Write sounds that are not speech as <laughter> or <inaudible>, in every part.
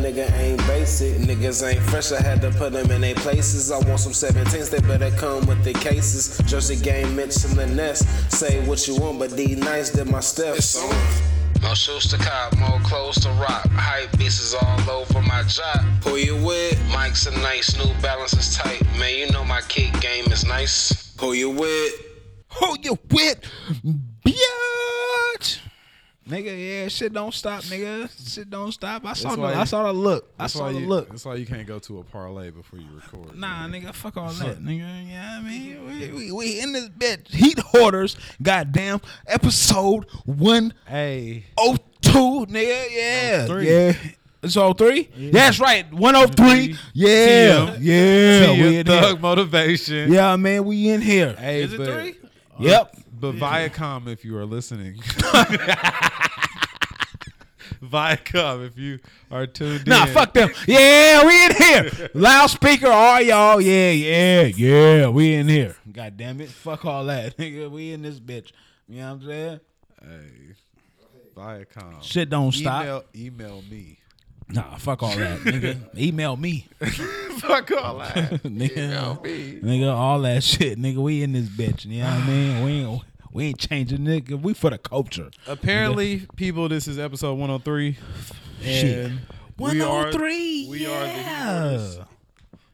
nigga ain't basic. Niggas ain't fresh, I had to put them in their places. I want some 17s, they better come with the cases. Jersey game, Mitch and the nest. Say what you want, but these nights did my steps. More shoes to cop, more clothes to rock. Hype pieces all over my job. Who you with? Mike's a nice, new balance is tight. Man, you know my kick game is nice. Who you with? Who you with, bitch? Nigga, yeah, shit don't stop, nigga. Shit don't stop. I saw That's the, why I you- saw the look. I That's saw why the you, look. That's why you can't go to a parlay before you record. Nah, man. nigga, fuck all that, nigga. Yeah, I mean, we, we, we in this bitch. Heat hoarders, goddamn. Episode one Hey, oh two, nigga. Yeah, Oh, three. yeah. It's all three. That's right. One oh three. Yeah, TM. yeah. see We your in thug here. motivation. Yeah, man, we in here. Hey, but, Yep. But Viacom, if you are <laughs> listening, Viacom, if you are tuned Nah, in. fuck them. Yeah, we in <laughs> here. Loudspeaker, all y'all. Yeah, yeah, yeah. We in here. God damn it. Fuck all that. <laughs> Nigga, we in this bitch. You know what I'm saying? Hey, Viacom. Shit don't stop. Email, email me. Nah, fuck all that, nigga. <laughs> Email me. <laughs> fuck all that. nigga. Nigga, all that shit. Nigga, we in this bitch. You know what I mean? We ain't we ain't changing, nigga. We for the culture. <laughs> Apparently, people, this is episode 103. Shit. And we are- 103. we are the yeah. Hoarders.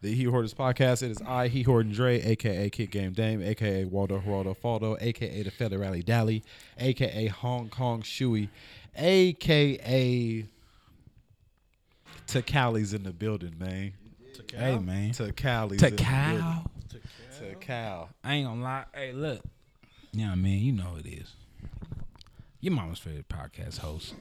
The He Hoarders podcast. It is I, He Hoard and Dre, aka Kick Game Dame, aka Waldo Geraldo Faldo, aka the Federale Dally, aka Hong Kong Shui, aka Takali's in the building, man. Hey, man. Takali's To in the cow. building. Takal. I ain't gonna lie. Hey, look. Yeah, I mean, you know it is. Your mama's favorite podcast host,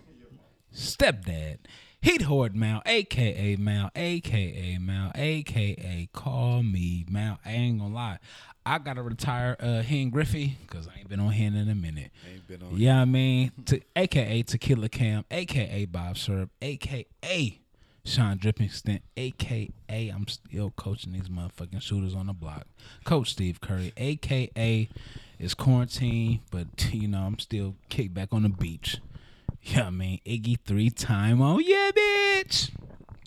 stepdad, Heat Horde Mal, aka Mal, aka Mal, aka Call Me Mal. I ain't gonna lie. I gotta retire uh Hen Griffey because I ain't been on Hen in a minute. Ain't been on. Yeah, I mean, to, aka Tequila Cam, aka Bob Serb, aka Sean Dripping Stent, aka I'm still coaching these motherfucking shooters on the block. Coach Steve Curry, aka it's quarantine, but you know, I'm still kicked back on the beach. Yeah, I mean, Iggy three time on yeah, bitch.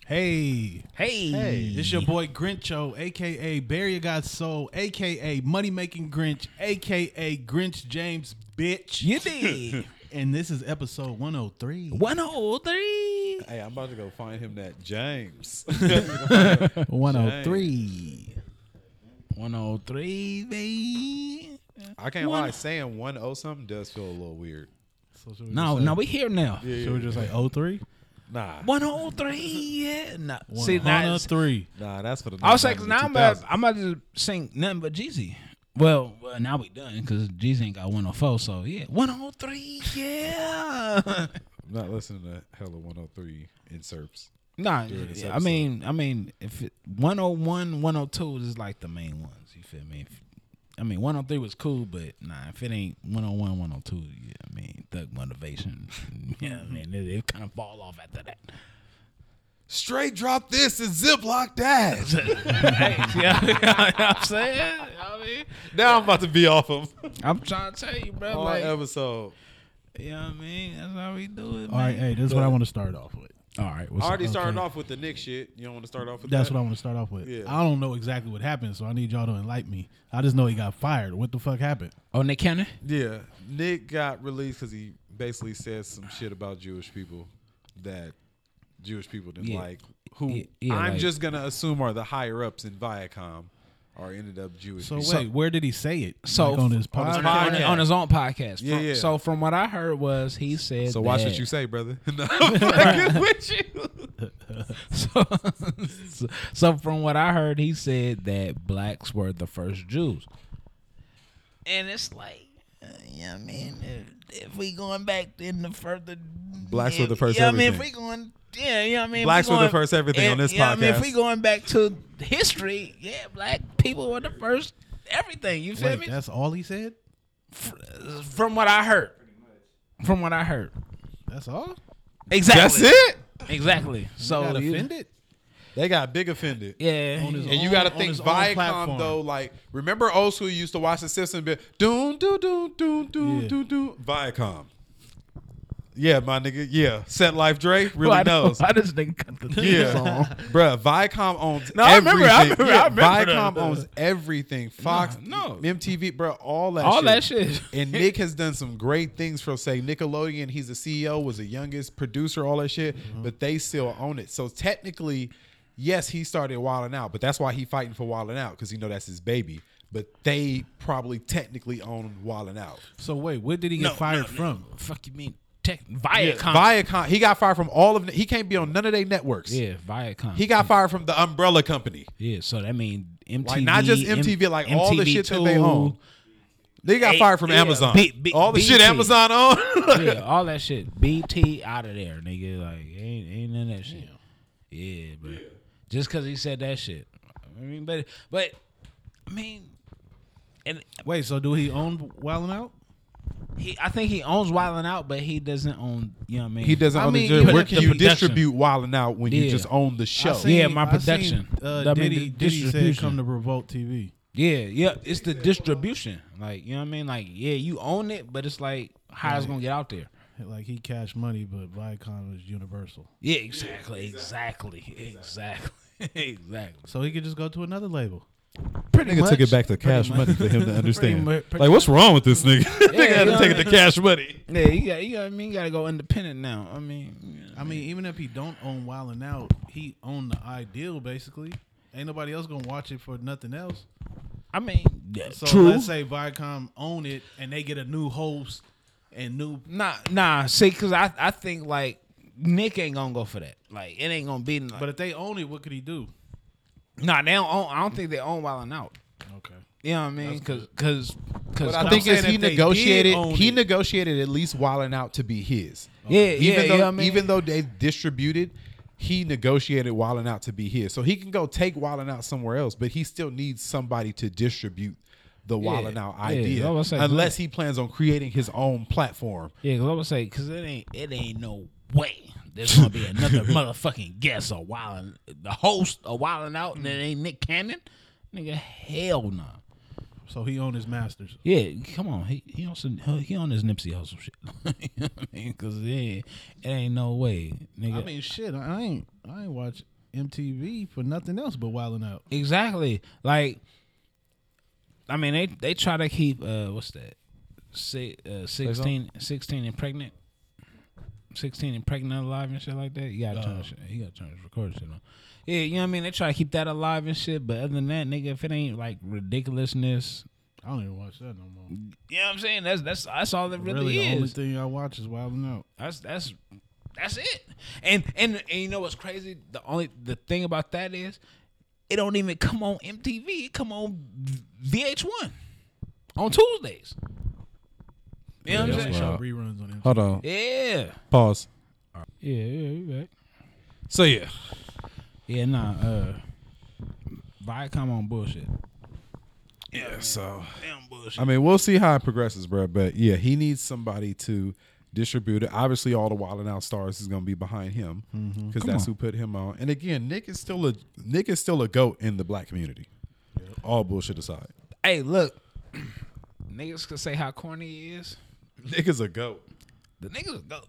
Hey, Hey, it's your boy Grincho, aka Barry of God's Soul, aka Money Making Grinch, aka Grinch James Bitch. <laughs> Yippee. And this is episode 103. 103. Hey, I'm about to go find him that James. <laughs> 103. 103, baby. I can't One- lie, saying one oh something does feel a little weird. So should we No, just no, we here now. say- Should we just oh say 03? Nah, 103, yeah. Nah. See, now it's- 103. nah, that's for the. I was like, 'cause the now I'm 2000s. about, I'm about to sing nothing but Jeezy. Well, well, now we done because Jeezy ain't got 104, so yeah. 103, yeah. <laughs> I'm not listening to Hella 103 in Serps. nah, this yeah, I episode. mean, I mean, if it, 101, 102 is like the main ones, you feel me? If, I mean, 103 was cool, but nah, if it ain't 101, 102, yeah, I mean, thug motivation. <laughs> yeah, I mean, it, it kind of fall off after <laughs> that. Straight drop this and ziplock that. yeah, you know what I'm saying? I mean, now I'm about to be off him. I'm trying to tell you, bro. All like, episode. you know what I mean? That's how we do it, man. All right, hey, this is what I want to start off with. All right. I What's already up? started off with the Nick shit. You don't want to start off with That's that? what I want to start off with. Yeah. I don't know exactly what happened, so I need y'all to enlighten me. I just know he got fired. What the fuck happened? Oh, Nick Cannon? Yeah, Nick got released because he basically said some shit about Jewish people that Jewish people didn't Yeah. like. Who Yeah, yeah, I'm like- just gonna assume are the higher ups in Viacom or ended up Jewish. So people. wait, where did he say it? So Like on his on podcast. on- on his own podcast. Yeah, From- yeah. So from what I heard was he said. So watch that- what you say, brother. <laughs> No. <laughs> So, so from what I heard, he said that blacks were the first Jews. And it's like, uh, yeah, I mean, if, if we going back in the further, Blacks were the first Yeah, I mean, if we everything. going, yeah, yeah, I mean, if Blacks we were the going- first everything yeah, on this yeah, I mean, podcast. if we going back to history, yeah, black people were the first everything. You feel Wait, me? that's all he said. From what I heard, from what I heard, That's all. exactly. That's it. Exactly. So Got you- offended. They got big offended. Yeah. On his And you own- got to on think his own Viacom platform. though. Like, remember old school used to watch the system. Be doom doom doom doom doom Yeah. doom doom. Viacom. Yeah, my nigga. Yeah, Set Life <laughs> Dre really Why the- <laughs> knows. Why does nigga cut the theme Yeah, song? <laughs> bruh. Viacom owns No, I everything. remember, I remember, I Yeah, remember Viacom that. owns everything. Fox, no. MTV, bruh, all that, All shit. that shit. And <laughs> Nick has done some great things for say Nickelodeon. He's the CEO, was the youngest producer, all that shit. Mm-hmm. But they still own it. So technically, yes, he started Wildin' Out, but that's why he fighting for Wildin' Out because he know that's his baby. But they probably technically own Wildin' Out. So wait, what did he get fired from? Fuck you mean tech Viacom? Viacom, he got fired from all of. He can't be on none of their networks. yeah, Viacom. He got fired from the umbrella company. yeah, so that means MTV, Like not just M- MTV, like all the shit that they MTV2, own. They got Hey, fired from yeah, Amazon. B- B- all the shit BT. Amazon <laughs> <laughs> owned. yeah, all that shit. BT out of there, nigga. Like ain't ain't none of that shit. Yeah, but just because he said that shit, I mean, but but I mean, and Wait, so do he own Wildin' Out? he, I think he owns Wildin' Out, but he doesn't own. You know what I mean? he doesn't I own mean, the you Where put can the you production. distribute Wildin' Out when you Yeah. just own the show? I seen- Yeah, my I seen, production. I uh, mean, Diddy, the Diddy said distribution. come to Revolt TV. Yeah, yeah, it's the distribution. Like, you know what I mean? Like, yeah, you own it, but it's like how it's gonna get out there. Like he cashed money, but Viacom was Universal, Yeah, exactly, exactly, exactly, <laughs> exactly. so he could just go to another label. Pretty Nigga took it back to cash money for him to <laughs> understand. much- pretty like, what's wrong with this nigga? <laughs> nigga had you to know take it what to cash money. Yeah, you got, you got. I mean, you gotta go independent now. I mean, yeah. I mean, even if he don't own Wildin' Out, he own the ideal basically. Ain't nobody else gonna watch it for nothing else. I mean, yeah, So true. let's say Viacom own it and they get a new host and new. nah, nah. See, cause I, I think like Nick ain't gonna go for that. Like, it ain't gonna be. Like, But if they own it, what could he do? nah, they don't own. I don't think they own Wildin' Out. Okay. You know what I mean? Cause, cause, cause. I I'm think saying is if he they did negotiated. own He it. negotiated at least Wildin' Out to be his. yeah, yeah, even though, you know what I mean? even though they distributed, he negotiated Wildin' Out to be his, so he can go take Wildin' Out somewhere else, but he still needs somebody to distribute the Wildin' Out yeah, idea, I was gonna say, unless he plans on creating his own platform. Yeah, cause I would say, cause it ain't it ain't no way there's gonna be <laughs> another motherfucking guest or wildin' the host or wildin' out and it ain't Nick Cannon, nigga. Hell no. So he own his masters. Yeah, come on. He he on some he on his Nipsey Hussle shit. you know what I mean? <laughs> Cause it ain't, it ain't no way, nigga. I mean, shit, I ain't I ain't watch MTV for nothing else but Wildin' Out. exactly. Like, I mean they they try to keep uh what's that, Si uh, 16, 16 and pregnant. 16 and pregnant alive and shit like that. You gotta turn Uh-huh. this shit, you gotta turn this recording shit on. Yeah, you know what I mean? They try to keep that alive and shit, but other than that, nigga, if it ain't like ridiculousness, I don't even watch that no more. you know what I'm saying? That's that's that's all it really, the only is. thing I watch is Wildin' Out. That's that's that's it. And and and you know what's crazy? The only the thing about that is it don't even come on MTV. It come on VH1 on Tuesdays. You know what I'm They saying? show Wow. reruns on MTV. Hold on, Yeah. pause. Yeah, yeah, you back. So yeah, Yeah, nah. Uh, Viacom on bullshit. yeah. So Damn bullshit. I mean, we'll see how it progresses, bro. But yeah, he needs somebody to distribute it. Obviously, all the Wild and Out stars is going to be behind him Mm-hmm. because that's who put him on. And again, Nick is still a Nick is still a goat in the black community. All bullshit aside, <laughs> hey, look, <clears throat> niggas can say how corny he is. Nick is a goat. The niggas go.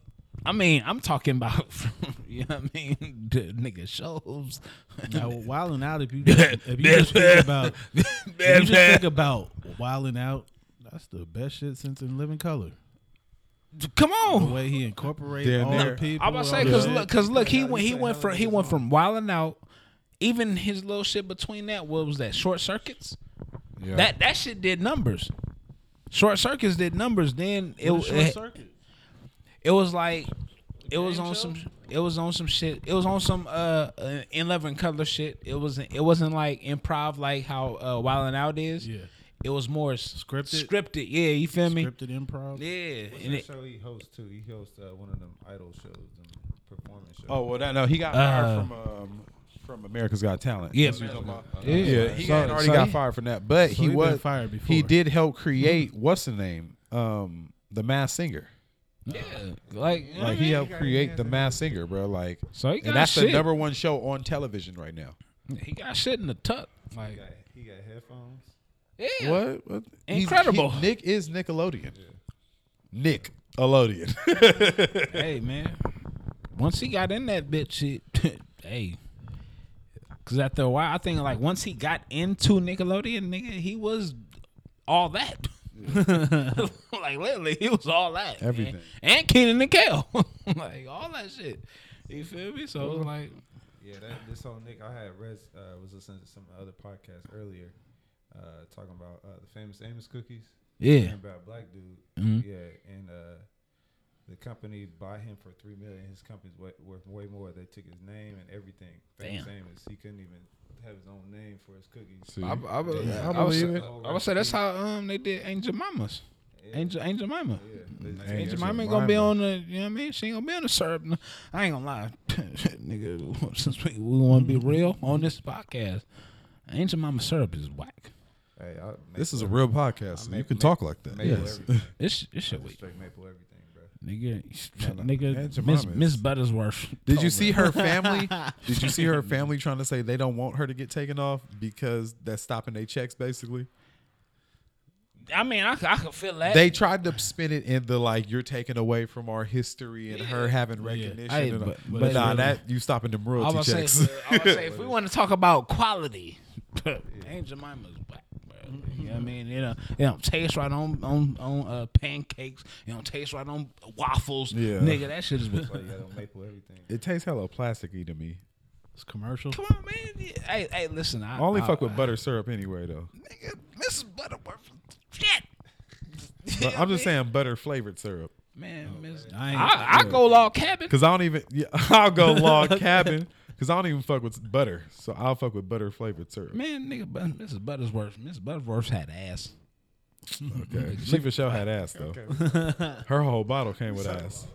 I mean, I'm talking about, <laughs> you know what I mean? <laughs> The nigga shows. Now Wildin' <laughs> Out, if you just, if you just think about if you just think about Wildin' Out, that's the best shit since In Living Color. Come The on. way he incorporated Damn all near. the people. I'm about to say all because the look, because look, he went, he went from he went from wilding out Even his little shit between that, what was that? Short circuits. Yeah. That that shit did numbers. Short circuits did numbers. Then it The short it, circuit. it was like it was game on show? some it was on some shit. It was on some uh, uh in love and color shit. It wasn't it wasn't like improv like how uh Wild and Out is. Yeah. It was more Scripted? scripted. Scripted. Yeah, you feel me? Scripted improv. Yeah. And That it, show he hosts too. He hosts uh, one of them idol shows, them performance shows. Oh well, that, no, he got Uh, fired from um, from America's Got Talent. yeah. That's what you're talking about. Yeah. yeah. He So- had already so got he- fired from that, but so he he been was fired before. He did help create what's the name, um, the Mass Singer. Yeah. Like, you know what I Like he mean? helped create the Mass Singer, bro. Like, So he got and that's the shit. number one show on television right now. He got shit in the tuck. Like, He got headphones. yeah. What? what? He's- Incredible. he- Nick is Nickelodeon. Nick Elodian. hey, man. Once he got in that bitch shit, <laughs> hey. Because after a while, I think, like, once he got into Nickelodeon, nigga, he was all that. <laughs> like, literally, he was all that. man. Everything. And Keenan and Kale. <laughs> like, all that shit. You feel me? So, it was like, Yeah, that, this whole Nick, I had res uh, was listening to some other podcast earlier, uh, talking about uh, the famous Amos cookies. yeah. Mm-hmm. about a black dude. Yeah, and uh, the company bought him for three million. His company's wa- worth way more. They took his name and everything. Famous Amos, he couldn't even have his own name for his cookies. I, I, would- Yeah. I, would say- believe it. I would say that's how um they did Angel Mama's. Angel Angel Mama. Yeah, they just- Angel Mama ain't gonna be on the you know what I mean? She ain't gonna be on the syrup. I ain't gonna lie. <laughs> Nigga, <laughs> since we, we wanna Mm-hmm. be real on this podcast, Angel Mama syrup is whack. Hey, I make- this is a real podcast. so you can talk like that. maple everything. This this shit weak. Straight maple everything, bro. Nigga no, nigga Angel Miss Mama is- Miss Buttersworth. Did you see her family? Did you see her family trying to say they don't want her to get taken off because that's stopping their checks? Basically, I mean I, I could feel that. they tried to spin it in the like you're taken away from our history and her having recognition. I- and- but- but, but- nah, that you stopping them I royalty was checks. <laughs> say, I was say, if we want to talk about quality, <laughs> Aunt Jemima's whack, bro. You Mm-hmm. know what I mean? You know, it don't taste right on on on uh, pancakes. It don't taste right on waffles. Yeah. nigga, that shit is. <laughs> Come Like, yeah, they maple everything. it tastes hella plasticky to me. It's commercial. on, man. Yeah, Hey, hey, listen. I I only I- fuck with butter syrup anyway though. nigga, Mrs. Butterworth. Shit, But I'm just saying Oh, butter flavored syrup man. Miss, I, I ain't- I, go log cabin. because I don't even. Yeah, <laughs> I'll go log cabin because I don't even fuck with butter, so I'll fuck with butter flavored syrup. Man, nigga, but Mrs. Butterworth. Mrs. Butterworth had ass. Okay. She for sure had ass though. <laughs> Her whole bottle came with ass.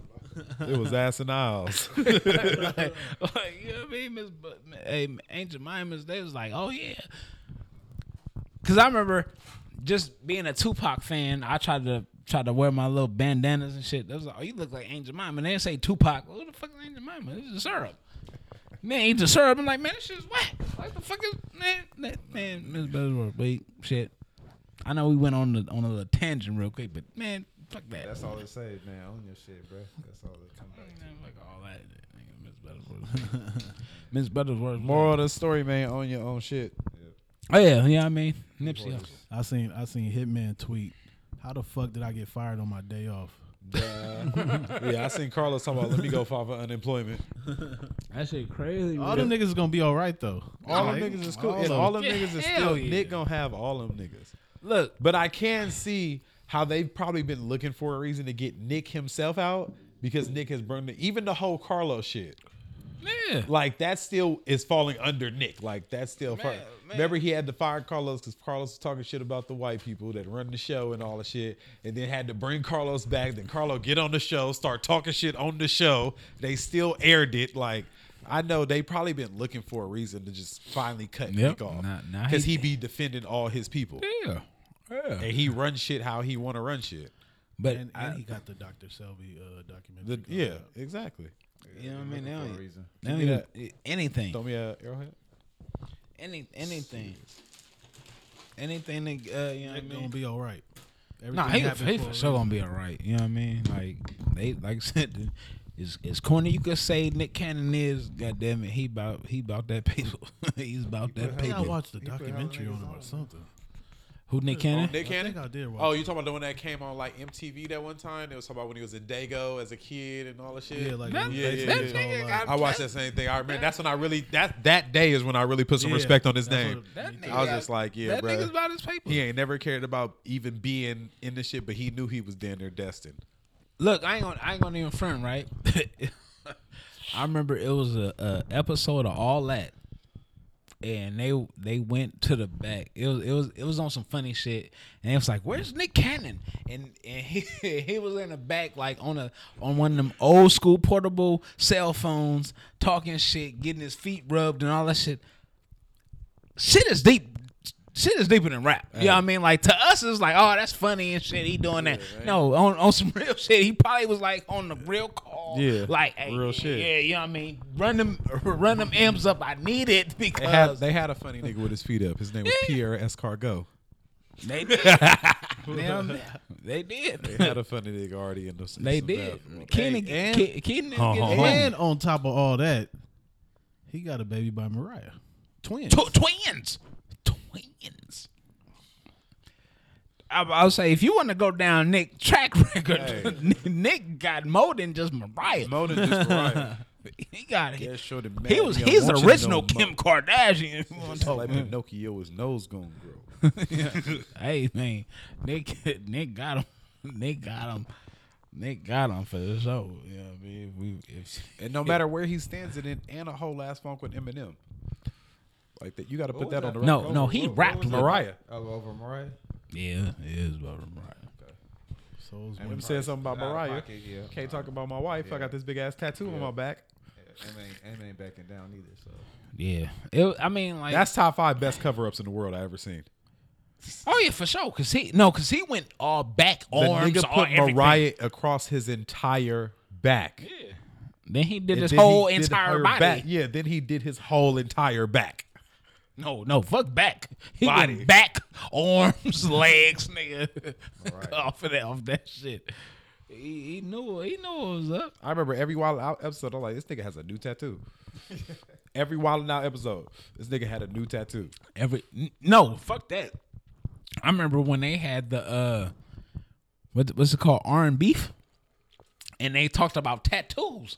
It was ass and aisles. like, <laughs> like, you know what I mean? Miss, but, hey, Aunt Jemima's, they was like, oh, yeah. Because I remember just being a Tupac fan, I tried to tried to wear my little bandanas and shit. They was like, oh, you look like Aunt Jemima. And they say Tupac. Who the fuck is Aunt Jemima? This is syrup. Man, eat the syrup. I'm like, man, this shit's whack. Like the fuck is man, that, man, Miss Buzzword, wait, shit. I know we went on the on a little tangent real quick, but man, fuck that. That's all it says, man. Own your shit, bro. That's all it comes back to. like all that, nigga, Miss Butterworth. <laughs> Miss Butterworth. Moral of the story, man, own your own shit. Oh yeah, yeah. I mean Nipsey. Hussle. I seen I seen Hitman tweet. How the fuck did I get fired on my day off? <laughs> yeah, I seen Carlos talking about let me go file for unemployment. That shit crazy. All them niggas gonna be all right though. All Like, them niggas is cool. all If of- all them Yeah, niggas is hell still yeah. Nick gonna have all them niggas. Look, But I can see how they've probably been looking for a reason to get Nick himself out because Nick has burned the, even the whole Carlos shit. yeah. like that still is falling under Nick. Like that's still fire. man. Remember he had to fire Carlos because Carlos was talking shit about the white people that run the show and all the shit, and then had to bring Carlos back. Then Carlos get on the show, start talking shit on the show. They still aired it. Like I know they probably been looking for a reason to just finally cut Yep. Nick off Nah, nah, because he- he be defending all his people Yeah. Yeah. and he run shit how he want to run shit. But And, I, and he got the Dr. Selby uh, documentary. The- yeah, exactly. you know what I mean. They For a don't, e, reason. they don't Give e, even- anything, Throw me a arrowhead. any anything, anything. That, uh, you know what I Nick gonna mean. be all right. Everything Nah, he, happened he for for a sure reason. gonna be all right. You know what I mean? Like they, like I <laughs> said, it's it's corny. You could say Nick Cannon is. God damn it, he about he about that paper. <laughs> He's about that I think I paper. watched the documentary on him or something. Who Nick Cannon? Nick I Cannon? think I did watch Oh, you talking about the one that came on like MTV that one time? It was talking about when he was in Dago as a kid and all that shit. Yeah, like That- yeah, yeah, that yeah. nigga all, got- I watched that same thing. I remember that's when I really that that day is when I really put some Yeah, respect on his that's name. what- That I was nigga- just like, yeah, that nigga's bro. about his paper. He ain't never cared about even being in the shit, but he knew he was damn near destined. Look, I ain't gonna, I ain't gonna even front, right? <laughs> <laughs> I remember it was a, a episode of All That, and they they went to the back. It was it was it was on some funny shit, and it was like, "Where's Nick Cannon?" And and he <laughs> he was in the back, like on a on one of them old school portable cell phones, talking shit, getting his feet rubbed, and all that shit. Shit is deep. Shit is deeper than rap. You know what I mean? Like to us, it's like, oh, that's funny and shit. He doing that. No, on, on some <laughs> real shit. He probably was like on the real call. Yeah, like hey, real yeah, shit. Yeah, you know what I mean? Run them, <laughs> run them M's up. I need it <laughs> because They had they had a funny nigga with his feet up. <laughs> His name was Pierre Escargot. They <laughs> did. Them- they They did. had a funny nigga already in those. They some did. bad- Kenan, Hey, and- Ke- Kenan is Huh, getting huh, and And on top of all that, he got a baby by Mariah. Twins. tw- twins, twins. I, I'll say if you want to go down Nick track <laughs> record, Nick got more than just Mariah. Mo than <laughs> just Mariah. He got Yeah, it. sure the man. He was Yeah, his want you to original know Kim Mo. Kardashian. if you <laughs> wanna Just talk Like about- Pinocchio, his nose gonna grow. Hey man, Nick <laughs> Nick got him. Nick got him. Nick got him for the show. You know what I mean? If we if And no matter where he stands in it, and a whole ass funk with Eminem. Like that, you got to put What was that on the No, record. no, he what rapped was Lil- Mariah. Oh, over Mariah. yeah, it is about Mariah. So it was Eminem one- said something about Out of Mariah. pocket, yeah. Can't talk about my wife. I got this big ass tattoo on my back. Yeah, Em ain't, Em ain't backing down either. So Yeah, it, I mean like That's top five best cover ups in the world I ever seen. oh yeah for sure. Cause he no, cause he went all back The arms, nigga all put everything. Mariah across his entire back. Then he did And his then he whole did entire her body. Back. Yeah, then he did his whole entire back. No, no, fuck back. He Body. went back, arms, <laughs> legs, nigga. <laughs> off of that, off that shit. He, he knew, he knew what was up. I remember every Wild Out episode. I'm like, this nigga has a new <laughs> tattoo. every Wild Out episode, this nigga had a new tattoo. Every n- no, fuck that. I remember when they had the uh, what what's it called R and beef, and they talked about tattoos.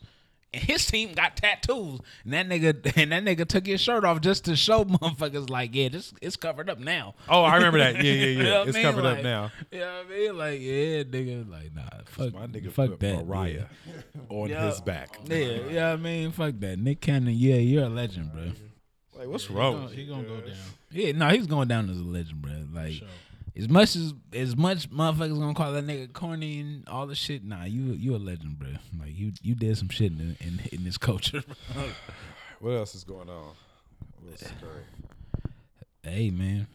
And his team got tattoos, and that nigga <laughs> and that nigga took his shirt off just to show <laughs> motherfuckers like, yeah, this it's covered up now. Oh, I remember <laughs> that. Yeah, yeah, yeah. You know what it's I mean? covered up Like- now. You know what I mean? Like, yeah, nigga, like, nah, fuck, My nigga fuck put that, Mariah on Yeah. his back. Yeah, yeah, you know what I mean, fuck that, Nick Cannon. Yeah, you're a legend, bro. Like, what's Oh, wrong? He gonna go down. Yeah, no, he's going down as a legend, bro. Like, as much as as much motherfuckers gonna call that nigga corny and all the shit, nah, you you a legend, bro. Like, you you did some shit in in, in this <laughs> culture. What else is going on? <sighs> What else is going on? hey, man,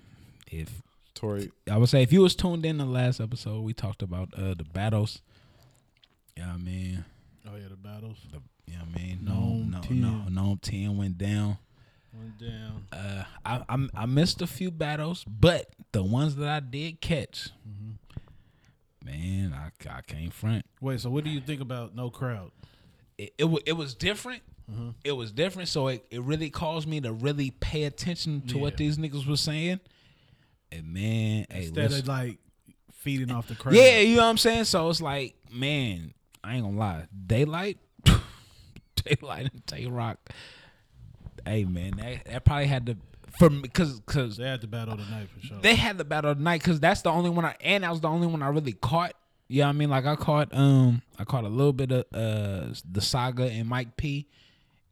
if Tori, I would say if you was tuned in to the last episode, we talked about uh the battles. Yeah, I mean. Oh yeah, the battles You know what I mean? Gnome no, 10. no, no. Ten went down. went down. Uh, I, I I missed a few battles, but the ones that I did catch, man, I, I can't front. Wait, so what do you think about no crowd? It it, wa- it was different. It was different, so it, it really caused me to really pay attention to what Yeah. these niggas was saying. And man, hey, Instead listen- of like feeding off the crowd. Yeah, you know what I'm saying? So it's like, man, I ain't gonna lie. Daylight, <laughs> Daylight and Tay Rock. Hey man, that, that probably had to for me cause cause They had to battle tonight for sure. they had the battle of the night because that's the only one I and that was the only one I really caught. You know what I mean? Like I caught um I caught a little bit of uh the saga and Mike P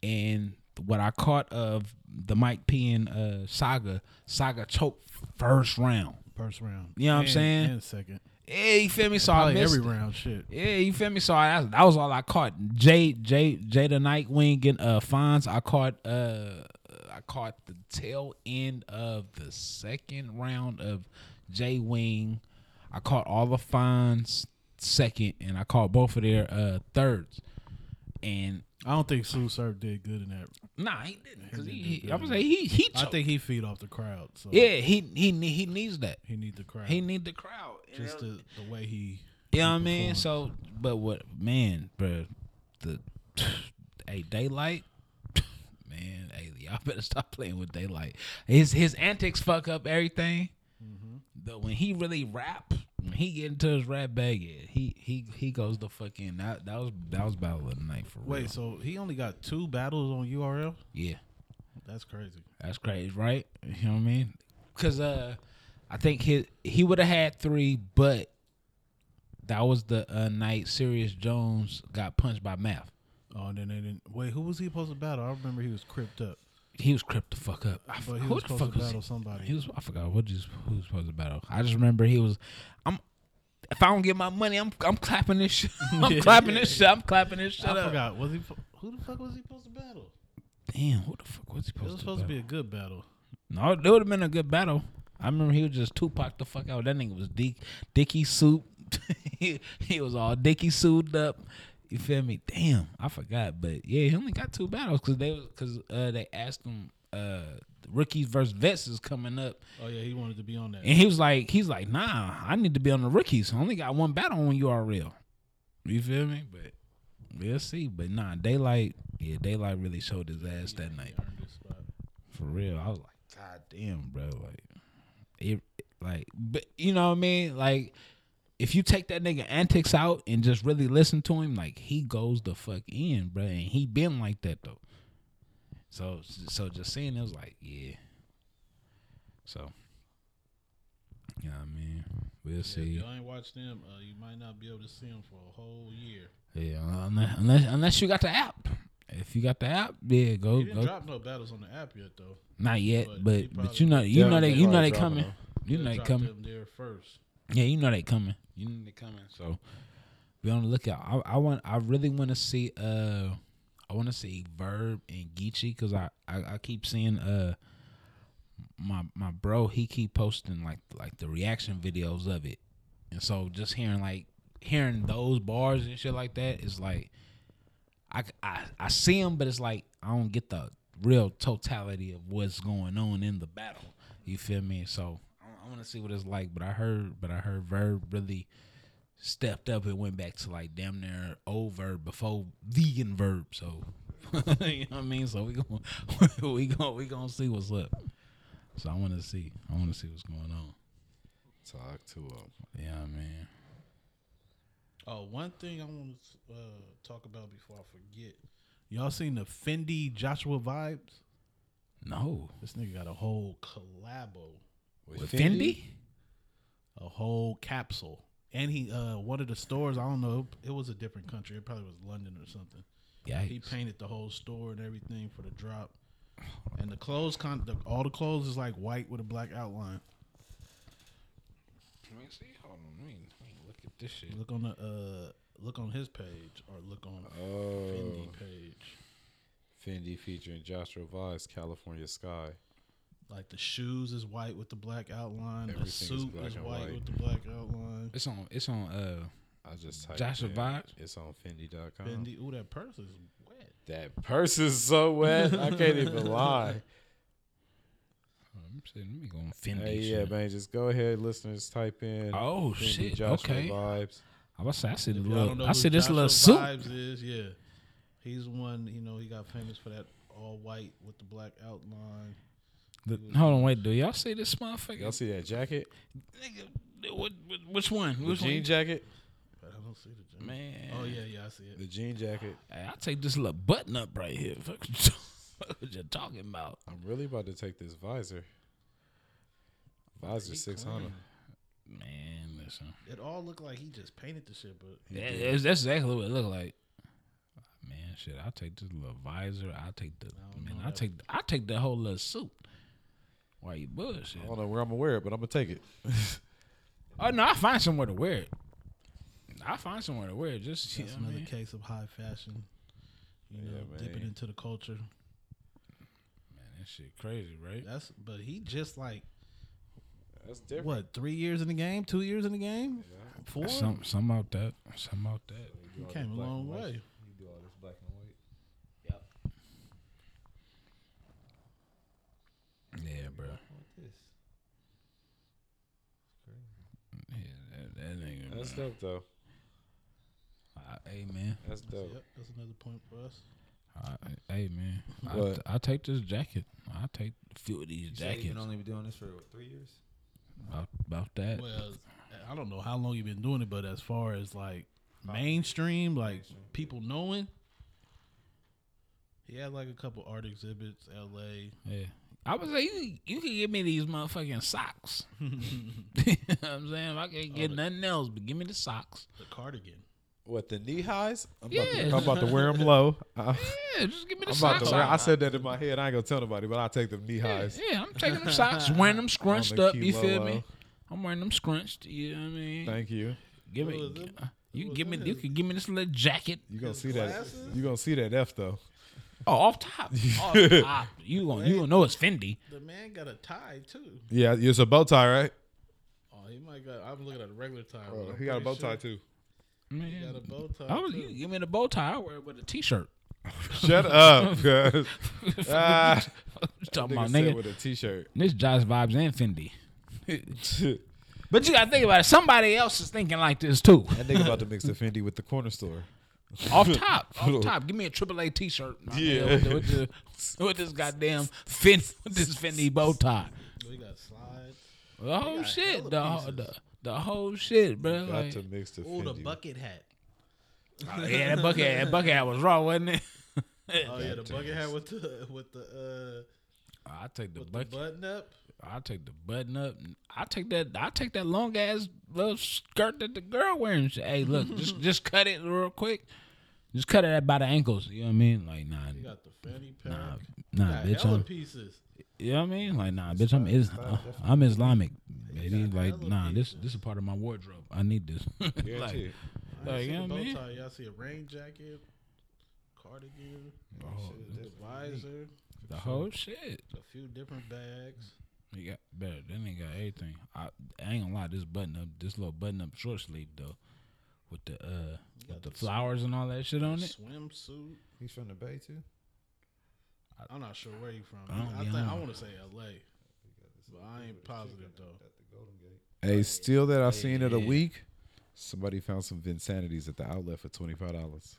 and what I caught of the Mike P and uh saga, saga choked first round. First round. You know what I'm And- saying? And second. Yeah, you feel me? So I Probably missed every it. round shit. Yeah, you feel me? So I, that was all I caught. Jay Jay Jay the Nightwing and uh Fonz. I caught uh I caught the tail end of the second round of Jay Wing. I caught all the Fonz second and I caught both of their uh thirds. And I don't think Sue Surf did good in that. nah, he didn't. Cause he, he, I was like he he. I choked. think he feed off the crowd. So yeah, he he ne- he needs that. he need the crowd. He need the crowd. And just it- the, the way he. You know what I mean? So, but what, man, bro, the <sighs> hey daylight, <sighs> man, hey, y'all better stop playing with daylight. His his antics fuck up everything. the when he really rap, when he get into his rap bag, yeah, he he he goes the fucking that that was that was battle of the night for real. Wait, so he only got two battles on URL? Yeah. That's crazy. That's crazy, right? You know what I mean? Because uh, I think he he would have had three, but that was the uh, night Sirius Jones got punched by Math. Oh, and then they didn't. Wait, who was he supposed to battle? I remember he was cripped up. He was cripped the fuck up. I But f- he who was the supposed fuck to was battle he? somebody. He was. I forgot what just who was supposed to battle. I just remember he was. I'm. If I don't get my money, I'm I'm clapping this shit. <laughs> I'm <laughs> Yeah. clapping this shit. I'm clapping this shit I up. forgot. Was he? Who the fuck was he supposed to battle? Damn, who the fuck was he It supposed, was supposed to be a good battle. No, that would have been a good battle. I remember he was just Tupac the fuck out. That nigga was Dick Dicky soup. <laughs> he, he was all Dicky suited up. You feel me? Damn, I forgot. But yeah, he only got two battles because they because uh, they asked him uh, rookies versus vets is coming up, Oh yeah, he wanted to be on that. and he was like he's like nah, I need to be on the rookies. I only got one battle on URL. You feel me? But we'll see. But nah, daylight yeah, daylight really showed his ass that night. For real, I was like, God damn, bro, like, it, like, but you know what I mean? Like, if you take that nigga antics out and just really listen to him, like, he goes the fuck in, bro, and he been like that though. So, so just seeing it was like, yeah. So, yeah, I mean, we'll If see. y'all ain't watched them, uh, you might not be able to see him for a whole year. Yeah, unless, unless unless you got the app. If you got the app, yeah, go He didn't go. drop no battles on the app yet though. Not yet, but he but but probably- you know you Yeah, know they they you know probably they dropping coming. them. You know they dropped coming. him there first. Yeah, you know they coming. You know they coming. So be on the lookout. I, I want. I really want to see. Uh, I want to see Verb and Geechee because I, I I keep seeing uh my my bro he keep posting like like the reaction videos of it, and so just hearing like hearing those bars and shit like that is like I I I see them, but it's like I don't get the real totality of what's going on in the battle. You feel me? So I, I want to see what it's like. But I heard, but I heard Verb really stepped up and went back to like damn near old verb before vegan verb. So <laughs> you know what I mean. So we going <laughs> we going we going to see what's up. So I want to see. I want to see what's going on. Talk to him. Yeah, man. Oh, one thing I want to uh, talk about before I forget. Y'all seen the Fendi Joshua vibes? No, This nigga got a whole collabo, with Fendi. a whole capsule, and he uh one of the stores. I don't know. It was a different country. It probably was London or something. Yeah, He painted the whole store and everything for the drop. And the clothes, con- the, all the clothes is like white with a black outline. Let me see. Hold on. Let me, look at this shit. Look on the uh, look on his page or look on Fendi Oh. page. Fendi featuring Joshua Vibes, California Sky. Like the shoes is white with the black outline. Everything the is suit black is, and white white. with the black outline. It's on. It's on. Uh, I just typed Joshua in- Vibes? It's on Fendi.com. Fendi, ooh, that purse is wet. That purse is so wet. I <laughs> can't even lie. let me see. Let me go on Fendi. Hey, yeah, shit. man. Just go ahead, listeners. Type in. Oh, Fendi shit, Joshua okay. Vibes. I was say, I see the Y'all don't little. know I who see this Joshua little suit. Vibes is yeah. He's one. You know, he got famous for that all white with the black outline. The- hold on, wait. Do y'all see this motherfucker? Y'all see that jacket? Nigga, what, what- which one? The Which jean one? jacket. I don't see the gym. Man, Oh yeah, yeah, I see it. The jean jacket. Hey, I take this little button up right here. <laughs> Fuck you- what you <laughs> talking about? I'm really about to take this visor. Visor six hundred. Man, listen. It all looked like he just painted the shit, but That- that's, that's exactly what it looked like. Man, shit. I take this little visor. I take the man. I take I take the whole little suit. Why you bullshit? I Oh. don't know where I'm gonna wear it, but I'm gonna take it. Oh no, I find somewhere to wear it. I find somewhere to wear it. Just you that's know what I another mean? case of high fashion. You know, man. dipping into the culture. man, that shit crazy, right? That's but he just like That's different. what three years in the game, two years in the game, four. Some some out that. Some out that. He came a long way. You do all this black and white. Yeah, bro. What this? Yeah, that, that nigga. That's Mm. man. dope though. I- Hey man. That's dope. Yep, that's another point for us. I, hey man, I, What? I take this jacket. I take a few of these You said you've jackets. been only been doing this for what, three years. about, about that. Well, I don't know how long you've been doing it, but as far as like mainstream, like people knowing, he had like a couple art exhibits, L.A. Yeah. I was like, you, you can give me these motherfucking <laughs> socks. <laughs> you know what I'm saying? If I can't get nothing else, but give me the socks. The cardigan. What the knee highs? I'm about, Yeah. to, I'm about to <laughs> wear them low. I'm Yeah, just give me the about socks. to wear. I I'm- said that in my head. I ain't gonna tell nobody, but I take them knee highs. Yeah, I'm taking them socks, wearing them scrunched On the up. You feel Q-Lo-Lo. me? I'm wearing them scrunched. You know what I mean? Thank you. give me, was it? you What give me, was you it? can give me this little jacket. You gonna see that? You gonna see that F though? Oh, off top, <laughs> off top. You gonna, you gonna know it's Fendi. The man got a tie too. Yeah, it's a bow tie, right? Oh, he might got. I'm looking at a regular tie. but Oh, I'm he got a pretty bow tie sure too. He got a bow tie. I was, too. you give me the bow tie. I wear it with a t-shirt. <laughs> Shut up, cuz. Ah, Just talking nigga about said nigga. with a t-shirt. <laughs> This Josh vibes and Fendi. But you gotta think about it. Somebody else is thinking like this too. That nigga about to mix the Fendi with the corner store. <laughs> off top, off top. Give me a AAA T-shirt. my Yeah. man, with, the- with the- with this goddamn fin, with this Fendi <laughs> bow tie. We got slides. The whole shit, hella the, whole- the the whole shit, bro. <laughs> Got Like, to mix the Oh, Fendi. the with- bucket hat. yeah, that bucket, that bucket hat was raw, wasn't <laughs> it? Oh yeah, the bucket hat with the with the I take the uh the bucket. button up. I take the button up. I take that. I take that long ass little skirt that the girl wearing. Shit. Hey, <laughs> look, just just cut it real quick. Just cut it at by the ankles. You know what I mean? Like You nah, got the fanny pack. nah, you nah, got bitch. hella I'm, pieces. You know what I mean? Like, nah, bitch, I'm is, uh, I'm Islamic, baby. Like, nah, this this is part of my wardrobe. I need this. <laughs> like, Guaranteed. like, you know what I The bow mean? tie. Y'all see a rain jacket, cardigan, Oh, the visor, The whole shit. a few different <laughs> bags. You got better. That nigga got everything. I, I ain't gonna lie. This button up, this little button up short sleeve though, with the uh, with the flowers and all that shit on it. Swimsuit. He's from the Bay too. I'm not sure where you from. I don't I, be think I on. want to say L.A., but I ain't positive though. Hey, still that I seen it a week. Somebody found some Vinsanities at the outlet for twenty five dollars.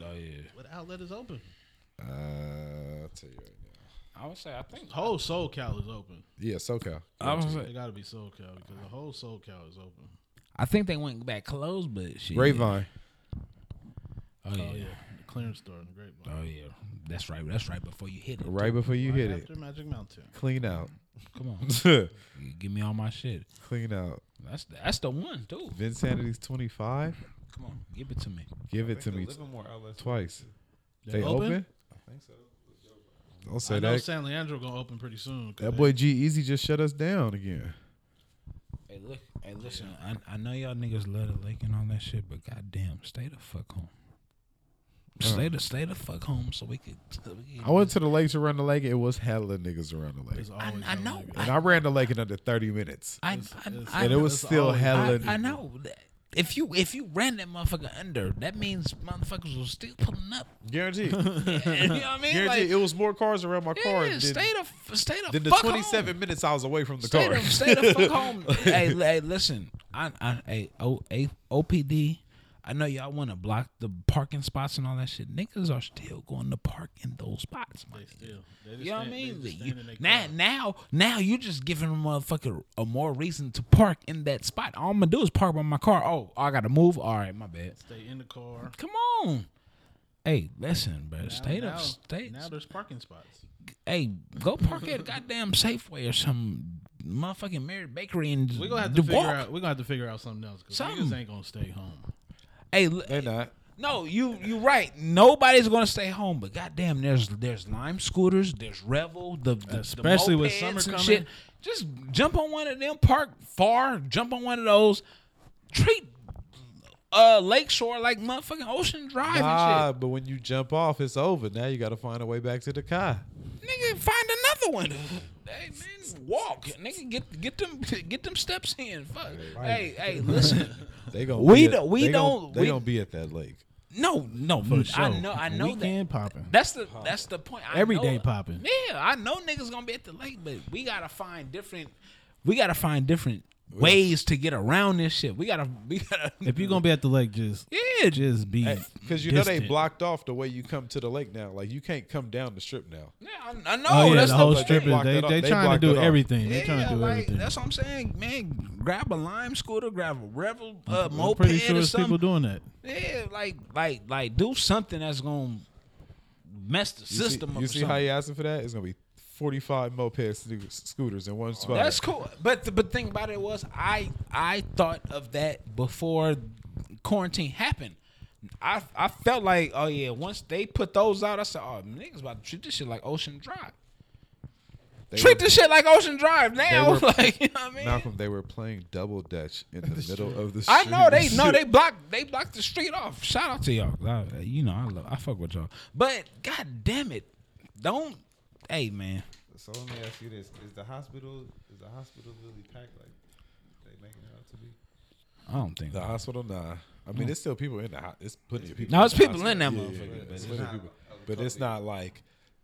Oh yeah. What outlet is open? Uh, I'll tell you right now. I would say I think. Whole SoCal is open. Yeah, SoCal. I would It say got to be SoCal because the whole SoCal is open. I think they went back closed, but shit. Grapevine. Oh yeah. Oh yeah, the clearance store in the Great Mall. Oh yeah. That's right. That's right. Before you hit it. Right before you hit it, <laughs> After Magic Mountain. clean out, <laughs> Come on. <laughs> Give me all my shit. clean out. That's that's the one too. Vinsanities twenty five. Come on, give it to me. Give it to me t- Livermore outlets. twice. They, They open? open? I think so. Don't I say know that. San Leandro gonna open pretty soon. 'cause That they- boy G Easy just shut us down again. Hey, look, hey, listen. I, I know y'all niggas love the lake and all that shit, but goddamn, stay the fuck home. Stay the stay the fuck home so we could. So we could I went to the lake to run the lake. It was hella niggas around the lake, It's I, always I open. know. I, and I ran the lake in under thirty minutes, I, I, I, and it was still always- I, hella. I know. that If you if you ran that motherfucker under, that means motherfuckers was still pulling up. <laughs> you Guaranteed. know what I mean? Guaranteed. Like, it was more cars around my car. yeah, than- stay the f- stay the Then the fuck 27 <laughs> home. minutes I was away from the Stay car. the, stay the <laughs> fuck home. hey, li- hey, listen. I, I, hey, o, A- OPD. I know y'all want to block the parking spots and all that shit. Niggas are still going to park in those spots. My They nigga. still. They just You know what I stand- they mean? just You- stand in their now, car. now, now, you just giving a motherfucker a more reason to park in that spot. All I'm gonna do is park by my car. Oh, I gotta move. All right, my bad. Stay in the car. Come on. Hey, listen, bro. stay now, the stay. Now there's parking spots. Hey, go park at a goddamn Safeway or some motherfucking Marriott Bakery <laughs> and We're gonna have to d- figure walk. out. We're gonna have to figure out something else because niggas Something. ain't gonna stay home. Hey, l- They're not. no, you you right. Nobody's gonna stay home, but goddamn, there's there's Lime scooters, there's Revel, the, the Especially the with mopeds summer and coming. Shit. Just jump on one of them, park far, jump on one of those. Treat uh Lakeshore like motherfucking Ocean Drive Ah, but when you jump off, it's over. Now you got to find a way back to the car. and shit. Nigga, find another one. Hey man, walk. Nigga, get get them get them steps in. Fuck. Hey, hey, listen. They gonna We be don't- we they gon- don't- They we- gonna be at that lake. No, no, I know, I know that. Weekend popping. That's the that's the point. I Every know, day popping. Yeah, I know niggas gonna be at the lake, but we gotta find different. We gotta find different ways to get around this shit. We gotta, we gotta, <laughs> If you're gonna be at the lake, just <laughs> yeah, just just be Because you know they distant. blocked off the way you come to the lake now. Like you can't come down the strip now. yeah, I, I know. Oh, yeah, that's the the whole but they strip is blocked they it off. they They trying blocked to it do off. everything. They trying to do like, everything. That's what I'm saying, man. Grab a lime scooter, grab a revel, uh, I'm moped pretty sure or there's people something. doing that. yeah, like, like, like, do something that's gonna mess the You see- system up. You or see something. how you asking for that? It's gonna be forty-five moped sco- scooters in one spot. That's cool. But the but thing about it was I I thought of that before quarantine happened. I I felt like oh yeah once they put those out I said oh niggas about to treat this shit like Ocean Drive. treat this shit like Ocean Drive now. <laughs> were- like you know what I mean. Malcolm, they were playing double dutch in the middle of the. I know they <laughs> street. no they blocked they blocked the street off. Shout out to y'all. I- you know I love I fuck with y'all. But god damn it, don't hey man. So let me ask you this: Is the hospital is the hospital really packed like they making it out to be? I don't think. The hospital, nah. I mean, there's still people in the. ho- It's plenty of people. No, in it's the people hospital. in that Yeah, motherfucker. yeah, it's plenty of people. But it's not like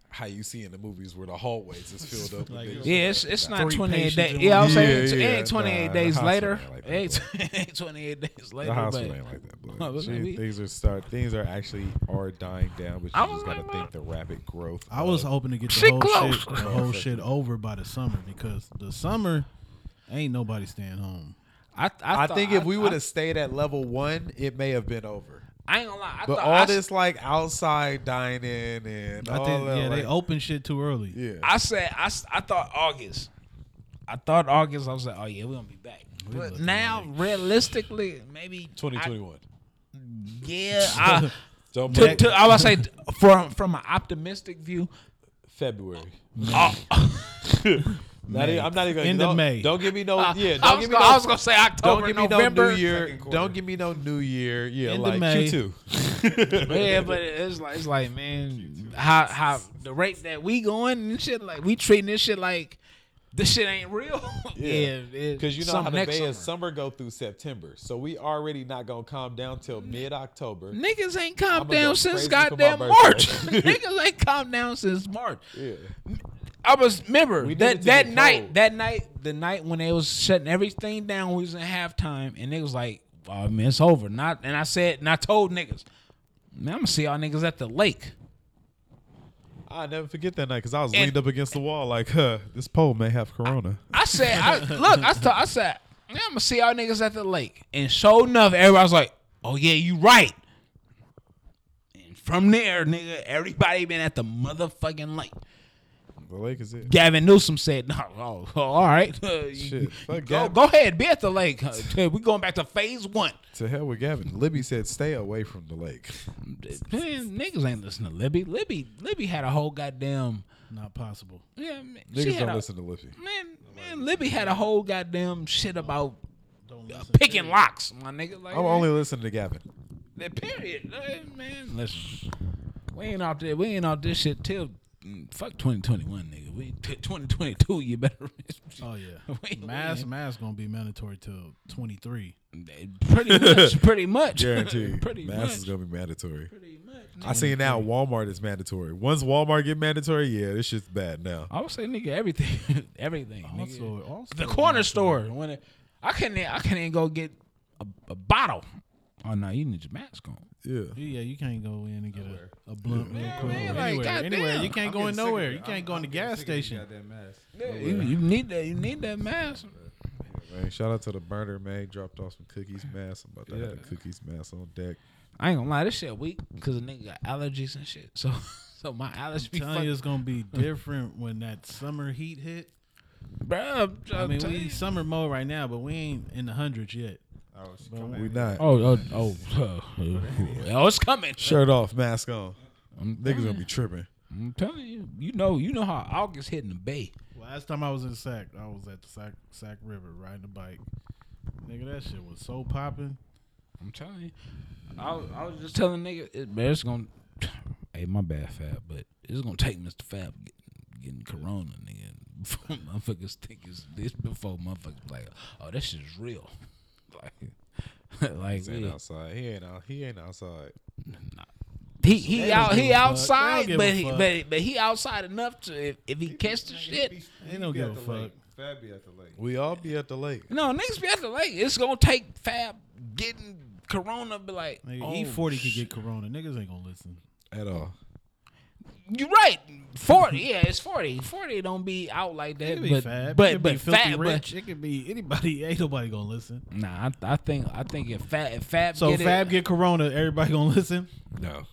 how you see in the movies where the hallways is filled up. with niggas. Yeah, it's, it's not Three 28 patients days. in Yeah, I'm one- saying Yeah, it yeah, ain't 28 nah, days the later. hospital ain't <laughs> It ain't 28 days later. the hospital but ain't like that. No, <laughs> But but like shit, we- things are start. Things are actually are dying down, but I you just was gotta like, think the rapid growth. I was hoping to get the Shit whole close. shit, the whole shit over by the summer because the summer ain't nobody staying home. I, I, I thought- think if I- we I- would have stayed at level one, it may have been over. I, ain't gonna lie. I But thought all I, s- this like outside dining and I all think that, yeah, like, they open shit too early. yeah. I said I, s- I thought August. I thought August. I was like, oh yeah, we're gonna be back. But now, realistically, maybe Twenty twenty I- one. <laughs> Yeah, I, Don't to, put to, I would say from from an optimistic view. <laughs> February. oh, Not even, I'm not even End of don't, May. Don't give me <laughs> no I, yeah. Don't I, was give gonna, me no, I was gonna say October, don't give me November. no New Year. Don't give me no New Year. Yeah, End of like May. Q2. Yeah, but it's like it's like man, how how the rate that we going and shit like we treating this shit like this shit ain't real. <laughs> Yeah, Because you know some how the next Bay is summer. summer go through September, so we already not gonna calm down till mid October. Niggas ain't calmed I'ma go down since crazy for my goddamn birthday. <laughs> March. Niggas ain't calmed down since March. Yeah, I was remember We need it that to that get night, cold. that night, the night when they was shutting everything down, we was in halftime, and it was like, oh, man, it's over. Not, and I said, and I told niggas, man, I'm gonna see y'all niggas at the lake. I never forget that night because I was And- leaned up against the wall like, huh, this pole may have corona. I said, I, look, I, th- I said, I'm gonna see y'all niggas at the lake. And so enough, everybody's like, oh yeah, you right. And from there, nigga, everybody been at the motherfucking lake. The lake is it. Gavin Newsom said, <laughs> no, oh, oh, all right. <laughs> You- you fuck go, Gavin. go ahead, be at the lake. <laughs> Uh, we going back to phase one. To hell with Gavin. Libby said, stay away from the lake. Man, niggas ain't listening to Libby. Libby, Libby had a whole goddamn, Not possible. yeah, man, she Niggas had don't a, listen to Libby. Man, man, Libby had a whole goddamn shit about Don't uh, listen. picking locks, my nigga. Like, I'm only listening <laughs> to Gavin. That period, Hey, man. Listen, we ain't off this. We ain't off this shit till mm, fuck twenty twenty one, nigga. We twenty twenty two. You better <laughs> Oh yeah, Wait, mask wait. mask gonna be mandatory till 23. <laughs> pretty much, pretty much, <laughs> Guaranteed. pretty Mask much, is gonna be mandatory. pretty much. I see now Walmart is mandatory. Once Walmart get mandatory, yeah, this shit's bad now. I would say, nigga, everything, <laughs> everything. nigga. Also, also the corner store when it, I couldn't, I couldn't even go get a, a bottle. Oh no, you need your mask on. Yeah. Yeah, you can't go in and get a, a blunt real quick. man, or like, anywhere, goddamn. anywhere. You I'm can't go getting in sick of nowhere. it. You I'm- can't go in I'm the getting gas sick of these station. goddamn masks. You, you need that. You need that mask. Man, shout out to the burner, man. Dropped off some cookies mask. I'm about to have a cookies mask on deck. I ain't gonna lie, this shit weak because a nigga got allergies and shit. So, <laughs> so my allergies be telling you, fucking. it's gonna be different when that summer heat <laughs> hit. Bro, I mean, we summer mode right now, but we ain't in the hundreds yet. Oh, she come We at me. not. Oh, oh, <laughs> oh, oh, it's coming. Shirt off, mask on. I'm Niggas gonna be tripping. I'm telling you, you know, you know how August hitting the bay. Last time I was in Sac, I was at the Sac Sac River riding a bike. Nigga, that shit was so popping. I'm telling you, I, was- I was just telling nigga, it, man, it's gonna. <sighs> Hey, my bad, Fab, but it's gonna take Mr. Fab getting, getting Corona, nigga. <laughs> Before motherfuckers think it's this before motherfuckers like, oh, this is real. <laughs> Like, <laughs> like He ain't yeah. outside. He ain't out. He ain't outside. He he out give he a fuck. outside, They don't give but a he, fuck. but but he outside enough to if, if he catch the shit. They don't give a fuck. Fab be at the lake. We all be at the lake. No, niggas be at the lake. It's gonna take Fab getting Corona. Be like, Nigga, oh, E forty could get corona. Niggas ain't gonna listen. At all. You right. Forty, yeah, it's forty. Forty don't be out like It that. could be but fab. it but could but be filthy fab. rich. It could be anybody. <laughs> Ain't nobody gonna listen. But, nah, I, I think I think if Fab if Fab So get Fab it, get corona. Everybody gonna listen. No. no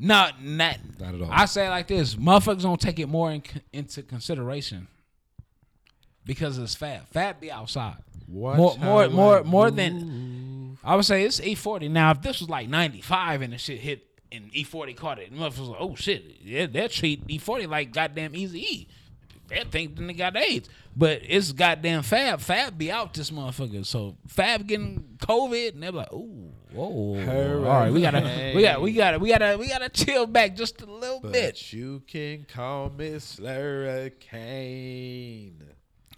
not Not at all. I say it like this: motherfuckers gonna take it more in, into consideration because it's Fab. Fab be outside. Watch more how more more I more than I would say it's E forty. Now if this was like ninety five and the shit hit and E forty caught it, motherfuckers like, oh shit, yeah, that treat E forty like goddamn easy E. That thing then they got AIDS. But it's goddamn Fab. Fab be out this motherfucker. So Fab getting COVID and they're like, ooh, whoa. All right, we gotta we gotta we gotta we gotta we gotta chill back just a little bit. But you can call me Slurricane.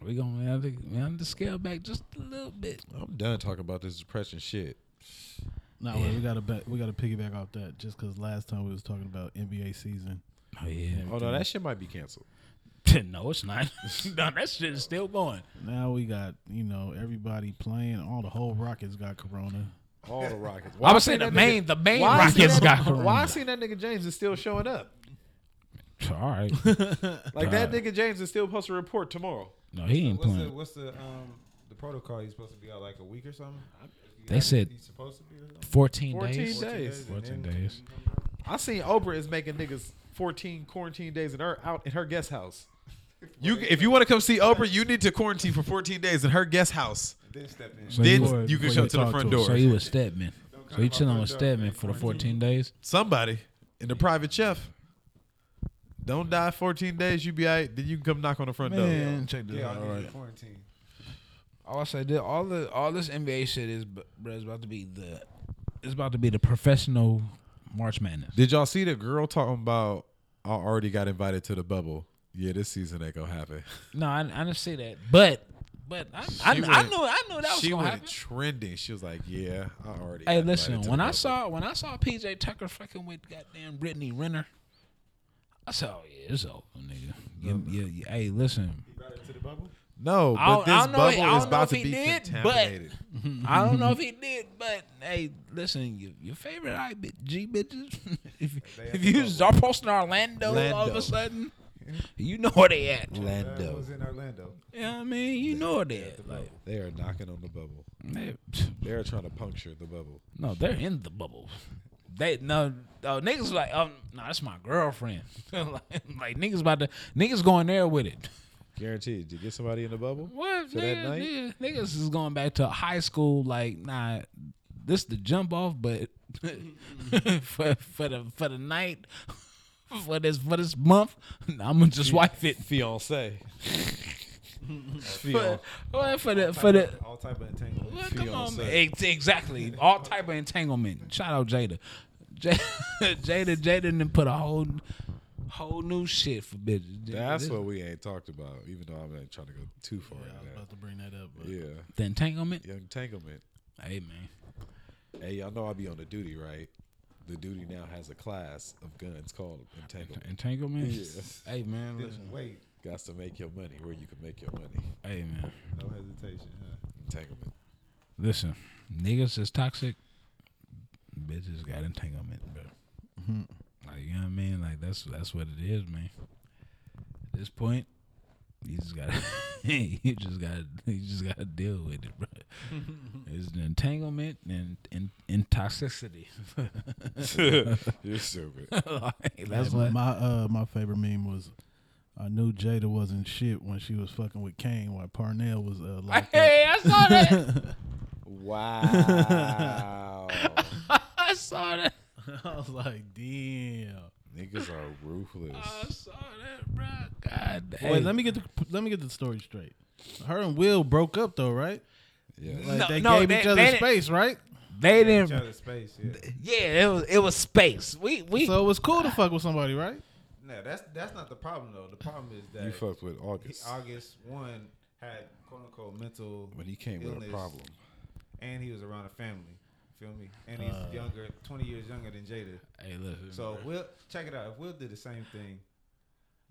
We gonna have to, we have to scale back just a little bit. I'm done talking about this depression shit. No, wait, we gotta bet, we gotta piggyback off that just because last time we was talking about NBA season. Oh yeah. Oh no, that shit might be canceled. <laughs> no, it's not. no, that shit is still going. Now we got you know everybody playing. All the whole Rockets got corona. All the <laughs> Rockets. I would say the main, the main Rockets got corona. Why I seen that nigga James is still showing up? All right, <laughs> Like that nigga James is still supposed to report tomorrow. no, he ain't What's the playing. what's the um the protocol? You supposed to be out like a week or something. You They got- said you supposed to be. Or something? Fourteen, 14 days. days. and 14 then- days. I seen Oprah is making niggas 14 quarantine days in her out in her guest house. You, if you want to come see Oprah, you need to quarantine for 14 days in her guest house. Then step in. So Then you- you can show to the front door. So you was Stedman. So you chilling with Stedman for the fourteen days. Somebody in the private chef. Don't die 14 days, you be all right. Then you can come knock on the front door. check this Yeah, I need to quarantine. All I say, that all the all this NBA shit is, bro, is about to be the, it's about to be the professional March Madness. Did y'all see the girl talking about, I already got invited to the bubble? Yeah, this season ain't gonna happen. No, I, I didn't see that, but but I, I, She I went- knew I knew that was she gonna went happen. trending. She was like, "Yeah, I already." Hey, got listen. invited to When the I bubble." saw when I saw PJ Tucker fucking with goddamn Brittany Renner, I said, "Oh yeah, it's over, nigga." You, you, you- hey, listen. Right to the bubble. no, I but don't- I this don't know- I bubble don't is know about if to he be did, but- contaminated. I don't know if he did, but hey, listen. Your, your favorite I G bitches. <laughs> if if you start posting Orlando all of Lando. a <laughs> sudden, you know where they at. You That Lando, was in Orlando. know what I mean? You know where they at. Like, they are knocking on the bubble. they- They are trying to puncture the bubble. no, they're in the bubble. They no, oh, niggas like, um, no, that's my girlfriend. <laughs> like, like niggas about to niggas going there with it. Guaranteed. Did you get somebody in the bubble? What For that niggas, night? niggas, niggas is going back to high school like nah this the jump off but <laughs> for for the for the night <laughs> for this for this month <laughs> I'ma just wipe it. <laughs> Fiance. For, well, for the for the All type of entanglement. well, come on, man. Fiance. Ex- exactly all type of entanglement. Shout out Jada. J- <laughs> Jada Jada done put a whole whole new shit for bitches. That's This- what we ain't talked about. Even though I'm not trying to go too far. I was in about to bring that up. But that. Yeah, the entanglement. young entanglement. Hey man. Hey, y'all know I be on the duty, right? The duty now has a class of guns called entanglement. Entanglement. Hey man, listen. Wait, Got to make your money where you can make your money. Hey man. no hesitation. Huh? Entanglement. Listen, niggas is toxic. Bitches got entanglement, bro. Like you know what I mean? Like that's that's what it is, man. At this point, you just gotta <laughs> you just gotta you just gotta deal with <laughs> it, bro. it's an entanglement and and, and toxicity. <laughs> You're stupid. <laughs> Like, That's that's what my uh my favorite meme was. I knew Jada wasn't shit when she was fucking with Kane while Parnell was uh, <laughs> locked up. <laughs> Hey, I saw that. Wow. <laughs> I saw that. I was like, damn. Niggas are I ruthless. saw that, bro. God damn. Wait, let me get the let me get the story straight. Her and Will broke up though, right? Yeah. Like No, they no, gave they- each other they didn't- space, right? they Each didn't. other space. Yeah. Yeah, it was it was space. We we So it was cool to fuck with somebody, right? No, that's that's not the problem though. The problem is that You fucked with he- August. August one had quote unquote mental But he came with a illness, problem. and he was around a family. Feel me? Uh. And he's younger, twenty years younger than Jada. Hey, listen. So Will, check it out. If Will did the same thing,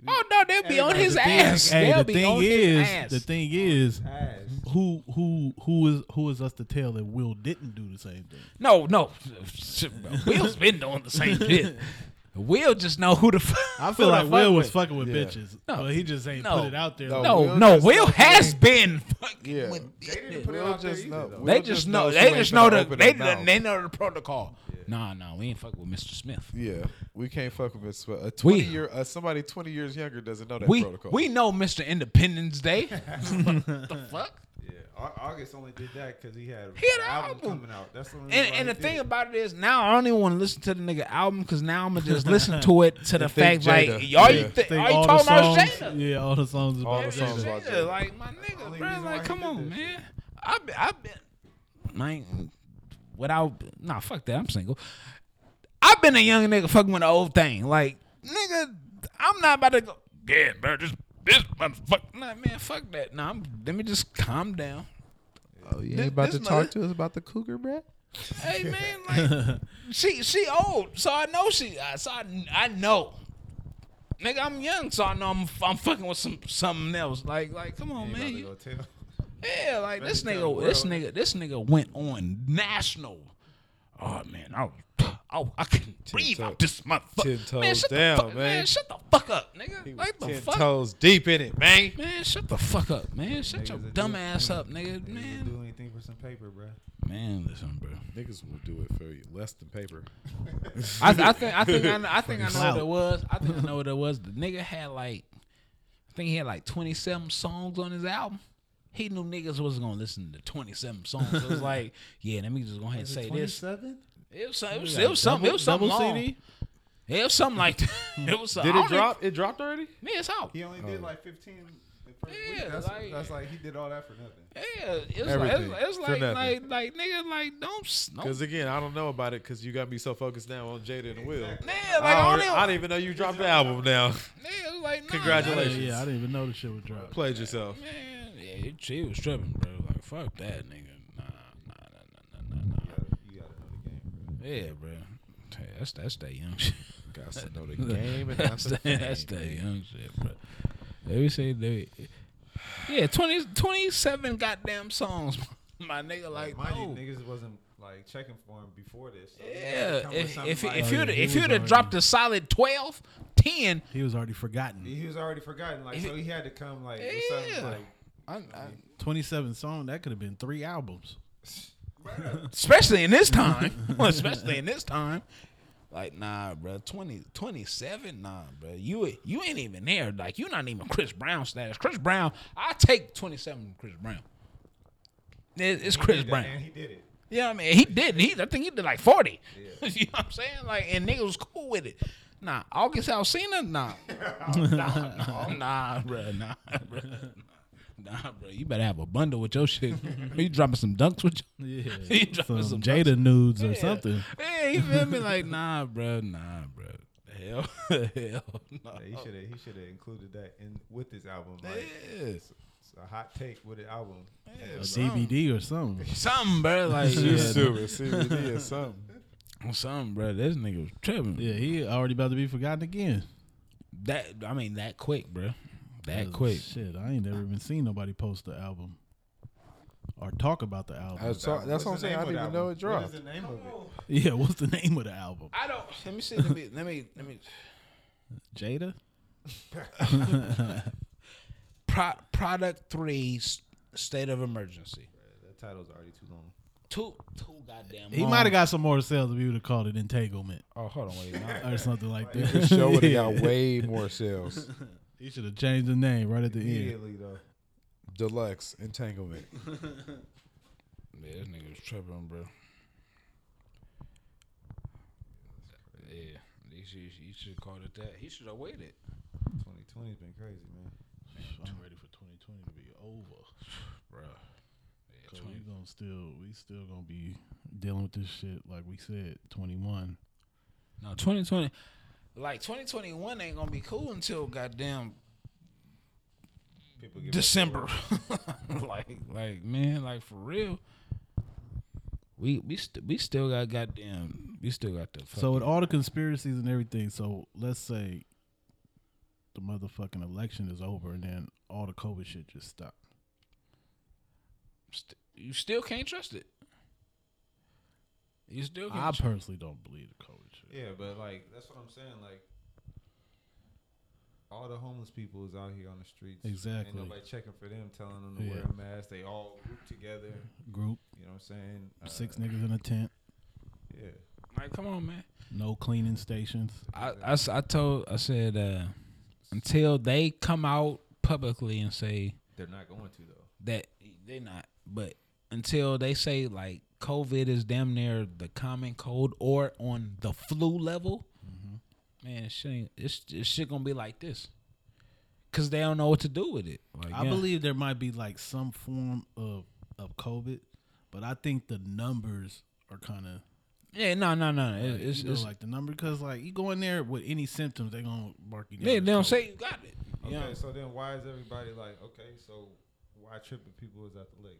Oh no, they'll be on his ass. Hey, they'll the be thing on is, his ass. the thing is, Ass. who who who is who is us to tell that Will didn't do the same thing? no, no, Will's been doing the same shit. Will just know who the. Fuck, I feel who <laughs> like to Will fuck was with. fucking with Yeah. bitches, No. but he just ain't No. put it out there. No. No, Will no, just Will knows has when- been fucking Yeah. with. Put it Will out there just either, know- though. Will They just know. knows They you just ain't know finna the. open They, his mouth. they know the protocol. Nah, nah, we ain't fuck with Mr. Smith. Yeah, we can't fuck with this. A We- twenty year, uh, somebody twenty years younger doesn't know that we protocol. we know Mr. Independence Day. <laughs> the fuck? Yeah, Au- August only did that because he had He had an an album, album. coming out. That's the only And, reason why and the he thing did it. about it is now I don't even want to listen to the nigga album because now I'm gonna just listen to it to the fact like Jada. y'all you Yeah. thi- Think all you all talking about the is songs, Jada. yeah, all the songs is All about the Jada. songs about Yeah, Jada. like my nigga, Only bro. reason why Like, he come did on, that man. I've been, I've been, man. Without nah, fuck that. I'm single. I've been a young nigga fucking with the old thing. Like nigga, I'm not about to go. Yeah, bro. Just this motherfucker. Nah, man. Fuck that. Nah, I'm, let me just calm down. oh, you This- ain't about this to mother- talk to us about the cougar, brat. Hey man, <laughs> like she she old, so I know she. I- So I, I know, nigga, I'm young, so I know I'm I'm fucking with some something else. Like like, come on, He man. about to you- go tell. yeah, like this Better tell nigga, the this world. nigga, this nigga went on national. Oh man, I was, I, I couldn't breathe toe- out this ten motherfucker. Man, toes shut down, the fuck, man. Shut the fuck up, nigga. like the Ten fuck. toes deep in it, man. Man, shut the fuck up, man. Shut your Niggas that dumb do- ass up, nigga. He didn't Man, do anything for some paper, bro. man, listen, bro. Niggas will do it for you less than paper. I, I think I think I, kn- I think I know what it was. I think I know what it was. The nigga had like, I think he had like twenty seven songs on his album. He knew niggas wasn't gonna listen to twenty seven songs. So it was like, <laughs> yeah, let me just go ahead and say this. It was some- it was, it was something. It was something long. It was something like <laughs> that. It was something. Did it drop? It dropped already? Man, it's out. He only did like 15 the first Yeah, week. That's like- like, that's like he did all that for nothing. Yeah, it was like, it Everything. was, it was For like, like, nothing. like, nigga, like, don't, s- don't. Because again, I don't know about it because you got me so focused now on Jada and Will. Man, like, I, I don't, don't I even, don't even know you dropped the album now. <laughs> nigga, like, nah, nigga. Congratulations. Yeah, I didn't even know the shit was dropped. Played yourself. Man, yeah, he- she was tripping, bro. Like, fuck that, nigga. Nah, nah, nah, nah, nah, nah, nah. You gotta know the game, bro. Yeah, bro. Hey, that's that's that young shit. <laughs> Got to know the game and that's That's that, that's that young shit, bro. Let me say that. Yeah, 20, 27 goddamn songs, <laughs> my nigga. Like, Mind no. you, niggas wasn't like checking for him before this. So he had Oh. to Yeah, come with if something if, like- if Oh, you'd yeah, he if was you'd have already- dropped a solid 12, 10, He was already forgotten. he was already forgotten, like so he had to come like with Yeah. something like. I, I, Twenty-seven song that could have been three albums. especially in <laughs> this time, <laughs> especially in this time, like nah, bro, 20, 27, nah, bro, you you ain't even there. Like you're not even Chris Brown status. Chris Brown, I take twenty seven from Chris Brown. It- it's Chris did that, Brown. And he did it. You know what I mean? He did. He I think he did like forty. <laughs> you know what I'm saying? Like and nigga was cool with it. Nah, August Alsina, nah. <laughs> nah, nah, nah, bro, nah, bro. Nah, bro, you better have a bundle with your shit. <laughs> Are you dropping some dunks with your <laughs> Yeah, He dropping some some Jada nudes or something. Hey, you feel me? Like, nah, bro, nah, bro. Hell, <laughs> hell, no. Like, he should have. He should have included that in with his album. Like Yes. it's a hot take with the album. A DVD or something. Something, bro. Like, You yeah, stupid CBD or something. something, bro. This nigga was tripping. Yeah, he already about to be forgotten again. That, I mean, that quick, bro. That quick. Oh, Shit, I ain't never even seen nobody post the album or talk about the album. That's, all, that's What's what I'm the saying. name I of didn't the even know album? it dropped. What is the name of it? yeah, what's the name of the album? I don't. Let me see. Let me. Let me. Let me Jada. <laughs> pro, product three, s- state of emergency. That title's already too long. Two. Two goddamn. He Um, long. might have got some more sales if he would have called it entanglement Oh, hold on, wait. <laughs> Nah. or something <laughs> like The that. show would have got way more sales. he should have changed the name right at the end. Immediately though. Deluxe entanglement. Yeah, this nigga was tripping, bro. Yeah, he should, he should have called it that. He should have waited. 2020's been crazy, man. I'm ready for 2020 to be over. <sighs> Bruh. Yeah, Cause 20 we gonna still, we still gonna be dealing with this shit like we said. 21. no, 2020. Like 2021 ain't gonna be cool until goddamn People get December. <laughs> like, like man, like for real. We we st- we still got goddamn we still got the So with all the conspiracies and everything, so let's say the motherfucking election is over and then all the COVID shit just stopped. St- you still can't trust it. You still can't. I tr- personally don't believe the COVID shit. Yeah, but like that's what I'm saying. Like all the homeless people is out here on the streets. Exactly. Ain't nobody checking for them, telling them to Yeah. wear a mask. They all group together. Group You know what I'm saying? Uh, six niggas in a tent, Yeah. like, come on, man. no cleaning stations. I, I s- I told I said uh, until they come out publicly and say They're not going to though. that they're not, but until they say like COVID is damn near the common cold or on the flu level, man, this shit ain't, it's, this shit gonna be like this, cause they don't know what to do with it. Like, I yeah. believe there might be like some form of of COVID, but I think the numbers are kind of Yeah, no, no, no. it- it's, you know, it's like the number because like you go in there with any symptoms, they gonna mark you. down they, as they don't COVID. say you got it. Okay, Yeah. so then why is everybody like okay? So why tripping people is at the lake?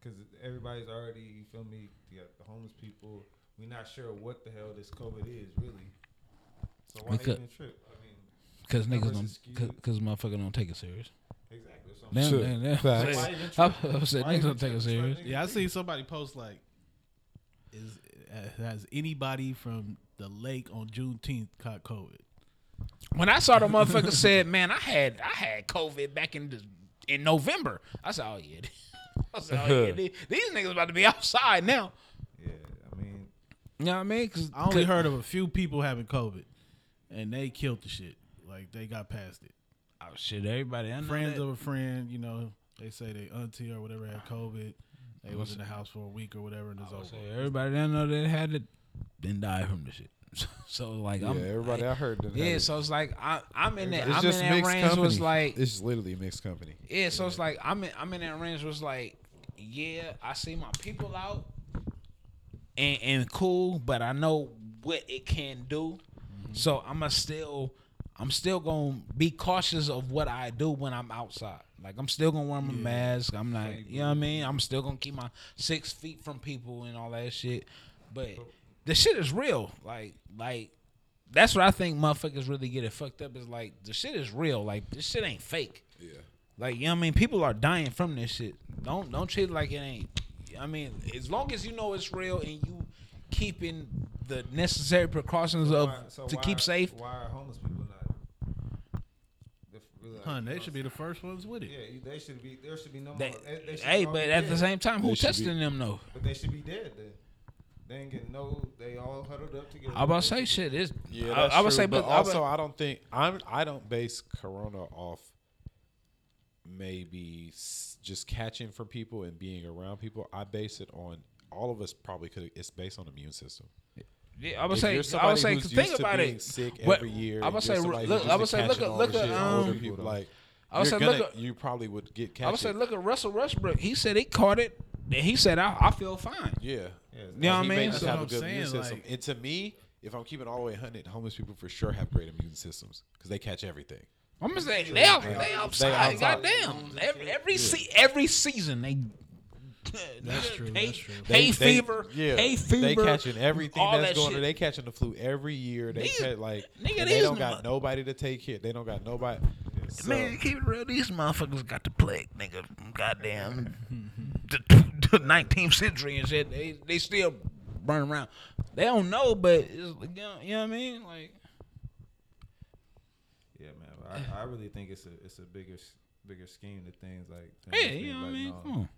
Because everybody's already you feel me? You got the homeless people. We're not sure what the hell this COVID is really. So why Because- even trip? I mean, Cause niggas Numbers don't, is cause, skewed. cause motherfucker don't take it serious. exactly. that's what I'm Damn, saying. damn, damn. Facts. Why <laughs> even I, trip? I said Why niggas even don't take trip? it It's like, serious. nigga, Yeah, I seen somebody post like, "Is uh, has anybody from the lake on Juneteenth caught COVID?" When I saw the motherfucker said, "Man, I had I had COVID back in the, in November," I said, "Oh yeah." <laughs> I said, oh, yeah, these, these niggas about to be outside now. Yeah, I mean, You know what I mean? Cause, I only 'cause- heard of a few people having COVID, and they killed the shit. Like they got past it. Oh shit! Everybody, I know Friends that. of a friend, you know, they say they auntie or whatever had COVID. They was in the house for a week or whatever, and it's So over. everybody I know that had it, then died from the shit. <laughs> So, like, Yeah, I'm everybody I heard. That yeah. So it's like I, I'm in that. I'm it's in just that mixed range. company. Was like it's just literally mixed company. Yeah, so it's like I'm in I'm in that range was like, yeah, I see my people out and and cool, but I know what it can do. So I'ma still I'm still gonna be cautious of what I do when I'm outside. Like I'm still gonna wear my mask. I'm not you know what I mean? I'm still gonna keep my six feet from people and all that shit. But the shit is real. Like like that's what I think motherfuckers really get it fucked up is like the shit is real. Like this shit ain't fake. Like, you know what I mean? People are dying from this shit. Don't don't treat it like it ain't. I mean, as long as you know it's real and you keeping the necessary precautions of why- so to why keep are- safe. Why are homeless people not? if really, like, Hun, you they know, should be the first ones with it. Yeah, you- they should be. There should be no. They, more, they, they should hey, all but be at the dead. same time, who They should testing be- them though? But they should be dead then. They ain't getting no. They all huddled up together. I about to They say should shit. It's, Yeah, I, that's I would true, say, but but, I also would- I don't think I'm. I don't base Corona off maybe s- just catching from people and being around people. I base it on all of us probably could. It's based on immune system. yeah, I would if say, you're I would somebody say, who's think used to about being it. sick What- every year. I would and say, you're somebody who's look, used I to would say, look catching at, all look this at, shit from older um, people. Like, I would you're say, look gonna- at- you probably would get I would catch say, it. look at Russell Westbrook. He said he caught it. and He said, I, I feel fine. Yeah. Yeah, You know what I He mean? may just So- have what a I'm good immune saying, system. like- and to me, if I'm keeping all the way 100, homeless people for sure have great immune systems because they catch everything. I'm gonna say they out, they outside. outside. Goddamn, every every, se- every season they. <laughs> That's true, Hay, that's true. hay They- they- fever. yeah, Hay fever. They catching everything all that's that going. shit. on. They catching the flu every year. They These- catch, like nigga, these and they don't got mother- nobody to take care. They don't got nobody. So, Man, keep it real. These motherfuckers got the plague, nigga. Goddamn, <laughs> the, the 19th century and shit. They they still burn around. They don't know, but it's, you, know, you know what I mean. Like, Yeah, man. I, I really think it's a it's a bigger s- bigger scheme to things like. than yeah, just you being know what I like, mean. no. Come on.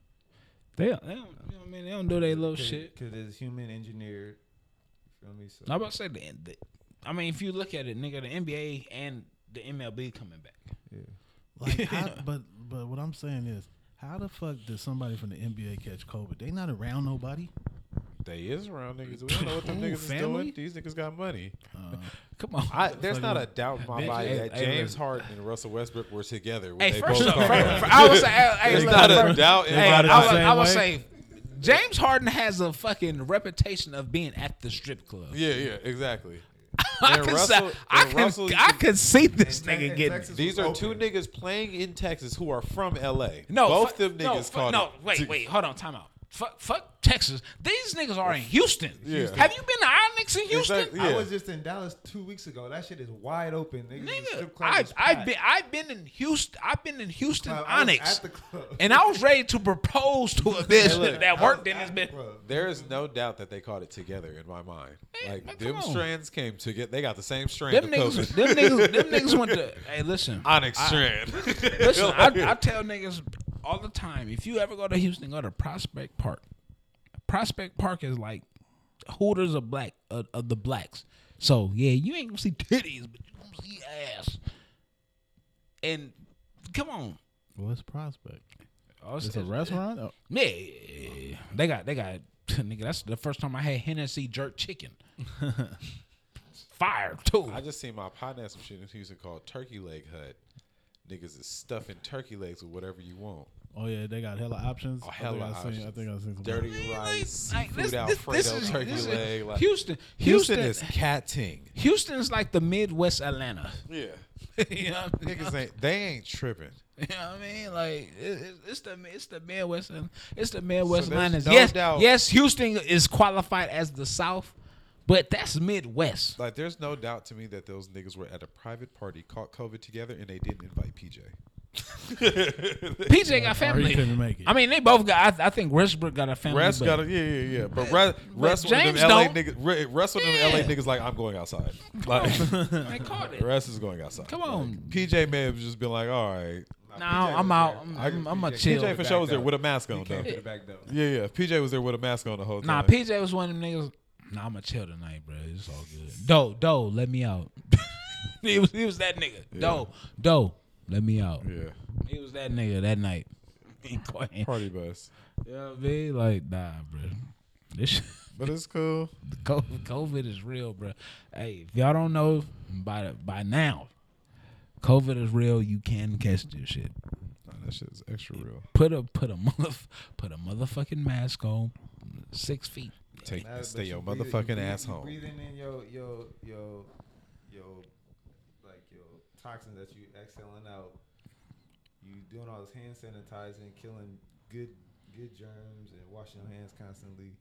They, they don't, you know what I mean? They don't do their little Cause, shit. Because it's human engineered. You feel me? So I'm about to say the, the. I mean, if you look at it, nigga, the NBA and the MLB coming back. <laughs> Like, how, but but what I'm saying is, how the fuck did somebody from the NBA catch COVID? They not around nobody. they is around niggas. We don't know what them Ooh, niggas family? is doing. These niggas got money. Come on. I, there's not a doubt in my Bitch, mind hey, that hey, James look. Harden and Russell Westbrook were together. When hey, they first both off, come out. first, <laughs> I would say, hey, there's look, not a first- doubt in hey, my I would, Everybody the same I would way? say, James Harden has a fucking reputation of being at the strip club. Yeah, yeah, exactly. <laughs> I And can, Russell- see, I and can, Russell- I can see this Te- nigga and getting. Texas These was are two open. niggas playing in Texas who are from LA. No, both fu- them no, niggas fu- caught No, it. wait, wait, hold on, time out. Fuck, fuck Texas. These niggas are in Houston. Have you been to Onyx in Houston? Exactly, yeah. I was just in Dallas two weeks ago. That shit is wide open. Niggas in Nigga, strip clubs I, is I've packed. been I've been in Houston. I've been in Houston Club. I was Onyx, at the club. and I was ready to propose to a bitch that worked in this At the bitch. club. There is no doubt that they caught it together in my mind. Like man, them come on. strands came together. They got the same strand Them of niggas, COVID. them niggas, them niggas went to. Hey, listen, <laughs> Onyx <laughs> strand. listen. I, I tell niggas all the time. If you ever go to Houston, go to Prospect Park. Prospect Park is like Hooters of black of, of the blacks. So yeah, you ain't gonna see titties, but you gonna see ass. And come on, What's Prospect? Oh, It's a restaurant. <laughs> Oh, Yeah, yeah, yeah, yeah. they got they got <laughs> nigga. That's the first time I had Hennessy jerk <laughs> chicken. Fire too. I just seen my partner had some shit in Houston called Turkey Leg Hut. Niggas is stuffing turkey legs with whatever you want. oh yeah, they got hella options. Oh, hella I think I seen, I options. think I seen some Dirty Like, rice, like, seafood Alfredo, turkey this leg. like, Houston, Houston Houston, is catting. Houston's like the Midwest Atlanta. <laughs> Yeah, you know what I mean? niggas ain't they ain't tripping. You know what I mean? Like it, it- it's the it's the Midwest it's the Midwest So there's Atlantas. no yes, doubt- yes, Houston is qualified as the South, but that's Midwest. Like there's no doubt to me that those niggas were at a private party, caught COVID together, and they didn't invite PJ. PJ got Or he couldn't family. make it. I mean, they both got. I, I think Westbrook got a family. Russ but- got a, yeah, yeah, yeah. But Russ, Russ one of James them LA don't. niggas. Ru- Russ one of them LA Yeah. niggas. Like I'm going <laughs> outside. Like <laughs> They caught it. Russ is going outside. Come Like, on. PJ may have just been like, all right. No, I'm out. I'm, I'm, I'm a chill. PJ for sure was there with a mask on though. Came to the back door. Yeah, yeah. PJ was there with a mask on the whole time. nah, PJ was one of them niggas. Nah, I'm a chill tonight, bro. It's all good. Doe, Doe, let me out. <laughs> he was he was that nigga. Doe, Doe, let me out. yeah. He was that nigga that night. <laughs> you know Party bus. what I mean? Like, nah, bro. This shit, <laughs> But it's cool. COVID, COVID is real, bro. Hey, if y'all don't know by by now, COVID is real. You can catch this shit. Nah, that shit is extra real. Put a put a mother <laughs> put a motherfucking mask on. Six feet. Take Nah, stay but your you breathing- motherfucking you breathing- ass you home. Breathing in your your your your like your toxins that you exhaling out. You doing all this hand sanitizing, killing good good germs, and washing your hands constantly.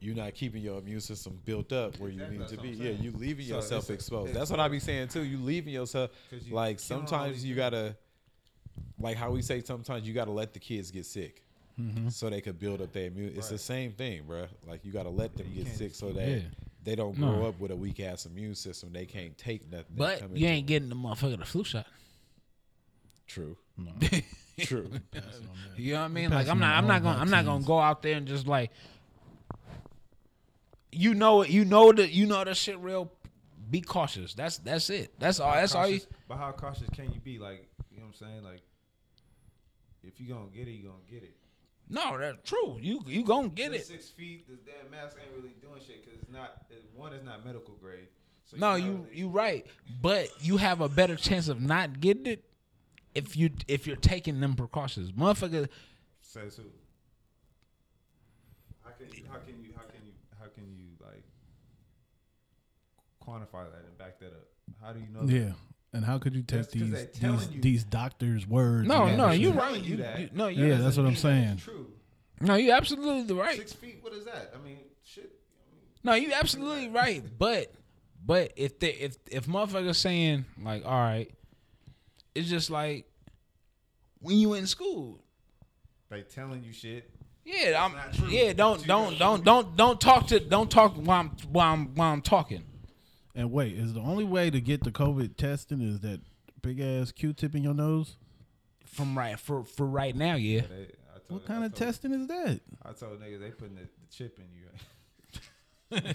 You're not keeping your immune system built up where you Exactly, need that's to what be. I'm Yeah, saying. you leaving So yourself it's a- exposed. it's- That's what I be saying too. You leaving yourself 'Cause you like killing all sometimes these you gotta, like how we say sometimes you gotta let the kids get sick. Mm-hmm. So they could build up their immune. It's the same thing, bruh. Like you gotta let them get sick so that Yeah. they don't No. grow up with a weak ass immune system. They can't take nothing. that But come you into- ain't getting the motherfucker the flu shot. <laughs> true. True. You know what I mean? Like I'm not I'm not gonna I'm not gonna go out there and just like you know it you know that you know that shit real be cautious. That's that's it. That's all that's all you cautious- But how cautious can you be? Like you know what I'm saying? Like if you gonna get it, you gonna get it. No, that's true. You you gonna get The it. Six feet, this damn mask ain't really doing shit because it's not. It, one is not medical grade. So No, you're you not really- you right. But you have a better chance of not getting it if you if you're taking them precautions. Motherfucker Says who? How can you? How can you? How can you? How can you like quantify that and back that up? How do you know? Yeah. And how could you take That's 'cause these they these, telling you. these doctors' words? No, and no, shit? you I'm right. telling you You, that. you- no, you Yeah, that's what I'm saying. That's true. no, you absolutely right. Six feet. What is that? I mean, shit. No, you absolutely right. But but if they if if motherfuckers saying like, all right, it's just like when you in school. They telling you shit. Yeah, I'm. not true. Yeah, don't It's don't either- don't don't don't talk to don't talk while I'm while I'm while I'm talking. And wait, is the only way to get the COVID testing is that big ass Q-tip in your nose? From right for for right now, yeah. They, I What told, I kind of told- testing is <laughs> that? I told niggas they putting the, the chip in you.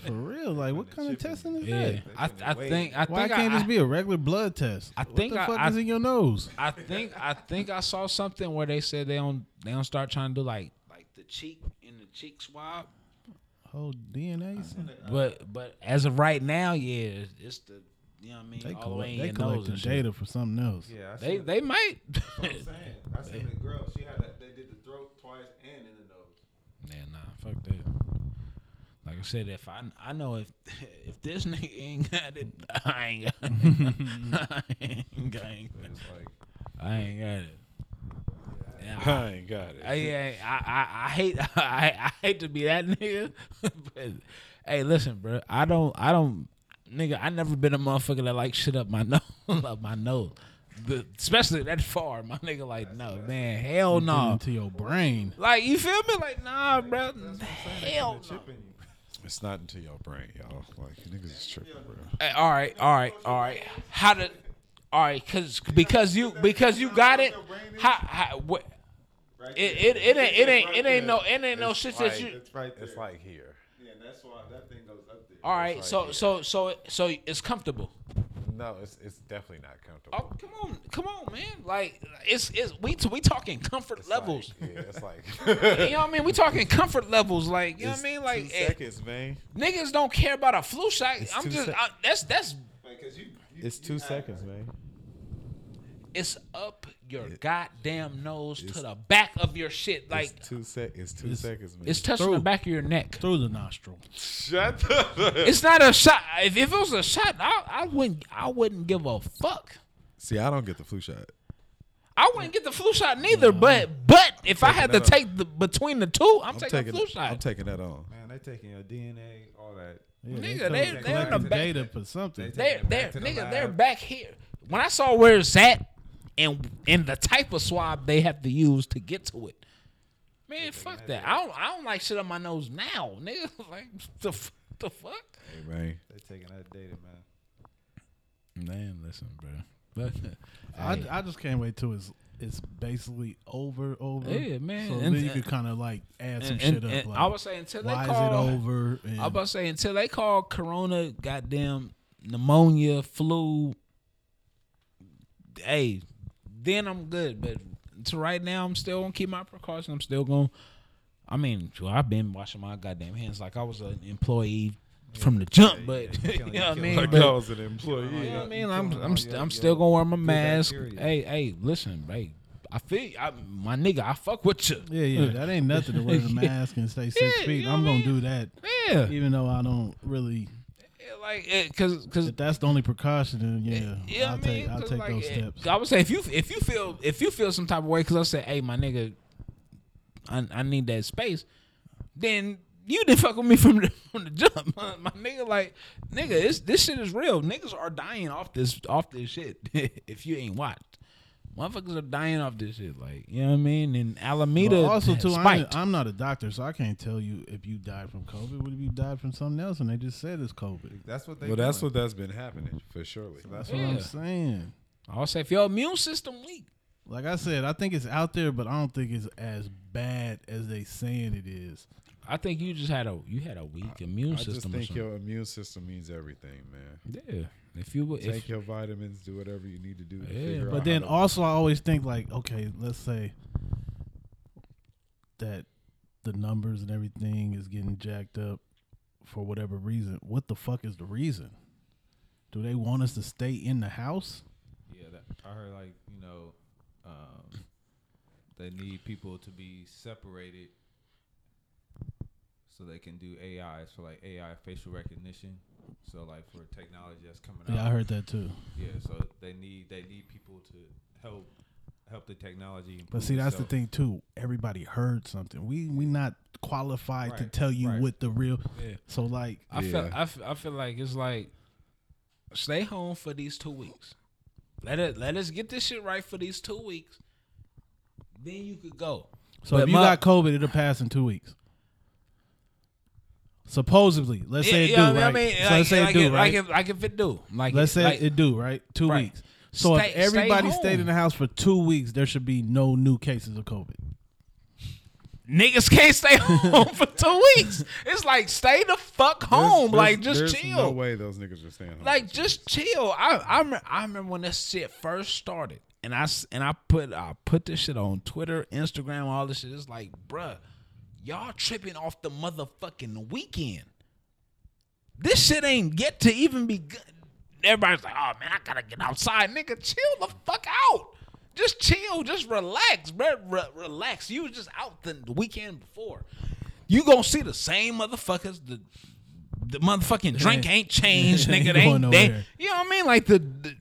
For real, like what kind of testing is Yeah, that? I I think I Why think can't I, this be a regular blood test? I what think the I- fuck I- is in your nose? I think I think I saw something where they said they don't they don't start trying to do like like the cheek in the cheek swab. Whole DNA. son. But but as of right now, yeah, it's the you know what I mean. They all the way collect, in they your nose collecting and shit. data for something else. Yeah, I They seen- they might. That's what I'm saying. I seen the girl. She had that. They did the throat twice and in the nose. <laughs> yeah, nah, fuck that. Like I said, if I I know if <laughs> if this nigga ain't got it, <laughs> I ain't got <laughs> it. I ain't got it. It's like I ain't got it. <laughs> I ain't got it. I, I, I, I hate <laughs> I, I hate to be that <laughs> nigga. but hey, listen, bro. I don't I don't nigga. I never been a motherfucker that like shit up my <laughs> nose, up my nose, The- especially that far. My nigga, like no man, hell no. Into your brain. Like you feel me? Like nah, bro. Hell no. It's not into your brain, y'all. Like niggas is tripping, bro. Hey, all right, all right, all right. How did? All right, cause because you because you got it. How? how what, it, it it ain't it ain't it ain't no it ain't no shit that you. It's right there. It's like here. yeah, and that's why that thing goes up there. All right, so so so so it's comfortable. No, it's it's definitely not comfortable. Oh, come on, come on, man! Like it's it's we we talking comfort It's levels. Oh. Like, yeah, it's <laughs> like you know what I mean? We talking comfort levels. Like you know what <laughs> It's I mean? Like two eh, seconds, man. niggas don't care about a flu shot. I'm two just sec- I, that's that's Because you, you, It's two seconds, man. it's up your goddamn nose to the back of your shit. Like it's two sec. It's two seconds, man. It's touching the Through. back of your neck. Through the nostril. Shut the. It's not a shot. If, if it was a shot, I, I wouldn't. I wouldn't give a fuck. See, I don't get the flu shot. I wouldn't get the flu shot neither. But but if I had to that off. take the between the two, I'm, taking, the flu I'm shot. taking that on. man, they taking your DNA, all that. Yeah, Nigga, come- they- they in collect the the back- data for something. They- They're taking they're it back to the nigga. lab. They're back here. When I saw where it's at, and and the type of swab they have to use to get to it. Man, fuck that. I don't. I don't like shit on my nose now, <laughs> nigga. Like the f- the fuck. Hey, man. They taking that data, man. Man, listen, bro. I, I just can't wait till it's it's basically over over. Yeah, man. So And- then you could kind of like add some and, shit and- up. and like, I would say until they why call is it over? And I'm about to say until they call corona goddamn pneumonia, flu. Hey, then I'm good. But to right now, I'm still gonna keep my precaution. I'm still gonna. I mean, well, I've been washing my goddamn hands like I was an employee from the jump. But <laughs> you know what I mean. But- was an employee. you know what I mean? I'm I'm, st- I'm still gonna wear my mask. Hey, hey, listen, hey, I feel I, my nigga. I fuck with you. yeah, yeah, that ain't nothing to wear <laughs> a mask and stay six Yeah, feet. you know I'm what I gonna mean? do that, Yeah, even though I don't really. like eh, cause cause If that's the only precaution, then yeah, Yeah, I'll I mean, take I'll 'cause take like, those eh, steps. I would say if you if you feel if you feel some type of way because I said, hey, my nigga, I, I need that space. Then you didn't <laughs> fuck with me from the from the jump, <laughs> my, my nigga. Like nigga, it's, this shit is real. Niggas are dying off this off this shit. <laughs> if you ain't watched, motherfuckers are dying off this shit. Like you know what I mean? And Alameda But also, too, I'm, spiked. I'm not a doctor, so I can't tell you if you died from COVID. What if you died from something else and they just said it's COVID? That's what they. Well, that's doing. what that's been happening for surely. That's what I'm Yeah. saying. I would say if your immune system weak, Like I said, I think it's out there, but I don't think it's as bad as they saying it is. I think you just had a you had a weak immune I just system. or think something. your immune system means everything, man. yeah, if you would. Take your vitamins, do whatever you need to do. To Yeah, figure out But then how to- also, I always think like, okay, let's say that the numbers and everything is getting jacked up for whatever reason. What the fuck is the reason? Do they want us to stay in the house? Yeah, that, I heard like you know, um, they need people to be separated so they can do AIs for like AI facial recognition. So like for technology that's coming out. Yeah, I heard that too. Yeah, so they need they need people to help help the technology. But improve see, that's the itself. thing too. Everybody heard something. We we not qualified to Right, tell you right. what the real. Yeah. So like, I feel Yeah. I, f- I feel like it's like stay home for these two weeks. Let it let us get this shit right for these two weeks. Then you could go. so But if you my- got COVID, it'll pass in two weeks. Supposedly, let's say it Yeah, do yeah, right. I mean, so like, let's say like it do if, right. like if, like if it do, like let's say like- it do right. Two Right. weeks. So Stay- if stay everybody stayed home. in the house for two weeks, there should be no new cases of COVID. niggas can't stay <laughs> home for two weeks. It's like stay the fuck There's- home, there's- like just there's chill. No way those niggas are staying home. Like just chill. I I, rem- I remember when this shit first started, and I s- and I put I put this shit on Twitter, Instagram, all this shit. It's like, bruh, y'all tripping off the motherfucking weekend. This shit ain't get to even be good. Everybody's like, oh man, I gotta get outside, nigga. Chill the fuck out. Just chill. Just relax, bruh. Re- relax. You was just out the the weekend before. You gonna see the same motherfuckers. The the motherfucking drink <laughs> ain't changed, nigga. Ain't They going ain't, they, nowhere. you know what I mean? Like the, the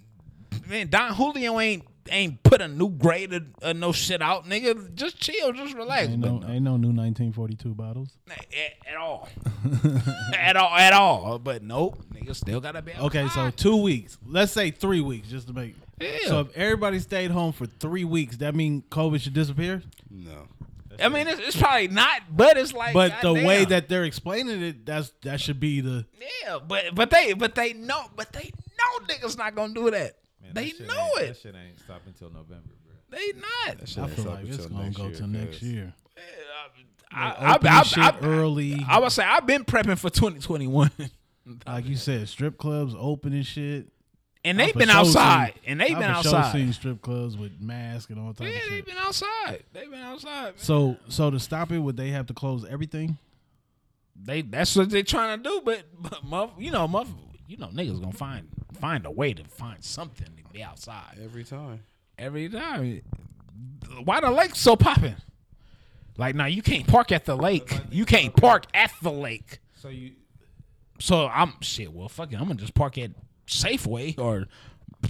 man, Don Julio ain't ain't put a new grade or, or no shit out, nigga. Just chill, just relax. Ain't no, ain't no new 1942 bottles. But at, at all, <laughs> at all, at all. But nope, nigga still gotta be Okay, so outside. two weeks. Let's say three weeks, just to make. Yeah. So if everybody stayed home for three weeks, that mean COVID should disappear. No. I mean, it's, it's probably not, but it's like. But the goddamn. way that they're explaining it, that's that should be the. yeah, but but they but they know but they know niggas not gonna do that. Man, that they shit know ain't- That it. shit ain't stopping until November, bro. They not. I feel like it's gonna go to next year. I, I, open I, shit I, early. I would say I've been prepping for <laughs> 2021, Like you said, strip clubs open and shit. and they've for been sure outside, seen- and they've I've been for sure outside. Seen strip clubs with masks and all type Yeah, of they've shit. been outside. They've been outside. man. So so to stop it, would they have to close everything? They that's what they're trying to do, but, but muff, you know, muff, you know, niggas gonna find find a way to find something to be outside. Every time. every time. Why the lake so popping? Like, now you can't park at the lake. You can't park at the lake. So you, So I'm shit. Well, fucking, I'm gonna just park at Safeway or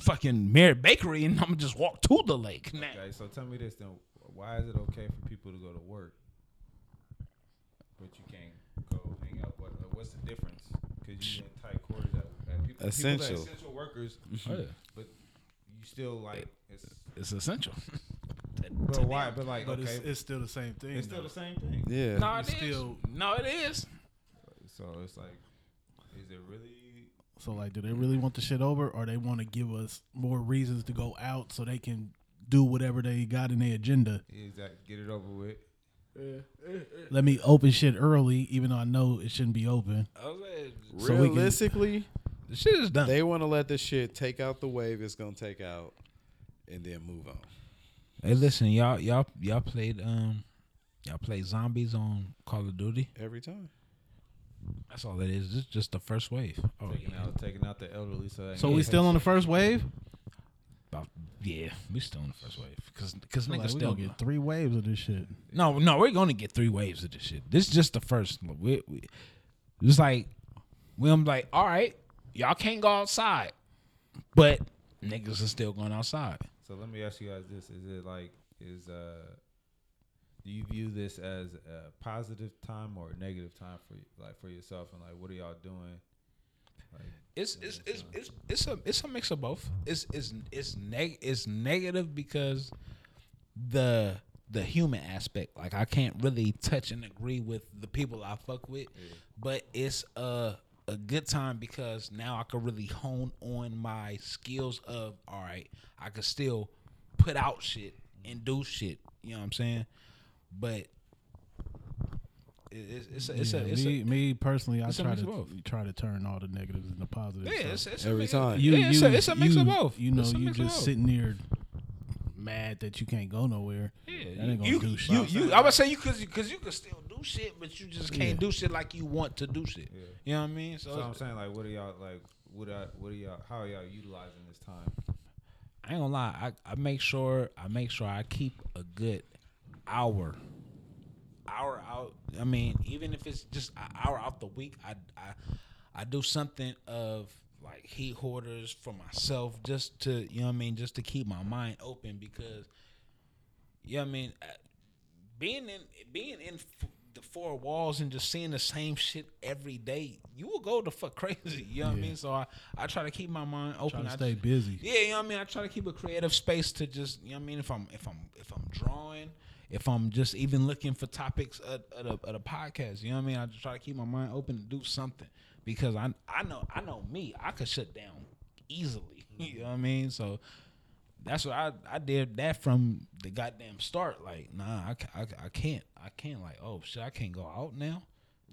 fucking Mary Bakery, and I'm gonna just walk to the lake. Now, okay, so tell me this then: Why is it okay for people to go to work, but you can't go hang out? What, what's the difference? Because you in tight quarters at, at people, Essential. people are essential <laughs> workers, Oh, but you still like it's. it's essential. But why? But like, But okay, it's, it's, it's still the same thing. still though. the same thing. Yeah. No, it is. Still- No, it is. So it's like, is it really? So like, do they really want the shit over, or they want to give us more reasons to go out so they can do whatever they got in their agenda? Is that get it over with? Let me open shit early, even though I know it shouldn't be open. So we can- Realistically, The shit is done. they want to let this shit take out the wave it's going to take out and then move on. Hey, listen, y'all, y'all, y'all played um, y'all played zombies on Call of Duty. Every time. That's all it is. It's just the first wave. Oh Taking yeah, out, taking out the elderly. So that So we still on the first wave. About- yeah, we still in the first wave because because Like, niggas we still still get three waves of this shit. No, no, we're gonna get three waves of this shit. This is just the first. one. We, we, it's like we. I'm like, all right, y'all can't go outside, but niggas are still going outside. So let me ask you guys this: Is it like is uh, do you view this as a positive time or a negative time for you, like for yourself and like what are y'all doing? It's it's it's it's, it's a it's a mix of both. It's it's it's neg it's negative because the the human aspect. Like I can't really touch and agree with the people I fuck with, but it's a a good time because now I can really hone on my skills of all right, I can still put out shit and do shit. You know what I'm saying? But it, it's it's a, it's Yeah, a it's me, a me personally, I it's a try mix to of both. try to turn all the negatives into positives. yeah, So it's, it's a Every mix- time. yeah, it's, a, it's a mix you, of both. You know, It's a you mix of just both. sitting there mad that you can't go nowhere. that ain't gonna you, do shit. you, you, I would say you cause, you, cause you can still do shit, but you just can't do shit like you want to do shit. You know what I mean? So, So I'm it's- saying like, what are y'all like? What are what are y'all? How are y'all utilizing this time? I ain't gonna lie. I, I make sure I make sure I keep a good hour, hour out. I mean, even if it's just an hour out the week, I I I do something of like heat hoarders for myself, just to you know what I mean, just to keep my mind open because you know what I mean. uh, Being in being in f- the four walls and just seeing the same shit every day, you will go the fuck <laughs> crazy. You know what I mean? So I, I try to keep my mind open. Try to I stay just- busy. yeah, you know what I mean. I try to keep a creative space to just, you know what I mean. If I'm if I'm if I'm drawing, if I'm just even looking for topics at, at, a, at a podcast, you know what I mean. I just try to keep my mind open to do something because I I know I know me. I could shut down easily. <laughs> You know what I mean. So that's what I I did that from the goddamn start. Like, nah, I, ca- I, ca- I can't I can't like oh shit I can't go out now.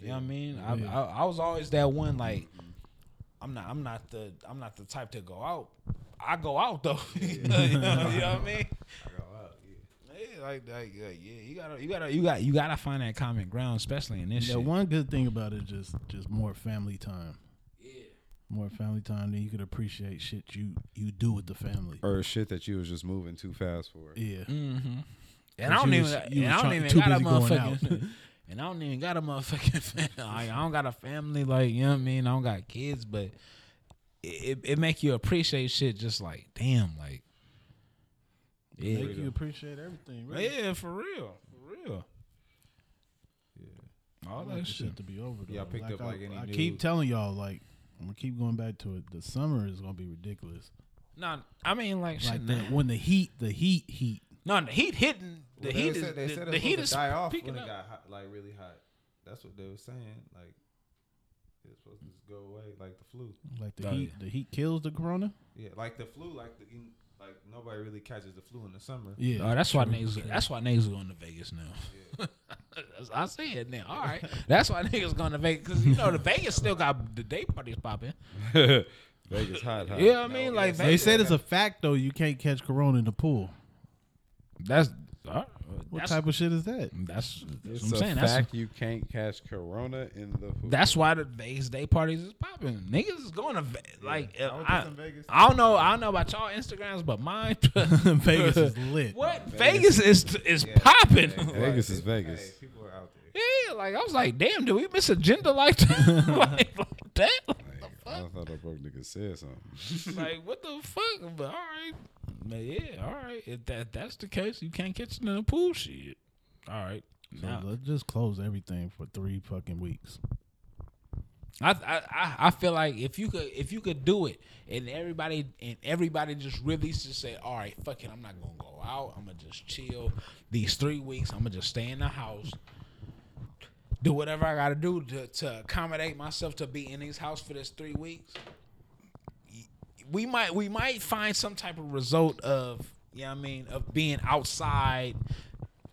You know what I mean? I, I I was always that one like. I'm not I'm not the I'm not the type to go out. I go out though. <laughs> you, know, you know what <laughs> I mean? Yeah, like, like, like, yeah, you gotta, you gotta, you got, you gotta find that common ground, especially in this Yeah, shit. one good thing about it is just just more family time. Yeah. More family time, then you could appreciate shit you you do with the family. Or shit that you was just moving too fast for. Yeah. Mm. and I don't you even, was- and you was I don't trying- even too got a busy going out. <laughs> motherfucking, <laughs> and I don't even got a motherfucking. Family. <laughs> I don't got a family, like you know what I mean. I don't got kids, but it, it, it make you appreciate shit. Just like damn, like Yeah. Make you appreciate everything. Really. Yeah, for real. For real. Yeah. All I like that this shit. shit to be over. Though. Y'all picked up, like, I, any I new- keep telling y'all, like I'm gonna keep going back to it. The summer is gonna be ridiculous. Nah, I mean like, shit. Like the, nah. when the heat, the heat, heat. No, the heat hitting. The Well, they heat said- is they the, said it the was heat supposed is to die off peaking when it up. got hot, like really hot. That's what they were saying. Like it's supposed to just go away, like the flu. Like the Oh, heat, the heat kills the corona. Yeah, like the flu. Like the in- like nobody really catches the flu in the summer. Yeah, Oh, that's why niggas. That's why niggas going to Vegas now. <laughs> I see it now. All right, <laughs> that's why niggas going to Vegas because you know the Vegas still got the day parties popping. Vegas hot, hot. Yeah, I mean like They said it's a fact though. You can't catch corona in the pool. that's uh, What that's, type of shit is that? that's, that's It's what I'm a saying. That's, fact you can't catch corona in the hoop. that's why the Vegas day parties is popping. Niggas is going to Ve- like uh, I was I, just in Vegas. I don't know. I don't know about y'all Instagrams, but mine. <laughs> Vegas is lit. What Vegas, is is popping. Vegas is Hey, Vegas. people are out there. <laughs> Yeah, like I was like, damn, do we miss a gender like <laughs> that? <laughs> like, like that? Like, the I fuck? thought that broke nigga said something. like what the fuck? But all right, but yeah, all right. If that that's the case, you can't catch it in the pool. Shit. All right. So Nah. let's just close everything for three fucking weeks. I, I I- I feel like if you could if you could do it and everybody and everybody just really just say all right fuck it I'm not gonna go out I'm gonna just chill these three weeks I'm gonna just stay in the house do whatever I gotta do to, to accommodate myself to be in this house for this three weeks we might we might find some type of result of you know what I mean of being outside.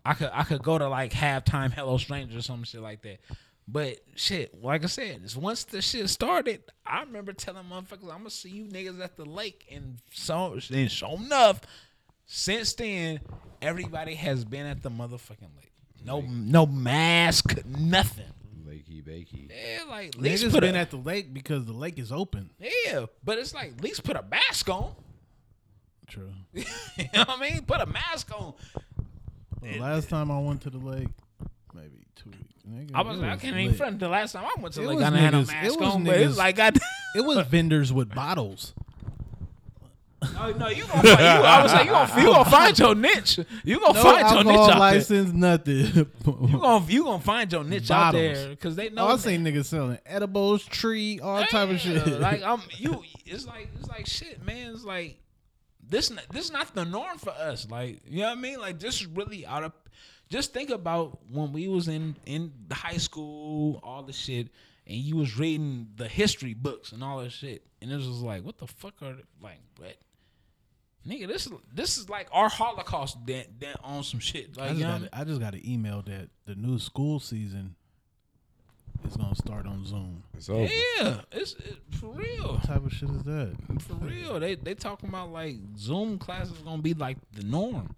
I could I could go to like halftime Hello Stranger or some shit like that. But shit, like I said, it's once the shit started, I remember telling motherfuckers, I'm gonna see you niggas at the lake, and so and sure enough, since then, everybody has been at the motherfucking lake. No, no mask, nothing. Lakey bakey. Yeah, like at least Niggas put been a- at the lake because the lake is open. yeah, but it's like at least put a mask on. True. <laughs> you know what I mean? Put a mask on. The last time I went to the lake, maybe two weeks. Nigga, I was it like, I can't even lit. front the last time I went to It Lake, was I done had a niggas- mask it was on, but it was niggas- like, <laughs> God, It was vendors with bottles. <laughs> no, no, you gonna, find- you, I was like, you gonna, you gonna find your niche. You gonna No find your niche alcohol out there. license, nothing. <laughs> You gonna, you gonna find your niche out Bottles. there because they know. oh, I that- seen niggas selling edibles, tree, all type of Yeah, shit. Like <laughs> I'm, you. It's like it's like shit, man. It's like this. n- This is not the norm for us. Like you know what I mean. Like this is really out of. Just think about when we was in in the high school, all the shit, and you was reading the history books and all that shit, and it was just like, what the fuck are like what. Nigga, this is this is like our Holocaust that, that on some shit. I Like, just you know what I got mean? a- I just got an email that the new school season is gonna start on Zoom. It's over. yeah, it's it, for real. What type of shit is that? For real, they they talking about like Zoom classes gonna be like the norm.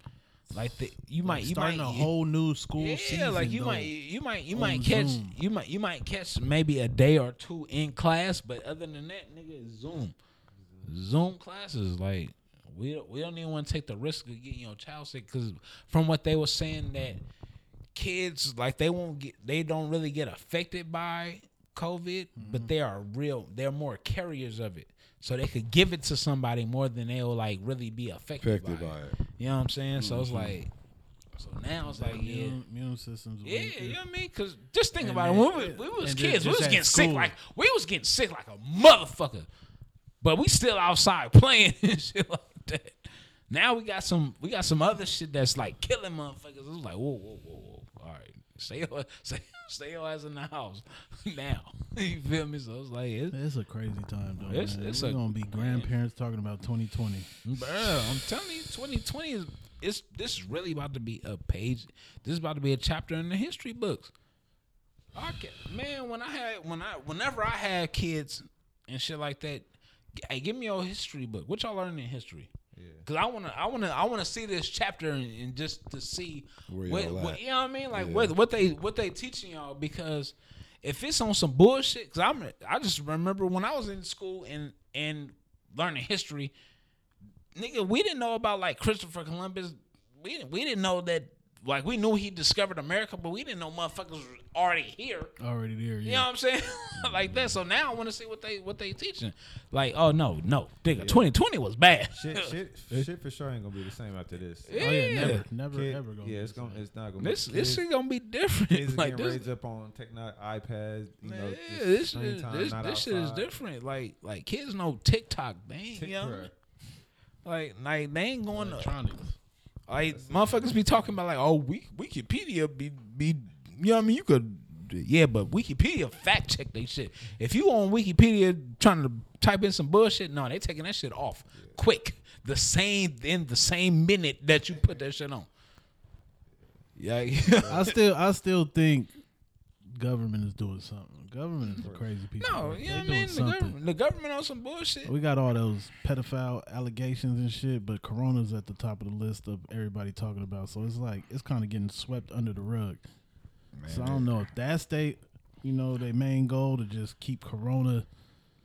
Like the, you might you might Starting a whole new school yeah, season. like you though. might you might you on might catch Zoom. you might you might catch maybe a day or two in class, but other than that, nigga, it's Zoom, Zoom classes like. We don't, we don't even want to take the risk of getting your child sick because from what they were saying that kids like they won't get they don't really get affected by COVID, Mm-hmm. but they are real. They're more carriers of it, so they could give it to somebody more than they'll like really be affected, Affected by, by it. it. You know what I'm saying? So Mm-hmm. it's like, so now it's like yeah. immune, immune systems. Yeah, weak. you know what I mean? Cause just think And about it. then- When we, we was and kids, just- we just was at getting sick school. like we was getting sick like a motherfucker. But we still outside <laughs> playing and shit like that. Now we got some we got some other shit that's like killing motherfuckers. It's like, whoa, whoa, whoa, whoa. All right. Stay your <laughs> stay, stay your ass in the house <laughs> now. you feel me? So it's like it's, It's a crazy time though. It's- man. it's We're a- gonna be grandparents talking about 2020. <laughs> bro, I'm telling you, twenty twenty is it's this is really about to be a page this is about to be a chapter in the history books. I ca- man, when I had when I whenever I had kids and shit like that, g- hey, give me your history book. What y'all learned in history? Cause I wanna, I wanna, I wanna see this chapter and, and just to see Where what, y'all what- at. you know what I mean, like what what they what they teaching y'all. Because if it's on some bullshit, cause I'm, I just remember when I was in school and and learning history, nigga, we didn't know about like Christopher Columbus. We didn't, we didn't know that like we knew he discovered America, but we didn't know motherfuckers was already here. Already there. You know Yeah. what I'm saying? <laughs> like that. So now I want to see what they what they teaching. Like, oh no, no, nigga, 2020 was bad. Shit, <laughs> shit, shit for sure ain't gonna be the same after this. Oh yeah. Never, never, Kid- ever gonna. yeah, be it's the gonna, it's not gonna. This be, this kids- shit gonna be different. kids <laughs> is Like getting this, raised up on technology, iPads. You know, yeah, just this screen shit, time, this, not this shit is outside. different. Like like kids know TikTok, man. You know? Bruh. Like like they ain't going to Electronics. Like motherfuckers be talking about like, oh, we Wikipedia be be you know what I mean? You could yeah, but Wikipedia fact check they shit. If you on Wikipedia trying to type in some bullshit, no, they taking that shit off quick. The same in the same minute that you put that shit on. Yeah, I still, I still think government is doing something. Government is a crazy people. no, man. you They know what I doing mean. The something. government, the government on some bullshit. We got all those pedophile allegations and shit, but Corona's at the top of the list of everybody talking about. So it's like it's kind of getting swept under the rug. so I don't know if that's they, you know, their main goal to just keep Corona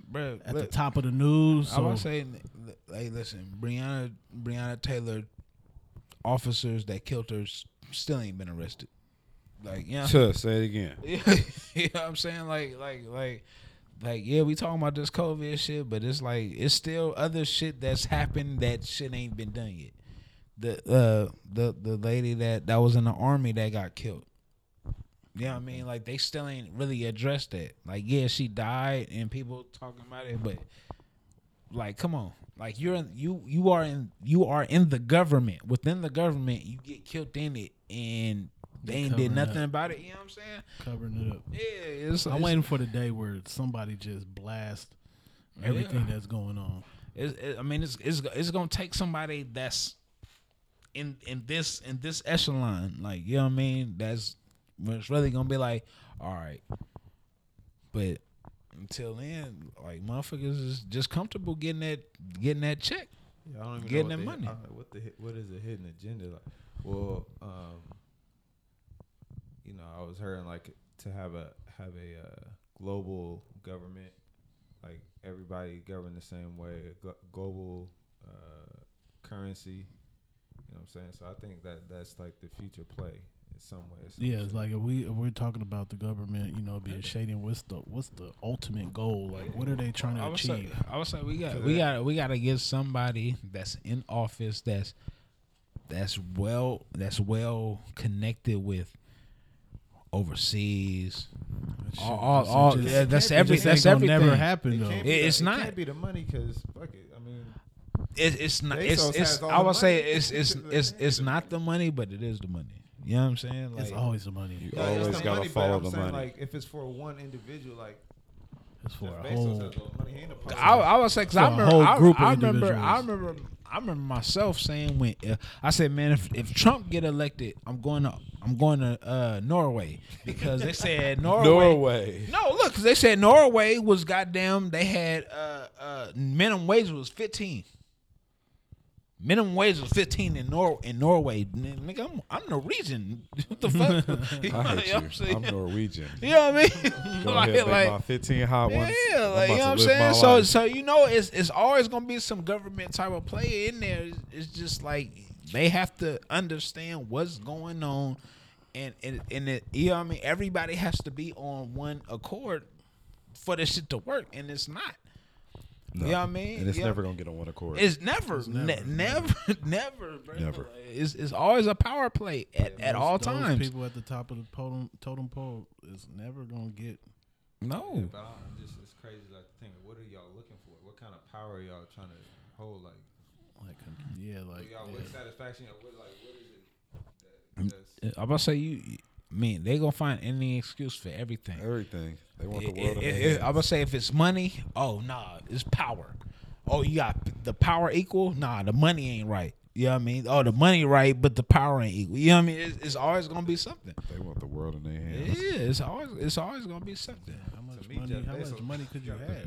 Bro, at the top of the news. I So was saying, like, listen, Breonna Breonna Taylor, officers that killed her s- still ain't been arrested. Like, yeah, Tuh, say it again. <laughs> you know what I'm saying, like, like, like, like, yeah, we talking about this COVID shit, but it's like it's still other shit that's happened that shit ain't been done yet. The uh the the lady that that was in the army that got killed. You know what I mean? Like they still ain't really addressed that. Like, yeah, she died and people talking about it, but like come on like you're in, you you are in you are in the government within the government you get killed in it and they ain't did covering nothing up. about it you know what i'm saying covering it up. yeah it's, I'm it's- waiting for the day where somebody just blast everything that's going on. it's- it- i mean it's, it's it's gonna take somebody that's in in this in this echelon like you know what i mean that's when it's really gonna be like all right but until then like motherfuckers is just comfortable getting that getting that check Yeah, I don't even Getting know that what the- money. I don't know what the hit- what is a hidden agenda? Like, well, um, you know, I was hearing like to have a have a uh, global government, like everybody governed the same way, a glo- global uh, currency. You know what I'm saying? So I think that that's like the future play in some way. some Yeah, it's shit. like if we if we're talking about the government, you know, being shading. What's the what's the ultimate goal? Like, what are they trying I to would achieve? say, I would say we got we got we got to get somebody that's in office that's that's well that's well connected with overseas. All, all, all just- yeah, that's can't every be- It just that's ain't gonna everything. Never happen It though. can't It- the- it's It not. can't be the money because fuck it. I mean, It, it's not. It's, Bezos it's has all I the would say money. it's it's it's it's not the money, but it is the money. You know what I'm saying? Like It's always the money. You Yeah, it's always the gotta money, but follow I'm the saying, money. Like if it's for one individual, like It's for a Bezos whole. has all the money. He ain't a person. I, I would say because I For a remember, whole I, group of I remember, I individuals. remember, I remember myself saying when uh, I said, "Man, if, if Trump get elected, I'm going to, I'm going to uh, Norway because they said Norway, <laughs> Norway. No, look, 'cause they said Norway was goddamn. They had uh, uh, minimum wage was fifteen. Minimum wage was fifteen in Nor in Norway. N- Nigga, I'm, I'm Norwegian. <laughs> What the fuck? You know I what I'm hate you. saying? I'm <laughs> Norwegian. You know what I <laughs> mean? <laughs> Go ahead, make my 15 hot ones. Yeah, like you know about what I'm to live my saying. So, life. so you know, it's it's always gonna be some government type of player in there. It's, it's just like they have to understand what's going on, and and and it, you know what I mean. Everybody has to be on one accord for this shit to work, and it's not. You know what I mean? And it's Yeah. never gonna get on one accord. It's never, never, ne- never, <laughs> never, bro. Never. It's it's always a power play at, at all Those times. people at the top of the totem, totem pole is never gonna get. no, But I don't, just it's crazy. Like, think what are y'all looking for? What kind of power are y'all trying to hold? Like, Like, yeah, like y'all yeah. what satisfaction? Or what, like, what is it? That, that's, I'm about to say you. I mean, they gonna find any excuse for everything. everything. They want the world it, to it, be it, I'm gonna say if it's money, oh nah, it's power. Oh, you got the power equal? Nah, the money ain't right. You know what I mean? Oh, the money right, but the power ain't equal. You know what I mean? It's, it's always gonna be something. they want the world in their Yeah, hands. it's always it's always gonna be something. how much me, money? Jeff How Bezos much money could you if have? if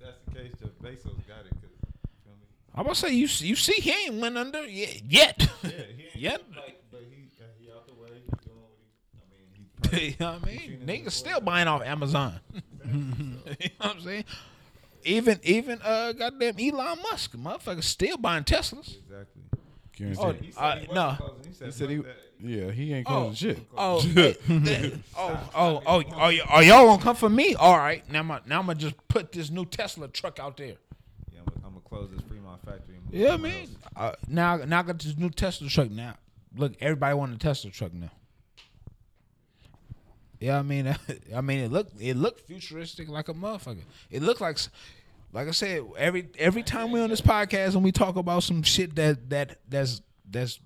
that's the case. Jeff Bezos got it. 'cause, feel me? I'm gonna say you see- you see he ain't went under yet. yet. <laughs> Yeah, he ain't Yep. Like, but he uh, he out the way. He doing what he. I mean, he probably, you know what I mean? Niggas still buying off Amazon. <laughs> you know what I'm saying? Even even uh goddamn Elon Musk, motherfuckers still buying Teslas. exactly. Guaranteed. Oh, He said uh, he wasn't no. closing. He said, said he- fuck that. Yeah, he ain't coming Oh, to <laughs> shit. Oh, oh, oh, oh, oh, y- oh, y'all gonna come for me? All right, now I'm gonna, now I'm gonna just put this new Tesla truck out there. Yeah, I'm gonna close this Fremont factory. And move Yeah, somewhere man. else. Uh, now, now I got this new Tesla truck. Now, look, everybody want a Tesla truck now. Yeah, I mean, <laughs> I mean, it looked it looked futuristic like a motherfucker. It looked like, s- like I said, every every time we on this podcast and we talk about some shit that that that's that's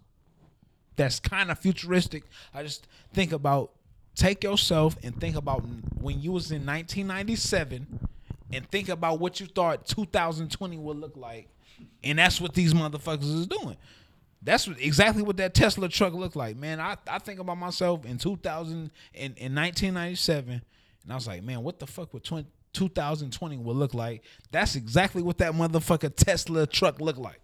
that's kind of futuristic. I just think about take yourself and think about when you was in 1997 and think about what you thought 2020 would look like. And that's what these motherfuckers is doing. That's what, exactly what that Tesla truck looked like, man. I, I think about myself in 2000 in, in 1997 and I was like, man, what the fuck would 20, 2020 would look like? That's exactly what that motherfucker Tesla truck looked like.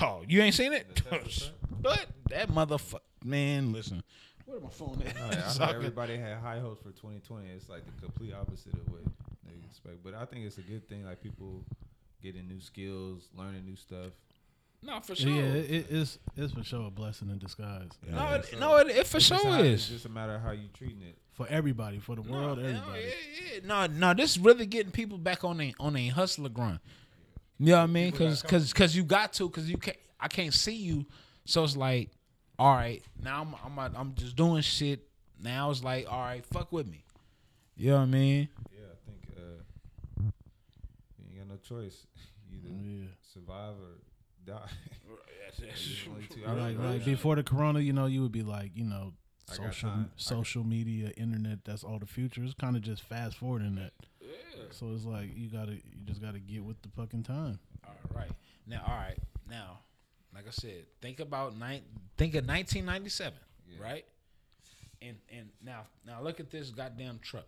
Oh, you ain't seen it? <laughs> but that motherfucker, man, listen. Where my phone at? Like, <laughs> Oh, I So I know could- everybody had high hopes for 2020. It's like the complete opposite of what they expect. But I think it's a good thing. Like people getting new skills, learning new stuff. no, for sure. Yeah, it, it- it's it's for sure a blessing in disguise no, it, no, it, it for It's sure how- It's is. just a matter of how you treating it. for everybody, for the world, No, everybody. yeah, yeah. no, no, this really getting people back on a on a hustler grind. You know what I mean? Because you got to because you can't. I can't see you, so it's like, all right, now I'm I'm out- I'm just doing shit. Now it's like, all right, fuck with me. You know what I mean? Yeah, I think uh, you ain't got no choice. <laughs> You either Yeah. survive or <laughs> die. There's only two Like, options. like before the corona, you know, you would be like, you know, got social time. I social media, internet, that's all the future. It's kind of just fast forwarding that. So it's like you gotta, you just gotta get with the fucking time. All right. Now, all right. Now, like I said, think about nine. Think of 1997, right? And and now now look at this goddamn truck.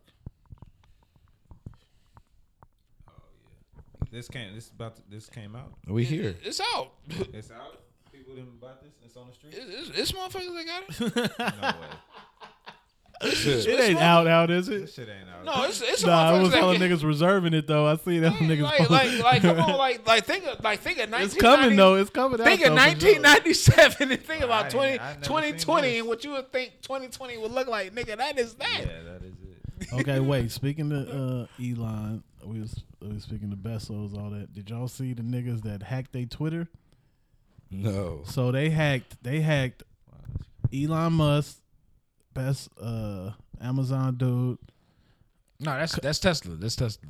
This came. This about. To, this came out. We here. It's out. It- It's out. People didn't buy this. It's on the street. It's, it's motherfuckers that got it. No way. It ain't out, out, is This it? shit ain't out. No, it's it's Nah, it motherfuckers was that all get- niggas reserving it though. I see that niggas. Mm, Like, like, like, come on, like, like, think of, like, think of 1990. it's coming though. It's coming out. Think of though, for sure. 1997 and think I about 20, ain't- I never seen 2020 this. and what you would think 2020 would look like, nigga. That is that. Yeah, that is it. <laughs> Okay, wait. Speaking to uh, Elon, we was we was speaking to Bezos, all that. Did y'all see the niggas that hacked their Twitter? No. So they hacked. They hacked Elon Musk, best uh, Amazon dude. No, that's that's Tesla. That's Tesla.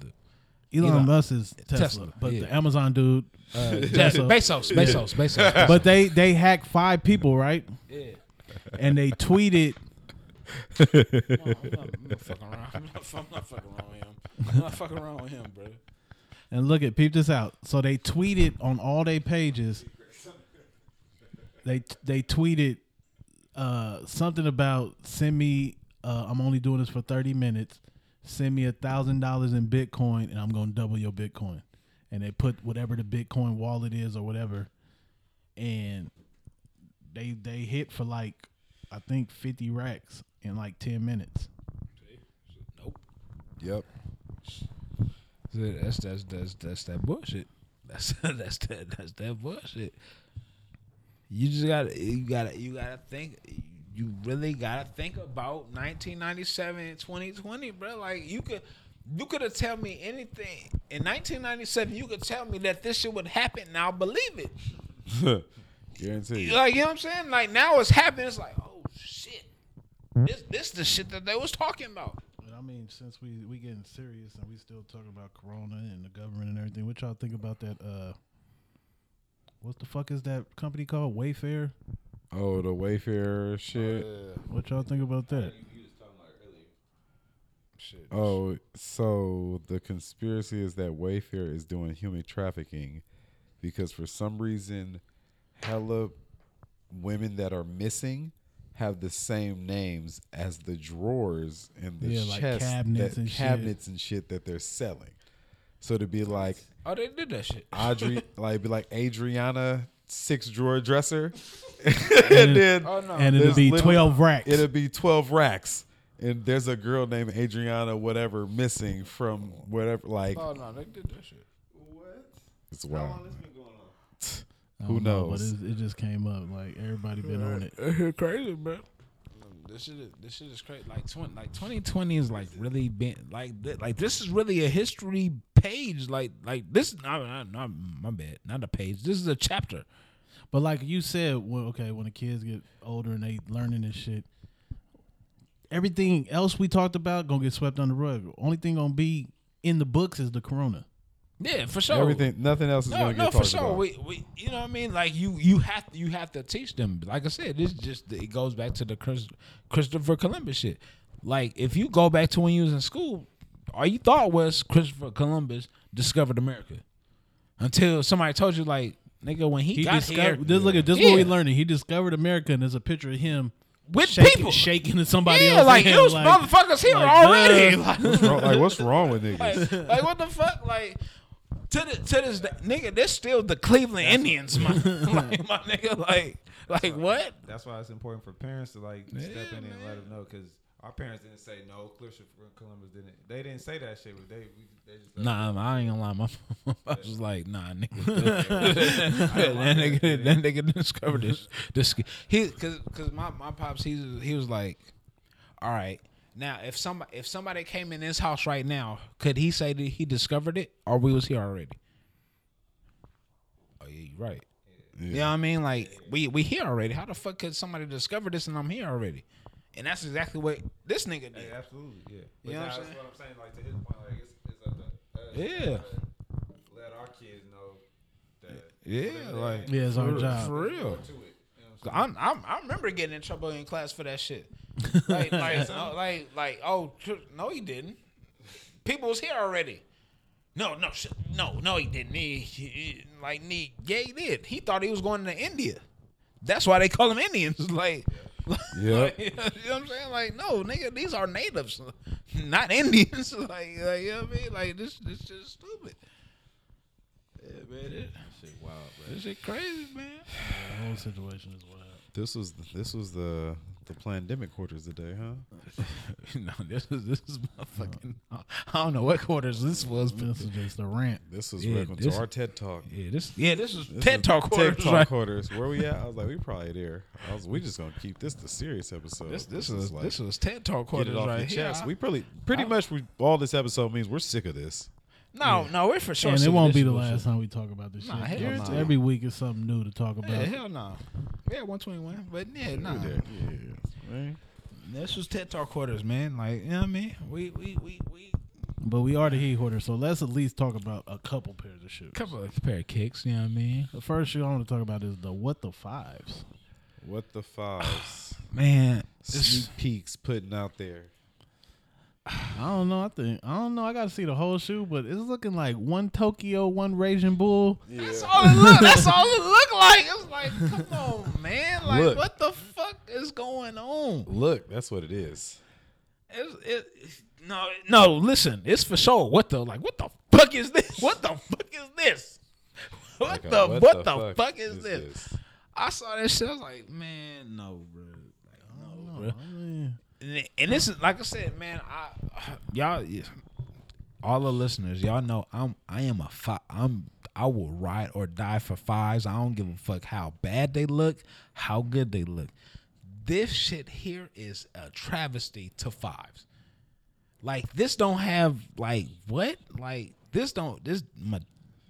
Elon, Elon. Musk is Tesla, Tesla, but yeah. the Amazon dude. Uh, Bezos. Bezos, Bezos, Bezos. <laughs> But they they hacked five people, right? Yeah. And they tweeted. I'm not, I'm not fucking around. I'm not, I'm not fucking around with him. I'm not fucking around with him, bro. And look at peep this out. So they tweeted on all their pages. They they tweeted uh, something about send me. Uh, I'm only doing this for 30 minutes. Send me a thousand dollars in Bitcoin, and I'm gonna double your Bitcoin. And they put whatever the Bitcoin wallet is or whatever, and they they hit for like I think 50 racks in like 10 minutes. Nope. Yep. That's that's that's that's that bullshit. <laughs> That's that's that that's that bullshit. You just gotta you gotta you gotta think. You really gotta think about 1997 and 2020, bro. Like you could you could have tell me anything in 1997. You could tell me that this shit would happen, and I'll believe it. Guarantee. Like you know what I'm saying? Like now it's happening. It's like oh shit, this this the shit that they was talking about. But I mean, since we we getting serious and we still talking about Corona and the government and everything, what y'all think about that? Uh, what the fuck is that company called? Wayfair. Oh, the Wayfair shit. What y'all think about that? Oh, so the conspiracy is that Wayfair is doing human trafficking because for some reason, hella women that are missing have the same names as the drawers and the Yeah, chests, like cabinets, cabinets and and, shit. cabinets and shit that they're selling. So to be like Oh, they did that shit. Audrey, like be like Adriana six drawer dresser, <laughs> and then and it'll there's be little- twelve racks. It'll be 12 racks. And there's a girl named Adriana, whatever, missing from Oh, whatever. Like, Oh no, they did that shit. it's wild. I Who don't know, knows? but it, it just came up. Like everybody been on it. crazy, bro. This shit, is, this shit is crazy. Like twenty, like twenty twenty is like really been like th- like this is really a history page. Like like this, I mean, I, not my bad, not a page. This is a chapter. But like you said, well, okay, when the kids get older and they learning this shit, everything else we talked about gonna get swept under the rug. Only thing gonna be in the books is the corona. Yeah, for sure. Everything, nothing else is No, going to no, get for talked sure. about. We, we, you know what I mean? Like you, you have you have to teach them. Like I said, this just it goes back to the Chris, Christopher Columbus shit. Like if you go back to when you was in school, all you thought was Christopher Columbus discovered America, until somebody told you like, nigga, when he, He got here, discovered. This look at this. is What we Yeah. learning? He discovered America, and there's a picture of him with shaking, people, shaking somebody yeah, else. <laughs> like hand, those motherfuckers here like, already. duh. Like- What's wrong- like, what's wrong with niggas? <laughs> like, like, what the fuck? Like to the to this day- nigga, they're still the Cleveland Indians, my <laughs> like my nigga, like like what? That's why it's important for parents to like step in and let them know because our parents didn't say no. Christopher Columbus didn't. They didn't say that shit. But they we, they just like, Nah, I'm- I ain't gonna lie. My, <laughs> my pops was like, nah, nigga. <laughs> that nigga, that nigga discovered this. This he, cause, cause my, my pops, he was, he was like, all right, now if some if somebody came in this house right now, could he say that he discovered it or we was here already? Oh yeah, you're right. You know what I mean? Like we we here already. How the fuck could somebody discover this and I'm here already? And that's exactly what this nigga did. Yeah, absolutely, yeah. But You know now what I'm that's what I'm saying. Like to his point, like it's, it's up to us. Yeah. to Let our kids know that. Yeah, like Yeah, it's our for- job. for real. I'm, I'm, I remember getting in trouble in class for that shit. Like, like, so- like, like, oh, tr- no, he didn't. People was here already. No, no, sh- no, no, he didn't. He, he- he- like, he, yeah, he did. He thought he was going to India. That's why they call them Indians. <laughs> Like, Yeah. you know what I'm saying? Like, no, nigga, these are natives, <laughs> not Indians. <laughs> like, like, you know what I mean? Like, this, this shit is stupid. Yeah, man, this shit wild, bro. This shit crazy, man. The whole situation is wild. This was this was the the pandemic quarters today, huh? <laughs> no, this is this is motherfucking. I don't know what quarters this was, but This is just a rant. This was Yeah, welcome this- to our TED Talk. yeah, this yeah this is This TED is Talk quarters, TED Talk right? quarters. Where we at? I was like, we probably there. I was, we just gonna keep this the serious episode. This this is is this was TED Talk get quarters it off right your here. chest. we pretty pretty much we, all this episode means we're sick of this. no, no, we're for sure. And it seeing won't this be the bullshit. last time we talk about this Nah, shit. hell nah. Every week is something new to talk about. Yeah, hell no. Yeah, one twenty one. But yeah, nah. This was TED Talk quarters, man. Like you know what I mean? We we we we But we are the heat hoarder, so let's at least talk about a couple pairs of shoes. couple of pair of kicks. You know what I mean? The first shoe I want to talk about is the what the fives. What the <sighs> fives? Man, this, Sneak peeks putting out there. I don't know. I think I don't know. I got to see the whole shoe, but it's looking like one Tokyo, one Raging Bull. that's all it look. That's all it look like. It's like, come <laughs> on, man. Like, Look. what the fuck is going on? Look, that's what it is. It's, it, it's- no, no. Listen, it's for sure. What the like? What the fuck is this? <laughs> What the fuck is this? What Like a, the uh, what, the fuck, is, this? I saw that shit. I was like, man, no, bro. Like, no, bro. And, and this is like I said, man. I <sighs> y'all, yeah, all the listeners, y'all know I'm I am a fi- I'm I will ride or die for fives. I don't give a fuck how bad they look, how good they look. This shit here is a travesty to fives. Like this don't have like what? Like this don't this me-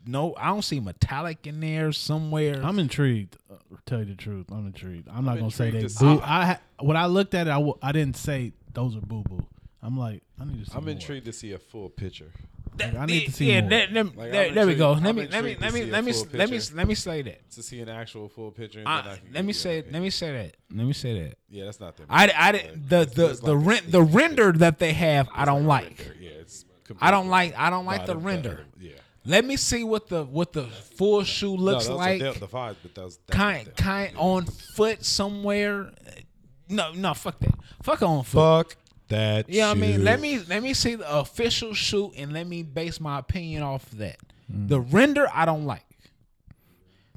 no. I don't see metallic in there somewhere. I'm intrigued. Uh, tell you the truth, I'm intrigued. I'm not gonna say they intrigued to boo. see- I ha- when I looked at it, I w- I didn't say those are boo boo. I'm like, I need to see. I'm more. intrigued to see a full picture. That- I need to see yeah, more. that- them- Like, there, I'm there we go. intrigued- Let I'm me let me intrigued let to me see a let me full let me picture. let me say that. To see an actual full picture. and then I, I can let me give you say an let me say that. Let me say that. Yeah, that's not them. I, I didn't the the the, ren- the render that they have. I don't like. Yeah, it's I don't like. I don't like the bottom render. down. Yeah. Let me see what the what the full shoe No, looks those are like. them- the fives, but those that's not Kind them. kind on foot somewhere. No no fuck that. Fuck on foot. Fuck that. Yeah, I mean, shit. let me let me see the official shoot and let me base my opinion off of that. Mm. The render I don't like.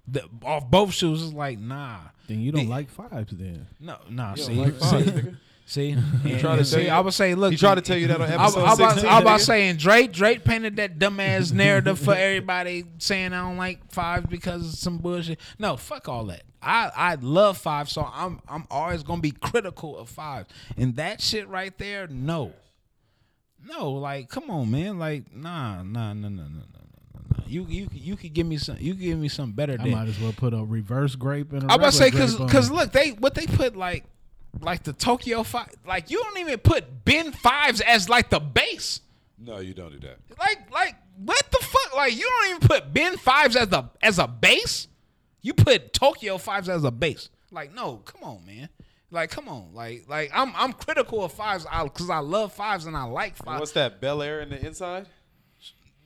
The off both shoes is like nah, Then you don't like fives, then. no, nah. See, <laughs> like see, fives, nigga. See, tried to and, tell see, you- I would say, look, He tried to tell you <laughs> that on I, episode I, about, 16. I about nigga. saying Drake. Drake painted that dumbass narrative for everybody saying I don't like five because of some bullshit. No, fuck all that. I, I love five, so I'm I'm always gonna be critical of five. And that shit right there, no, no, like come on, man, like nah, nah, nah, nah, nah, nah, nah. nah. You you you could give me some. You could give me some better. I than- might as well put a reverse grape in. I I about to say because because look they what they put like like the Tokyo Five like you don't even put Ben Fives as like the base No, you don't do that. like like what the fuck like you don't even put Ben Fives as the as a base you put Tokyo Fives as a base like no come on man like come on like like I'm I'm critical of Fives because I love Fives and I like And what's Fives that? Bel Air in the inside?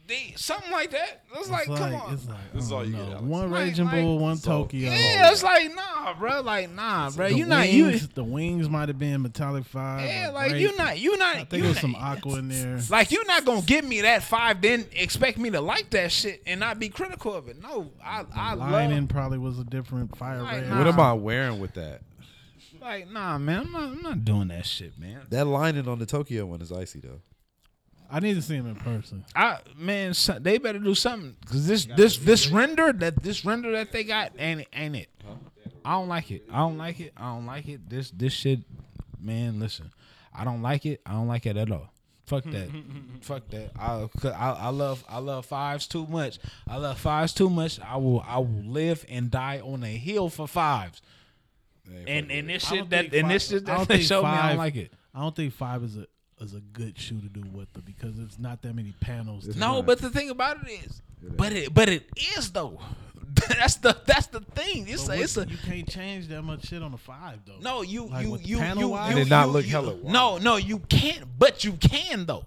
They- something like that it's like, come on It's like, This is I all don't you know. get, Alex. One Like- Raging like- Bull, one Tokyo. yeah it's like nah bro like nah bro The you not you wings, The wings might have been metallic five. yeah or like grape. you not you not I you think it was not- <laughs> some aqua in there. Like you're not gonna give me that five, then expect me to like that shit and not be critical of it. No, I I Lining love probably was a different fire Like, red. nah. What am I wearing with that? like nah, man, I'm not I'm not doing that shit, man. That lining on the Tokyo one is icy though. I need to see him in person. I man, son, they better do something because this this this render that this render that they got ain't ain't it. I don't like it. I don't like it. I don't like it. This this shit, man. Listen, I don't like it. I don't like it at all. Fuck <laughs> that. Fuck that. I, 'cause I I love I love fives too much. I love fives too much. I will I will live and die on a hill for fives. And and this I shit don't that think and this five- shit I don't that they think showed me. I five- don't like it. I don't think five is a is a good shoe to do with the because it's not that many panels. to- No, but the thing about it is, but it but it is though. <laughs> that's the that's the thing. It's But a, what- it's a you can't change that much shit on a five though. no. You Like you with you panel you, wise? you It did not you- look you- hella wide. No, no, you can't. But you can though.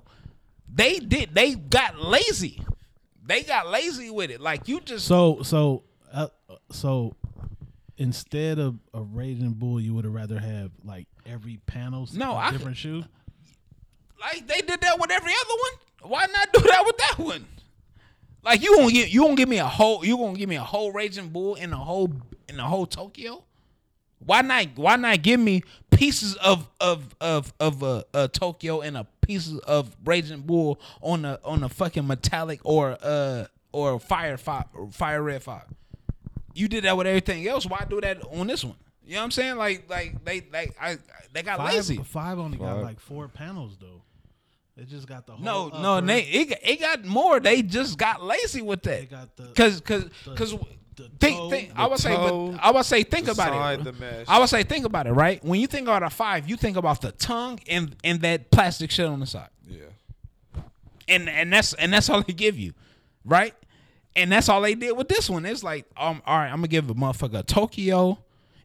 They did. They got lazy. They got lazy with it. Like you just So so uh, so instead of a raging bull, you would have rather have like every panel No, a I- different shoe. like they did that with every other one. Why not do that with that one? Like you gonna give you gonna give me a whole you gonna give me a whole raging bull in a whole in a whole Tokyo? Why not why not give me pieces of of of of a, a Tokyo and a pieces of raging bull on a on a fucking metallic or uh or fire five or fire red five? You did that with everything else. Why do that on this one? You know what I'm saying? Like like they like I they got Five, lazy. five only got like four panels though. It just got the whole uh, No, upper. no, they it, got- it got more. They just got lazy with They that. got the- Cause, cause, the- cause, the think, toe, think. the I would say, toe, but I would say, think the about side, it. the mesh. I would say, think about it. Right? When you think about a five, you think about the tongue and and that plastic shit on the side, Yeah. and and that's and that's all they give you, right? And that's all they did with this one. It's like, um, all right, I'm gonna give a motherfucker a Tokyo,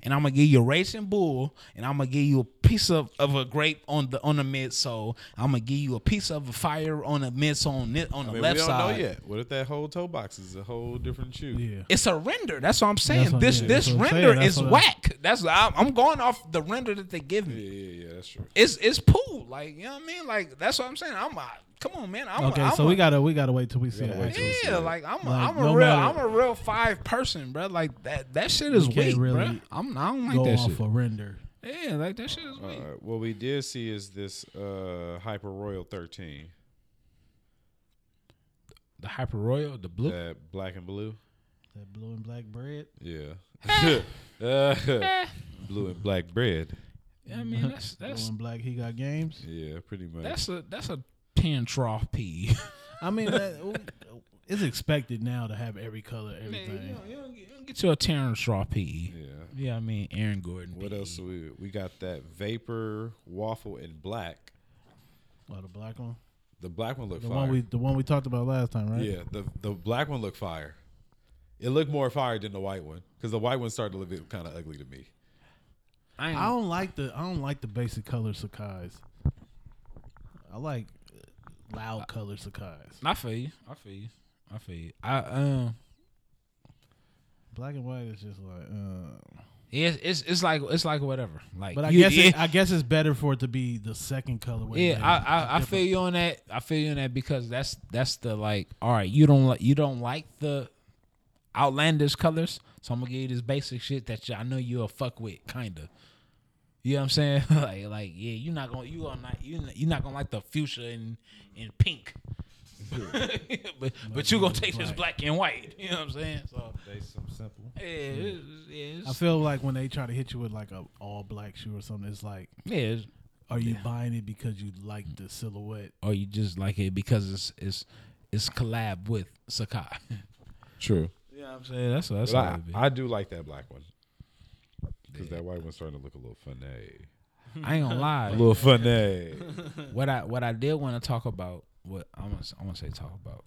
and I'm gonna give you a racing bull, and I'm gonna give you a piece of, of a grape on the on the midsole. I'm gonna give you a piece of a fire on the midsole on the, on the I mean, left we don't side. know yet. What if that whole toe box is a whole different shoe? Yeah. It's a render. That's what I'm saying. That's what- this yeah, this that's what I'm saying. render That's is what I'm- whack. That's I'm I'm going off the render that they give me. Yeah, yeah, yeah, that's true. It's it's poo. Like you know what I mean. Like that's what I'm saying. I'm a, come on, man. I'm a- Okay, I'm so a, we gotta we gotta wait till we see gotta it. wait till we Yeah, like I'm a, Like, am a no real matter- I'm a real five person, bro. Like that that shit is You can't weak, bro. really I'm I don't go like that off Uh, shit. a render. yeah, like that shit is All weak. right. What we did see is this uh, Hyper Royal 13, the Hyper Royal, the blue. that black and blue. That blue and black bread. Eh. Yeah. Uh, <laughs> blue and black bread. Yeah, I mean that's blue <laughs> that's and black. He got games. Yeah, pretty much. that's a that's a E. ten trough pee. I mean, that, it's expected now to have every color, everything. <laughs> Get you a Terrence Straw PE. yeah. Yeah, I mean Aaron Gordon. E. What PE. else we we got that Vapor Waffle in black. Oh, the black one. The black one looked The fire. one we the one we talked about last time, right? Yeah, the the black one looked fire. It looked more fire than the white one because the white one started to look kind of ugly to me. I, ain't- I don't like the I don't like the basic color Sakai's. I like loud color Sakai's. I feel you. I feel you. I feel you. I um. Black and white is just like, uh, yeah, It's, it's it's like it's like whatever. Like, but I you- guess yeah, it, I guess it's better for it to be the second color. Oh, yeah, I, I, I feel you on that. I feel you on that because that's that's the like. All right, you don't like you don't like the outlandish colors, so I'm gonna give you this basic shit that you, I know you'll fuck with, kinda. You know what I'm saying? <laughs> like, like, yeah, you're not gonna, you gonna not, you you're not gonna like the fuchsia in in pink, <laughs> but but you gonna take this black and white. You know what I'm saying? So They some simple. yeah, it's, yeah, it's, I feel like when they try to hit you with like a all black shoe or something, it's like, yeah. It's, are you buying it because you like the silhouette? or you just like it because it's it's it's collab with Sakai. <laughs> True. You know what I'm saying? That's that's But how I, it be. I do like that black one. Because that white one's starting to look a little funny. I <laughs> ain't gonna lie. A <laughs> little funny. what I what I did want to talk about, what I want I want to say talk about.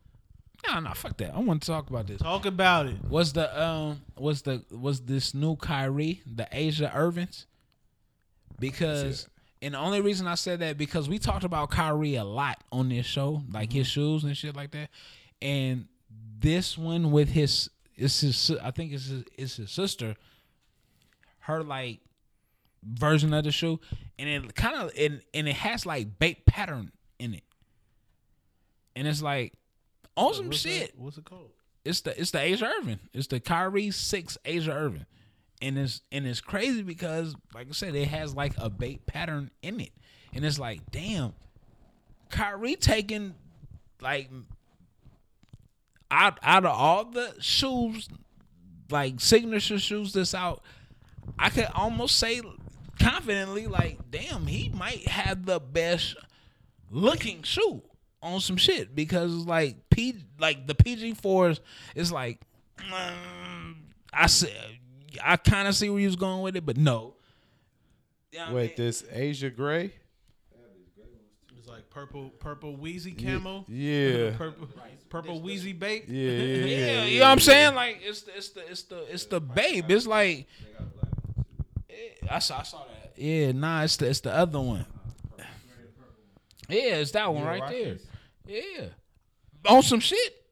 Nah, nah, fuck that. I want to talk about this. Talk about it. Was the um was the was this new Kyrie the Asia Irvins? Because and the only reason I said that because we talked about Kyrie a lot on this show, like his Mm-hmm. shoes and shit like that, and this one with his it's his si- I think it's his, it's his sister, her like version of the shoe, and it kind of and and it has like baked pattern in it, and it's like on some What's that- shit What's it called? it's the it's the Asia Irvin. It's the Kyrie six Asia Irvin. And it's and it's crazy because like I said, it has like a bait pattern in it. And it's like, damn, Kyrie taking like out out of all the shoes, like signature shoes that's out, I could almost say confidently, like, damn, he might have the best looking shoe on some shit because like P like the PG fours is like mm, I said I kind of see where you was going with it, but no. You know what I Wait, mean? this Asia Gray? It's like purple, purple wheezy camo. Yeah. <laughs> Purple, purple wheezy bait. Yeah, yeah, yeah, yeah. you know what I'm saying? Like it's the it's the it's the it's the babe. It's like Eh, I saw I saw that. Yeah, nah, it's the it's the other one. Yeah, it's that one right there. Yeah, on some shit.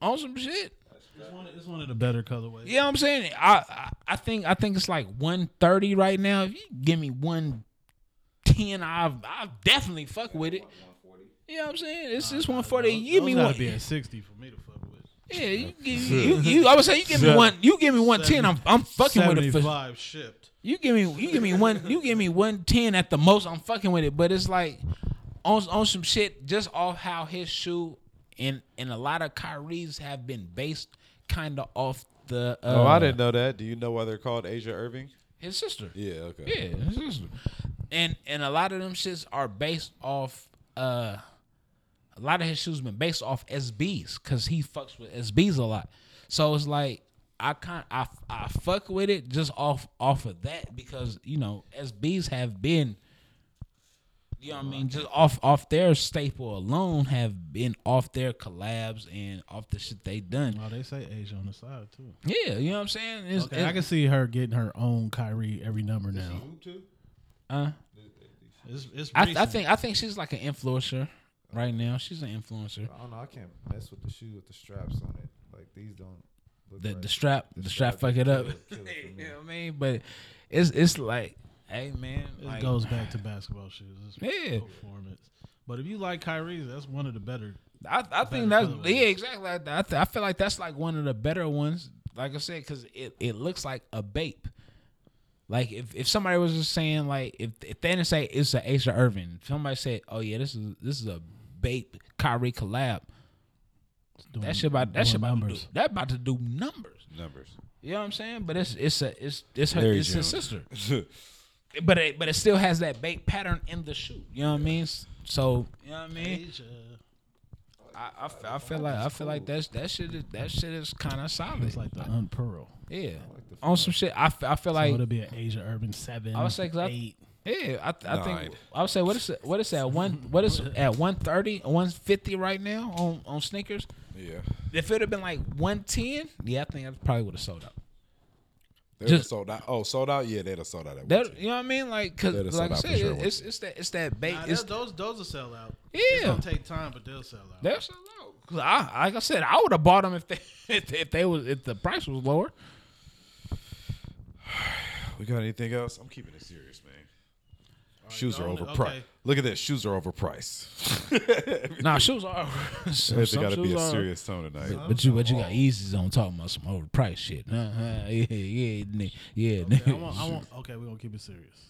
On some shit. It's one, it's one of the better colorways. You know what I'm saying? I I, I think I think it's like 130 right now. If you give me 110, I've I definitely fuck with it. You know what I'm saying? It's just 140. You give me Those one. gotta be a sixty for me to fuck with. Yeah, you give me, you, you I would say you give me one you give me one ten, I'm I'm fucking with it for, Seventy-five shipped. you give me you give me one you give me one ten at the most, I'm fucking with it. But it's like on on some shit just off how his shoe and and a lot of Kyrie's have been based kinda off the uh, Oh, I didn't know that. Do you know why they're called Asia Irving? his sister. Yeah, okay. Yeah, his sister. And and a lot of them shits are based off uh a lot of his shoes been based off SBs because he fucks with SBs a lot. So it's like I kind I I fuck with it just off off of that because you know SBs have been you know what I mean just off off their staple alone have been off their collabs and off the shit they done. Oh, they say Asia on the side too. Yeah, you know what I'm saying? It's, Okay, I can see her getting her own Kyrie every number now. uh, It's, it's I, I recent. think I think she's like an influencer right now. She's an influencer. I don't know. I can't mess with the shoe with the straps on it. Like these don't. Look The right. the strap the strap fuck it up. <laughs> you know what I mean? But it's it's like, hey man, it like, goes back to basketball shoes. It's Yeah. performance. But if you like Kyrie's, that's one of the better. I I think better that's colorways. yeah exactly. I, I, th- I feel like that's like one of the better ones. Like I said, because it, it looks like a bape. Like if, if somebody was just saying like if if they didn't say it's an Asia Irvin, if somebody said oh yeah this is this is a bape Kyrie collab. it's Doing, That shit about that doing shit about to do, numbers. that about to do numbers. Numbers. You know what I'm saying? But it's it's a it's it's her Larry it's his Jones. sister. <laughs> but it but it still has that bait pattern in the shoe. You know what I mean? So you know what I mean? Asia. I, I, fe- I feel like I feel like that's that shit is that shit is kind of solid. It's like the unpearl. yeah, on some shit. I, fe- I feel Like, like it'll be an Asia Urban seven. I would say 'cause I- eight. yeah. I, th- I think Nine. I would say what is it- what is that one what is at 130 150 right now on on sneakers. Yeah. If it would have been like 110, yeah, I think I probably would have sold out. They're Just- sold out. Oh, sold out? Yeah, they'd have sold out at one. That you know what I mean? Like, cause That'd have like I sold out said, for sure, it's it's that it's that bait. Nah, it's, that- those those will sell out. Yeah. take time, but they'll sell out. That's a low. Cause I, like I said, I would have bought them if they <laughs> if, if they was if the price was lower. We got anything else? I'm keeping it serious, man. Shoes are don't- overpriced. okay. Look at this. Shoes are overpriced. Nah, shoes are. <laughs> some, There's some got to be shoes a are- serious tone tonight. But, but you, but you got Yeezys on talking about some overpriced shit. Uh-huh. Yeah, <laughs> yeah, ni- yeah. Okay, I <laughs> nigga. want, I <laughs> want, okay, we're gonna keep it serious.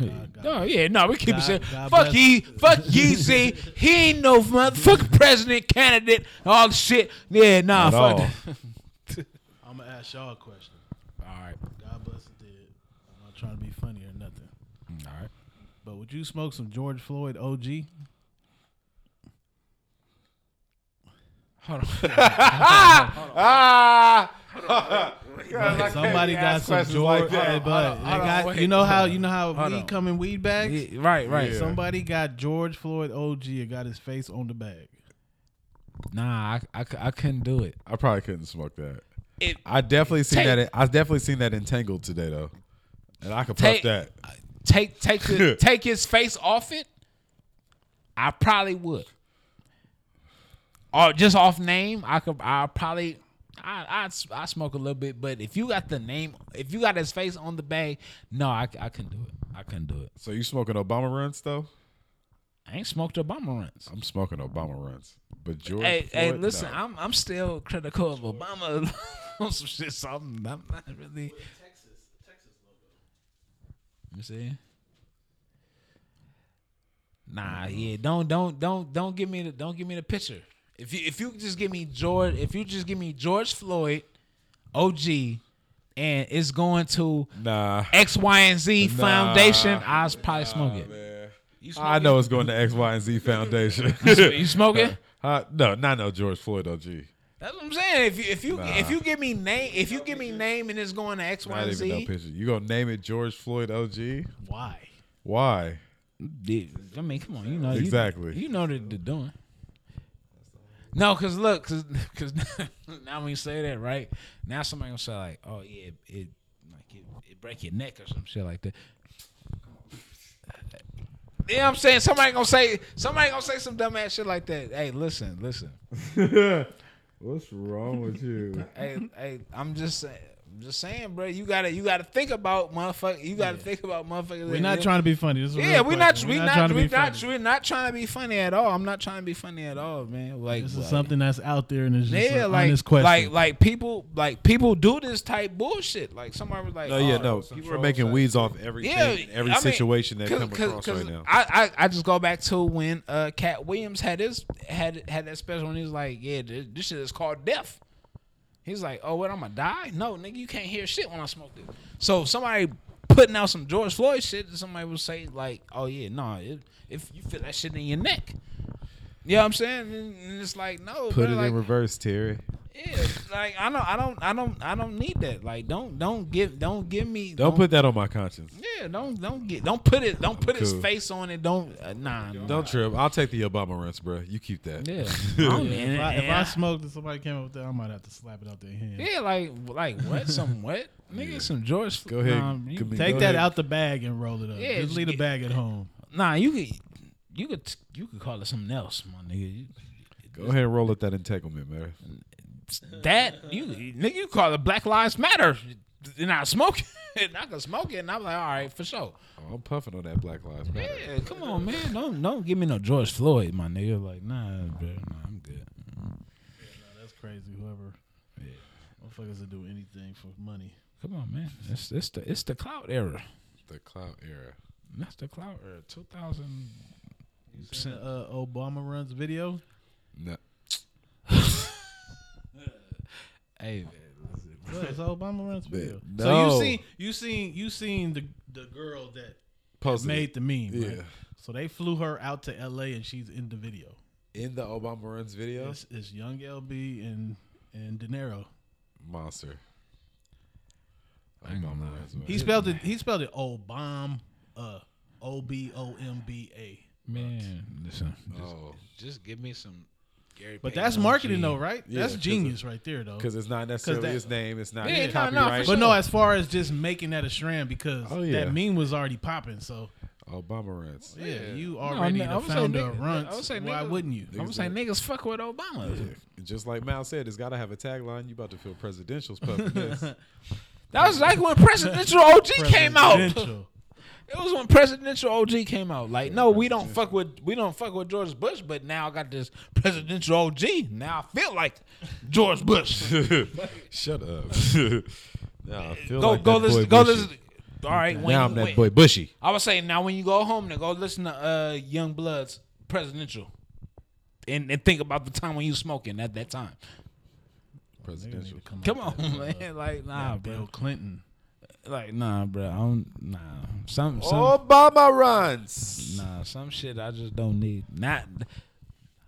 God, God. No, yeah, no, we keep God- it saying, God fuck bless- Yee, fuck Yeezy, he ain't no motherfucking president candidate, all the shit. Yeah, nah, At fuck. all. that. I'm gonna ask y'all a question. All right, God bless the dead. I'm not trying to be funny or nothing. all right. But would you smoke some George Floyd OG? Hold on. <laughs> Somebody got some George. Hey, bud, Hold on, they hold got, on, you know wait. how you know how Hold weed on. come in weed bags. Yeah, right, right. So- Somebody got George Floyd OG and got his face on the bag. Nah, I, I, cou- I couldn't do it. I probably couldn't smoke that. It- I definitely seen Take- that. in- I definitely seen that entangled today though, and I could Take- puff that. Take take the, take his face off it. I probably would. Or just off name, I could. I probably. I I I smoke a little bit, but if you got the name, if you got his face on the bag, no, I I couldn't do it. I couldn't do it. So you smoking Obama runs though? I ain't smoked Obama runs. I'm smoking Obama runs, but George. Hey, hey, Floyd, listen, no. I'm I'm still critical of Obama <laughs> on some shit, so I'm, I'm not really. You see? Nah, yeah, don't don't don't don't give me the don't give me the picture. If you if you just give me George, if you just give me George Floyd, OG, and it's going to nah. X, Y, and Z Nah, Foundation, I was probably smoking. smoke it. You smoke I know it's going to X, Y, and Z Foundation. it? You smoke <laughs> it? Uh, no, not no George Floyd OG. That's what I'm saying. If you if you Nah. if you give me name if you give me name and it's going to X Y Not and even no Z, picture. You gonna name it George Floyd OG? Why? Why? I mean, come on, you know you- Exactly. You, know that they're doing. No, cause look, cause, 'cause <laughs> now when you say that, right? Now somebody gonna say like, oh yeah, it like it, it break your neck or some shit like that. You know what I'm saying? Somebody gonna say somebody gonna say some dumb ass shit like that. Hey, listen, listen. What's wrong with <laughs> you? hey, Mm-hmm. hey, I'm just saying. I'm just saying, bro. You gotta, you gotta think about motherfucker. You gotta think about motherfuckers. We're not trying to be funny. This is a Yeah, real we not. question. We We're not. trying to we be not. funny. We're not trying to be funny at all. I'm not trying to be funny at all, man. Like This like- is something that's out there and it's just Yeah, an like, honest question. like, like people, like people do this type bullshit. Like somebody was like, No, yeah, oh, no. People are making weeds off everything, every I mean, situation that cause- come cause- across cause right now. I, I I just go back to when uh, Cat Williams had his had had that special, and he was like, "Yeah, this, this shit is called death." He's like, "Oh, what? I'm gonna die? No, nigga, you can't hear shit when I smoke this." So somebody putting out some George Floyd shit, somebody will say like, "Oh yeah, no, it, if you feel that shit in your neck." You know what I'm saying? And and it's like, no, Put bro, it like, in reverse, Terry. yeah, like I don't, I don't, I don't, I don't need that. Like, don't, don't give, don't give me. Don't put that on my conscience. Yeah, don't, don't get, don't put it, don't put his Cool. face on it. Don't, uh, nah, nah. Don't trip. I'll take the Obama rinse, bro. You keep that. <laughs> Yeah, I don't- if, and- I, if and I I- smoked and somebody came up with that, I might have to slap it out their hand. yeah, like, like what? Some <laughs> what? Nigga, some George. Go ahead. Nah, you- Camille. Take Go that ahead. out the bag and roll it up. Yeah, just just leave the get- bag at home. nah, you could, you could, you could call it something else, my nigga. You- Go ahead and roll up that entanglement, man. That you, nigga, you call it Black Lives Matter, and I <laughs> smoke it, and I can smoke it, and I'm like, all right, for sure. Oh, I'm puffing on that Black Lives Matter. Yeah, come on, man. Don't don't give me no George Floyd, my nigga. Like, nah, bro, nah, I'm good. Oh, That's crazy. Whoever. Motherfuckers will do anything for money. Come on, man. It's it's the it's the cloud era. The cloud era. That's the cloud era. Two thousand. Uh, Obama runs video. No. Hey, man. What, it's Obama runs video. So no. you seen you seen you seen the the girl that Posted made the meme. Yeah. Right? So they flew her out to L.A. and she's in the video. it. in the Obama runs video. It's, it's young LB and and De Niro. Monster. Obama runs. Man. He spelled it. He spelled it Obama. Uh, O B O M B A. Man, listen. Oh, Just give me some Gary. But that's marketing though, right? that's genius right there though. because it's not necessarily that- his name. It's not Yeah, his no, no, for copyright. But no, as far as just making that a strand because Oh, yeah. that meme was already popping. So Obama runs. yeah, you already I mean, I the would say founder nigga- of I would Runts. say Why nigga- wouldn't you? I'm saying niggas fuck with Obama. Just like Mal said, it's got to have a tagline. You about to feel <laughs> presidential's puffing this. That was like when presidential OG came out. Presidential. It was when presidential OG came out. Like, no, we don't fuck with we don't fuck with George Bush, but now I got this presidential OG. Now I feel like George <laughs> Bush. Shut <laughs> up. nah, I feel go like go that boy listen go Bushy. listen. All right, when Now you- I'm that when- boy Bushy. I was saying now when you go home to go listen to uh Young Bloods presidential. And, and think about the time when you smoking at that time. Presidential. Come on, man. Like nah, bro. Bill Clinton. Like nah, bro. I don't nah. Some some Oh. Obama runs. Nah, some shit I just don't need. Not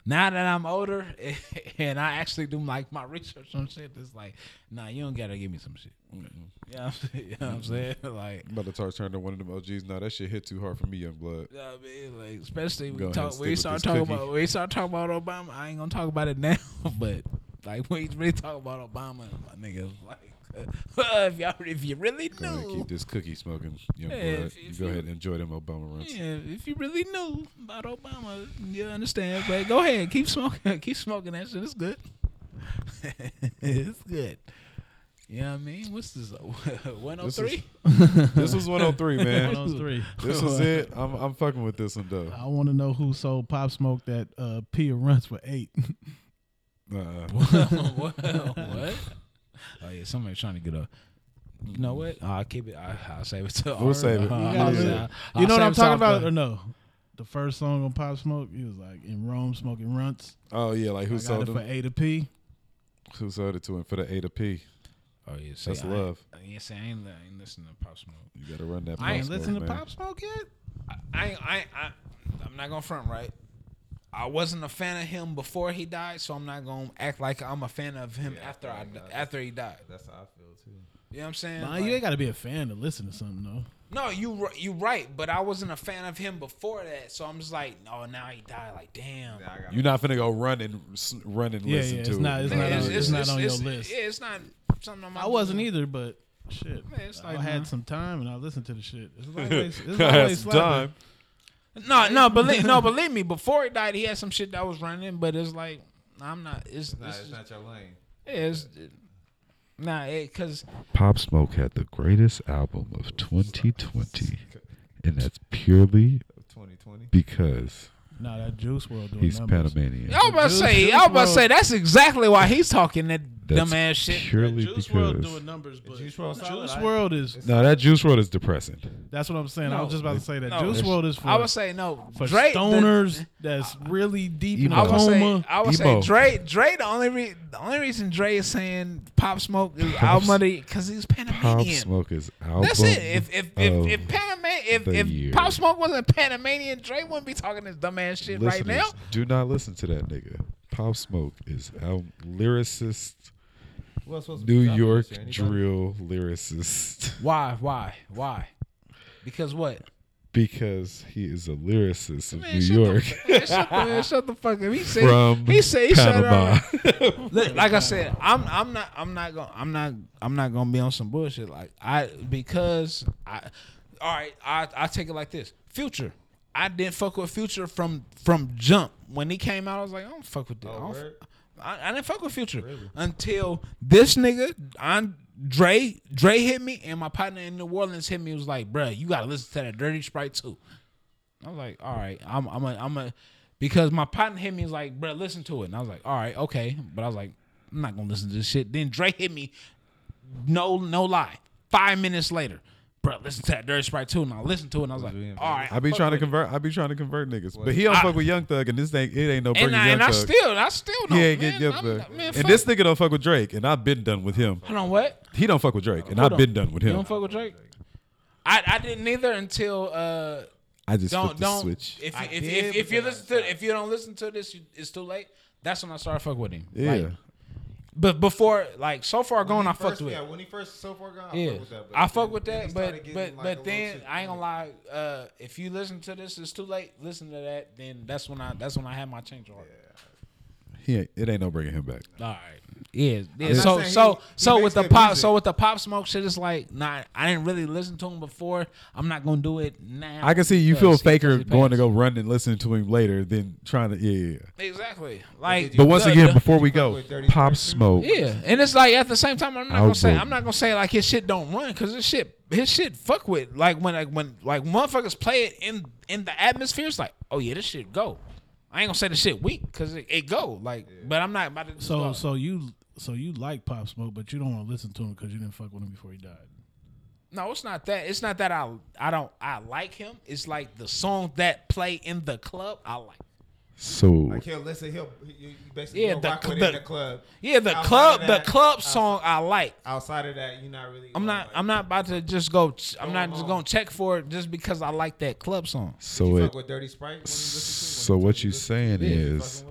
now that I'm older <laughs> and I actually do like my research on shit, it's like, nah, you don't gotta give me some shit. Yeah, you know what I'm <laughs> saying? Like, I'm about to start turning to one of them OGs. Nah, that shit hit too hard for me, young blood. you know what I mean, like especially Go we ahead and talk stick we with start this talking cookie. about we start talking about Obama. I ain't gonna talk about it <laughs> now, but like when you really talk about Obama, my nigga, like <laughs> if y'all if you really Go ahead and knew, keep this cookie smoking, young Yeah, blood. if- You if go you- ahead and enjoy them Obama runs. Yeah, if you really knew about Obama, you understand. But go ahead, keep smoking, <laughs> keep smoking that shit. It's good. <laughs> it's good. You know what I mean? What's this? uh, <laughs> One oh <laughs> three. This was 103, man. Those oh three. this is it. I'm, I'm fucking with this one, though. I want to know who sold Pop Smoke that uh, Pia runs for eight. <laughs> Uh-uh. <laughs> what? Oh yeah, somebody trying to get a. You know what? I'll keep it. I, I'll save it to. We'll save <laughs> it. I'll- You I'll- got it. I'll- I'll You know what save I'm it talking to- about or no? The first song on Pop Smoke, he was like in Rome smoking runts. Oh, yeah. Like, who I got sold it for them? A to P. Who sold it to him for the A to P? Oh yeah, see, That's I- love. Yeah, see, I ain't, I ain't listening to Pop Smoke. You got to run that. I ain't possible, listened to man. Pop Smoke yet. I, I, I, I, I'm not gonna front right. I wasn't a fan of him before he died, so I'm not gonna act like I'm a fan of him after I, di- after he died. That's how I feel too. You know what I'm saying? Nah, Like- you ain't got to be a fan to listen to something though. no, you ri- you right, but I wasn't a fan of him before that, so I'm just like, oh, now he died. Like, damn. I got You're not finna go run and s- run and Yeah, listen yeah, to it's it. not- it's Like, not It's- on- it's- not it's- on your it's- list. Yeah, it's not something on my. I wasn't either, but shit, Man, it's like, I had nah. some time and I listened to the shit. <laughs> It's always, it's always Some slapping. time. No, no, believe no, believe me. Before he died, he had some shit that was running, but it's like, I'm not. It's, Nah, it's it's not your lane. Yeah, it's, nah, because Pop Smoke had the greatest album of 2020, and that's purely 2020. because Nah, that Juice World doing he's numbers. Panamanian. y'all about to Juice- say, Juice y'all about to WRLD. say that's exactly why he's talking that That's dumbass shit. Purely Juice World because. doing numbers, but Juice WRLD solid, Juice I- World is No, that Juice World is depressing. that's what I'm saying. I No. was just about to say that No. Juice World is for I would say no, for Drake. the- stoners <laughs> that's really deep in Emo. a I would say, coma. I would say Emo. Dre. Dre, the only re- the only reason Dre is saying Pop Smoke is out money because he's Pop Panamanian. Smoke is album. That's it. If if if, if Oh. of- Panama if, the if year. Pop Smoke wasn't Panamanian, Dre wouldn't be talking this dumbass shit right Listeners, now. do not listen to that nigga. Pop Smoke is album lyricist, Who else supposed to be New dropping this York year? Anybody? drill <laughs> lyricist. Why? Why? Why? Because what? Because he is a lyricist of Man, New shut the- York. Man, shut, the, man, shut the fuck up. He said From he said he shut Panama. up. <laughs> Look, like I said, I'm I'm not I'm not gonna I'm not I'm not gonna be on some bullshit. Like I because I all right, I I take it like this. Future. I didn't fuck with Future from from jump. When he came out, I was like, I don't fuck with this. I, don't f- word? I, I didn't fuck with Future until this nigga on Dre Dre hit me and my partner in New Orleans hit me. Was like, bruh, you gotta listen to that Dirty Sprite too. I was like, all right, I'm I'm a, I'm a because my partner hit me was like, bro, listen to it. And I was like, all right, okay. But I was like, I'm not gonna listen to this shit. Then Drake hit me, no, no lie. Five minutes later, bro, listen to that Dirty Sprite too. And I listened to it and I was like, all right. I be trying to convert. I be trying to convert niggas, but he don't I- fuck with Young Thug, and this thing it ain't no bringing and I, Young and I Thug. still I still don't he ain't man, getting Young I'm Thug, not- man, and fuck. this nigga don't fuck with Drake, and I've been done with him. Hold on, what? He don't fuck with Drake, and Hold I've on. been done with You him. don't fuck with Drake? I, I didn't either until uh I just don't flipped the don't switch. if you, if, if, if you listen to if you don't listen to this you, it's too late. That's when I started fucking with him. Yeah, Like, But before, like so far When gone, he I fucked first- with. Yeah, it. when he first so far gone, I Yeah, fuck with that. I fuck with then he that, started but getting, but like, a but little then shit I ain't from gonna lie. Uh, if you listen to this, it's too late. Listen to that, then that's when I that's when I had my change of heart. he ain't, it ain't no bringing him back. All right. Yeah. yeah. I'm not So saying so he- he so makes with the good pop music. so with the pop smoke shit, it's like nah. I didn't really listen to him before. I'm not gonna do it now. I can see you feel because- faker because he going to passed. go run and listen to him later than trying to. Yeah, yeah. exactly. Like, But once the- again, the- before we go, with Dirty Pop Sprite? Smoke. Yeah, and it's like at the same time, I'm not gonna say Outbreak. I'm not gonna say like his shit don't run because his shit his shit fuck with like when like when like motherfuckers play it in in the atmosphere. It's like, oh yeah, this shit go. I ain't gonna say the shit weak because it, it go like, but I'm not about to. So so you so you like Pop Smoke, but you don't want to listen to him because you didn't fuck with him before he died. No, it's not that. It's not that I I don't I like him. It's like the songs that play in the club I like. So Like he'll listen. He'll you you basically Yeah, go the rock cl- with it in the- the club. Yeah, the Outside club of the that- club song I like. Outside of that, you're not really. I'm gonna not like- I'm not about to just go ch- I'm not just gonna check for it just because I like that club song. so you it fuck with Dirty Sprite when you listen to so what you saying is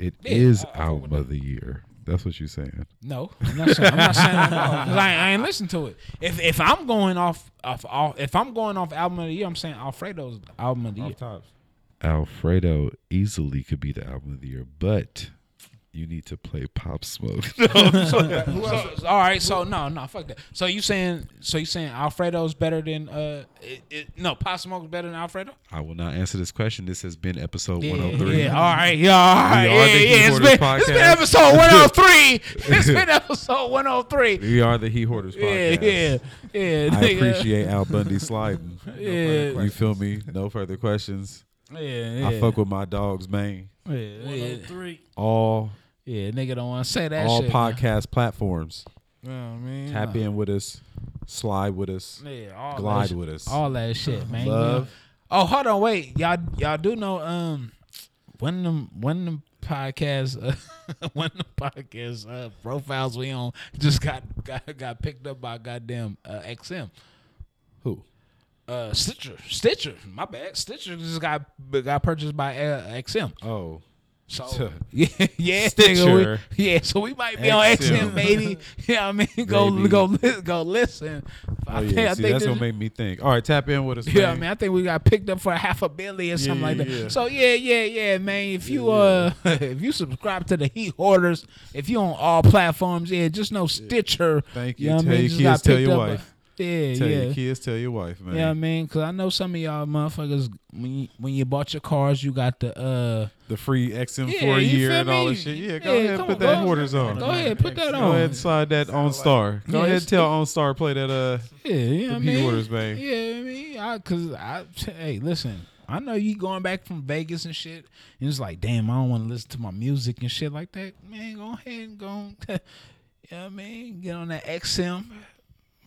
it is album of the year. That's what you saying. No, <laughs> I'm not saying I'm not saying that at <laughs> all, 'cause I, I ain't listen to it. If if I'm going off off off if I'm going off album of the year, I'm saying Alfredo's album of the year. tops. Alfredo easily could be the album of the year, but you need to play Pop Smoke. <laughs> No. So- all right, so no, no, fuck that. So you saying so you saying Alfredo's better than uh it, it, no Pop Smoke's better than Alfredo? I will not answer this question. This has been episode Yeah, 103. yeah, all right, yeah, all right, We are yeah, the Heat yeah. It's Hoarders been, it's been podcast. episode <laughs> 103. it's been episode 103. We are the He <laughs> Hoarders Yeah, podcast. yeah, <laughs> yeah. I nigga. appreciate Al Bundy sliding. Yeah, You feel me? No further questions. yeah, yeah. I fuck with my dogs, man. yeah, yeah, Three. All yeah. Nigga don't want to say that. all shit, man. podcast platforms. Yeah, man. Tap in with us. Slide with us. Yeah, all Glide that shit- Oh. with us. All that shit, man. Love. Oh, hold on, wait, y'all, y'all do know um when them when them podcasts uh, <laughs> when the podcast uh, profiles we on just got got, got picked up by goddamn uh, XM. Who? Uh, Stitcher, Stitcher, my bad. Stitcher just got got purchased by uh, XM. Oh. So <laughs> yeah, yeah, Stitcher. Stitcher. yeah, so we might be on XM. XM, baby. <laughs> Yeah, I mean, go Baby. go li- go listen. <laughs> Oh yeah, see, that's this- gonna make me think. All right, tap in with <laughs> us. yeah, man. man, I think we got picked up for a half a billy or something like that. yeah, yeah. So yeah, yeah, yeah, man. If you uh, <laughs> if you subscribe to the Heat Hoarders, if you on all platforms, yeah, just know Stitcher. Thank know you. what I Tell mean? your Just got kids, tell picked your up. uh, wife. Yeah, Tell yeah. your kids, tell your wife, man. Yeah, I mean, cause I know some of y'all motherfuckers when you, when you bought your cars, you got the uh, The free XM Yeah, for a you year feel and all me? that shit. Yeah, go Yeah, ahead come and on, put that bro. Hoarders on. go ahead, put that Go on. ahead and slide that on star. Yeah, Go ahead it's- and tell on star play that uh Yeah, yeah, I Heat mean, Hoarders, man. Yeah, I mean, I, cause I, hey, listen, I know you going back from Vegas and shit, and it's like, damn, I don't want to listen to my music and shit like that. Man, go ahead and go, <laughs> you know what I mean, get on that XM,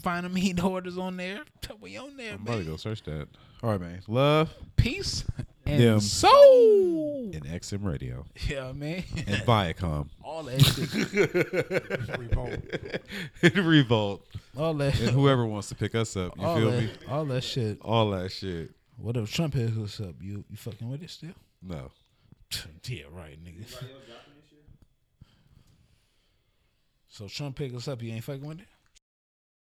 find them heat hoarders on there. We on there, I'm about to man. go search that. All right, man. Love Peace and Them. soul. and XM radio. Yeah, man. <laughs> And Viacom. All that shit. and <laughs> Revolt. All that. <laughs> And whoever wants to pick us up. You all feel that, me? All that shit. All that shit. What if Trump hits us up? You you fucking with it still? No. Yeah, right, nigga. So Trump pick us up, you ain't fucking with it?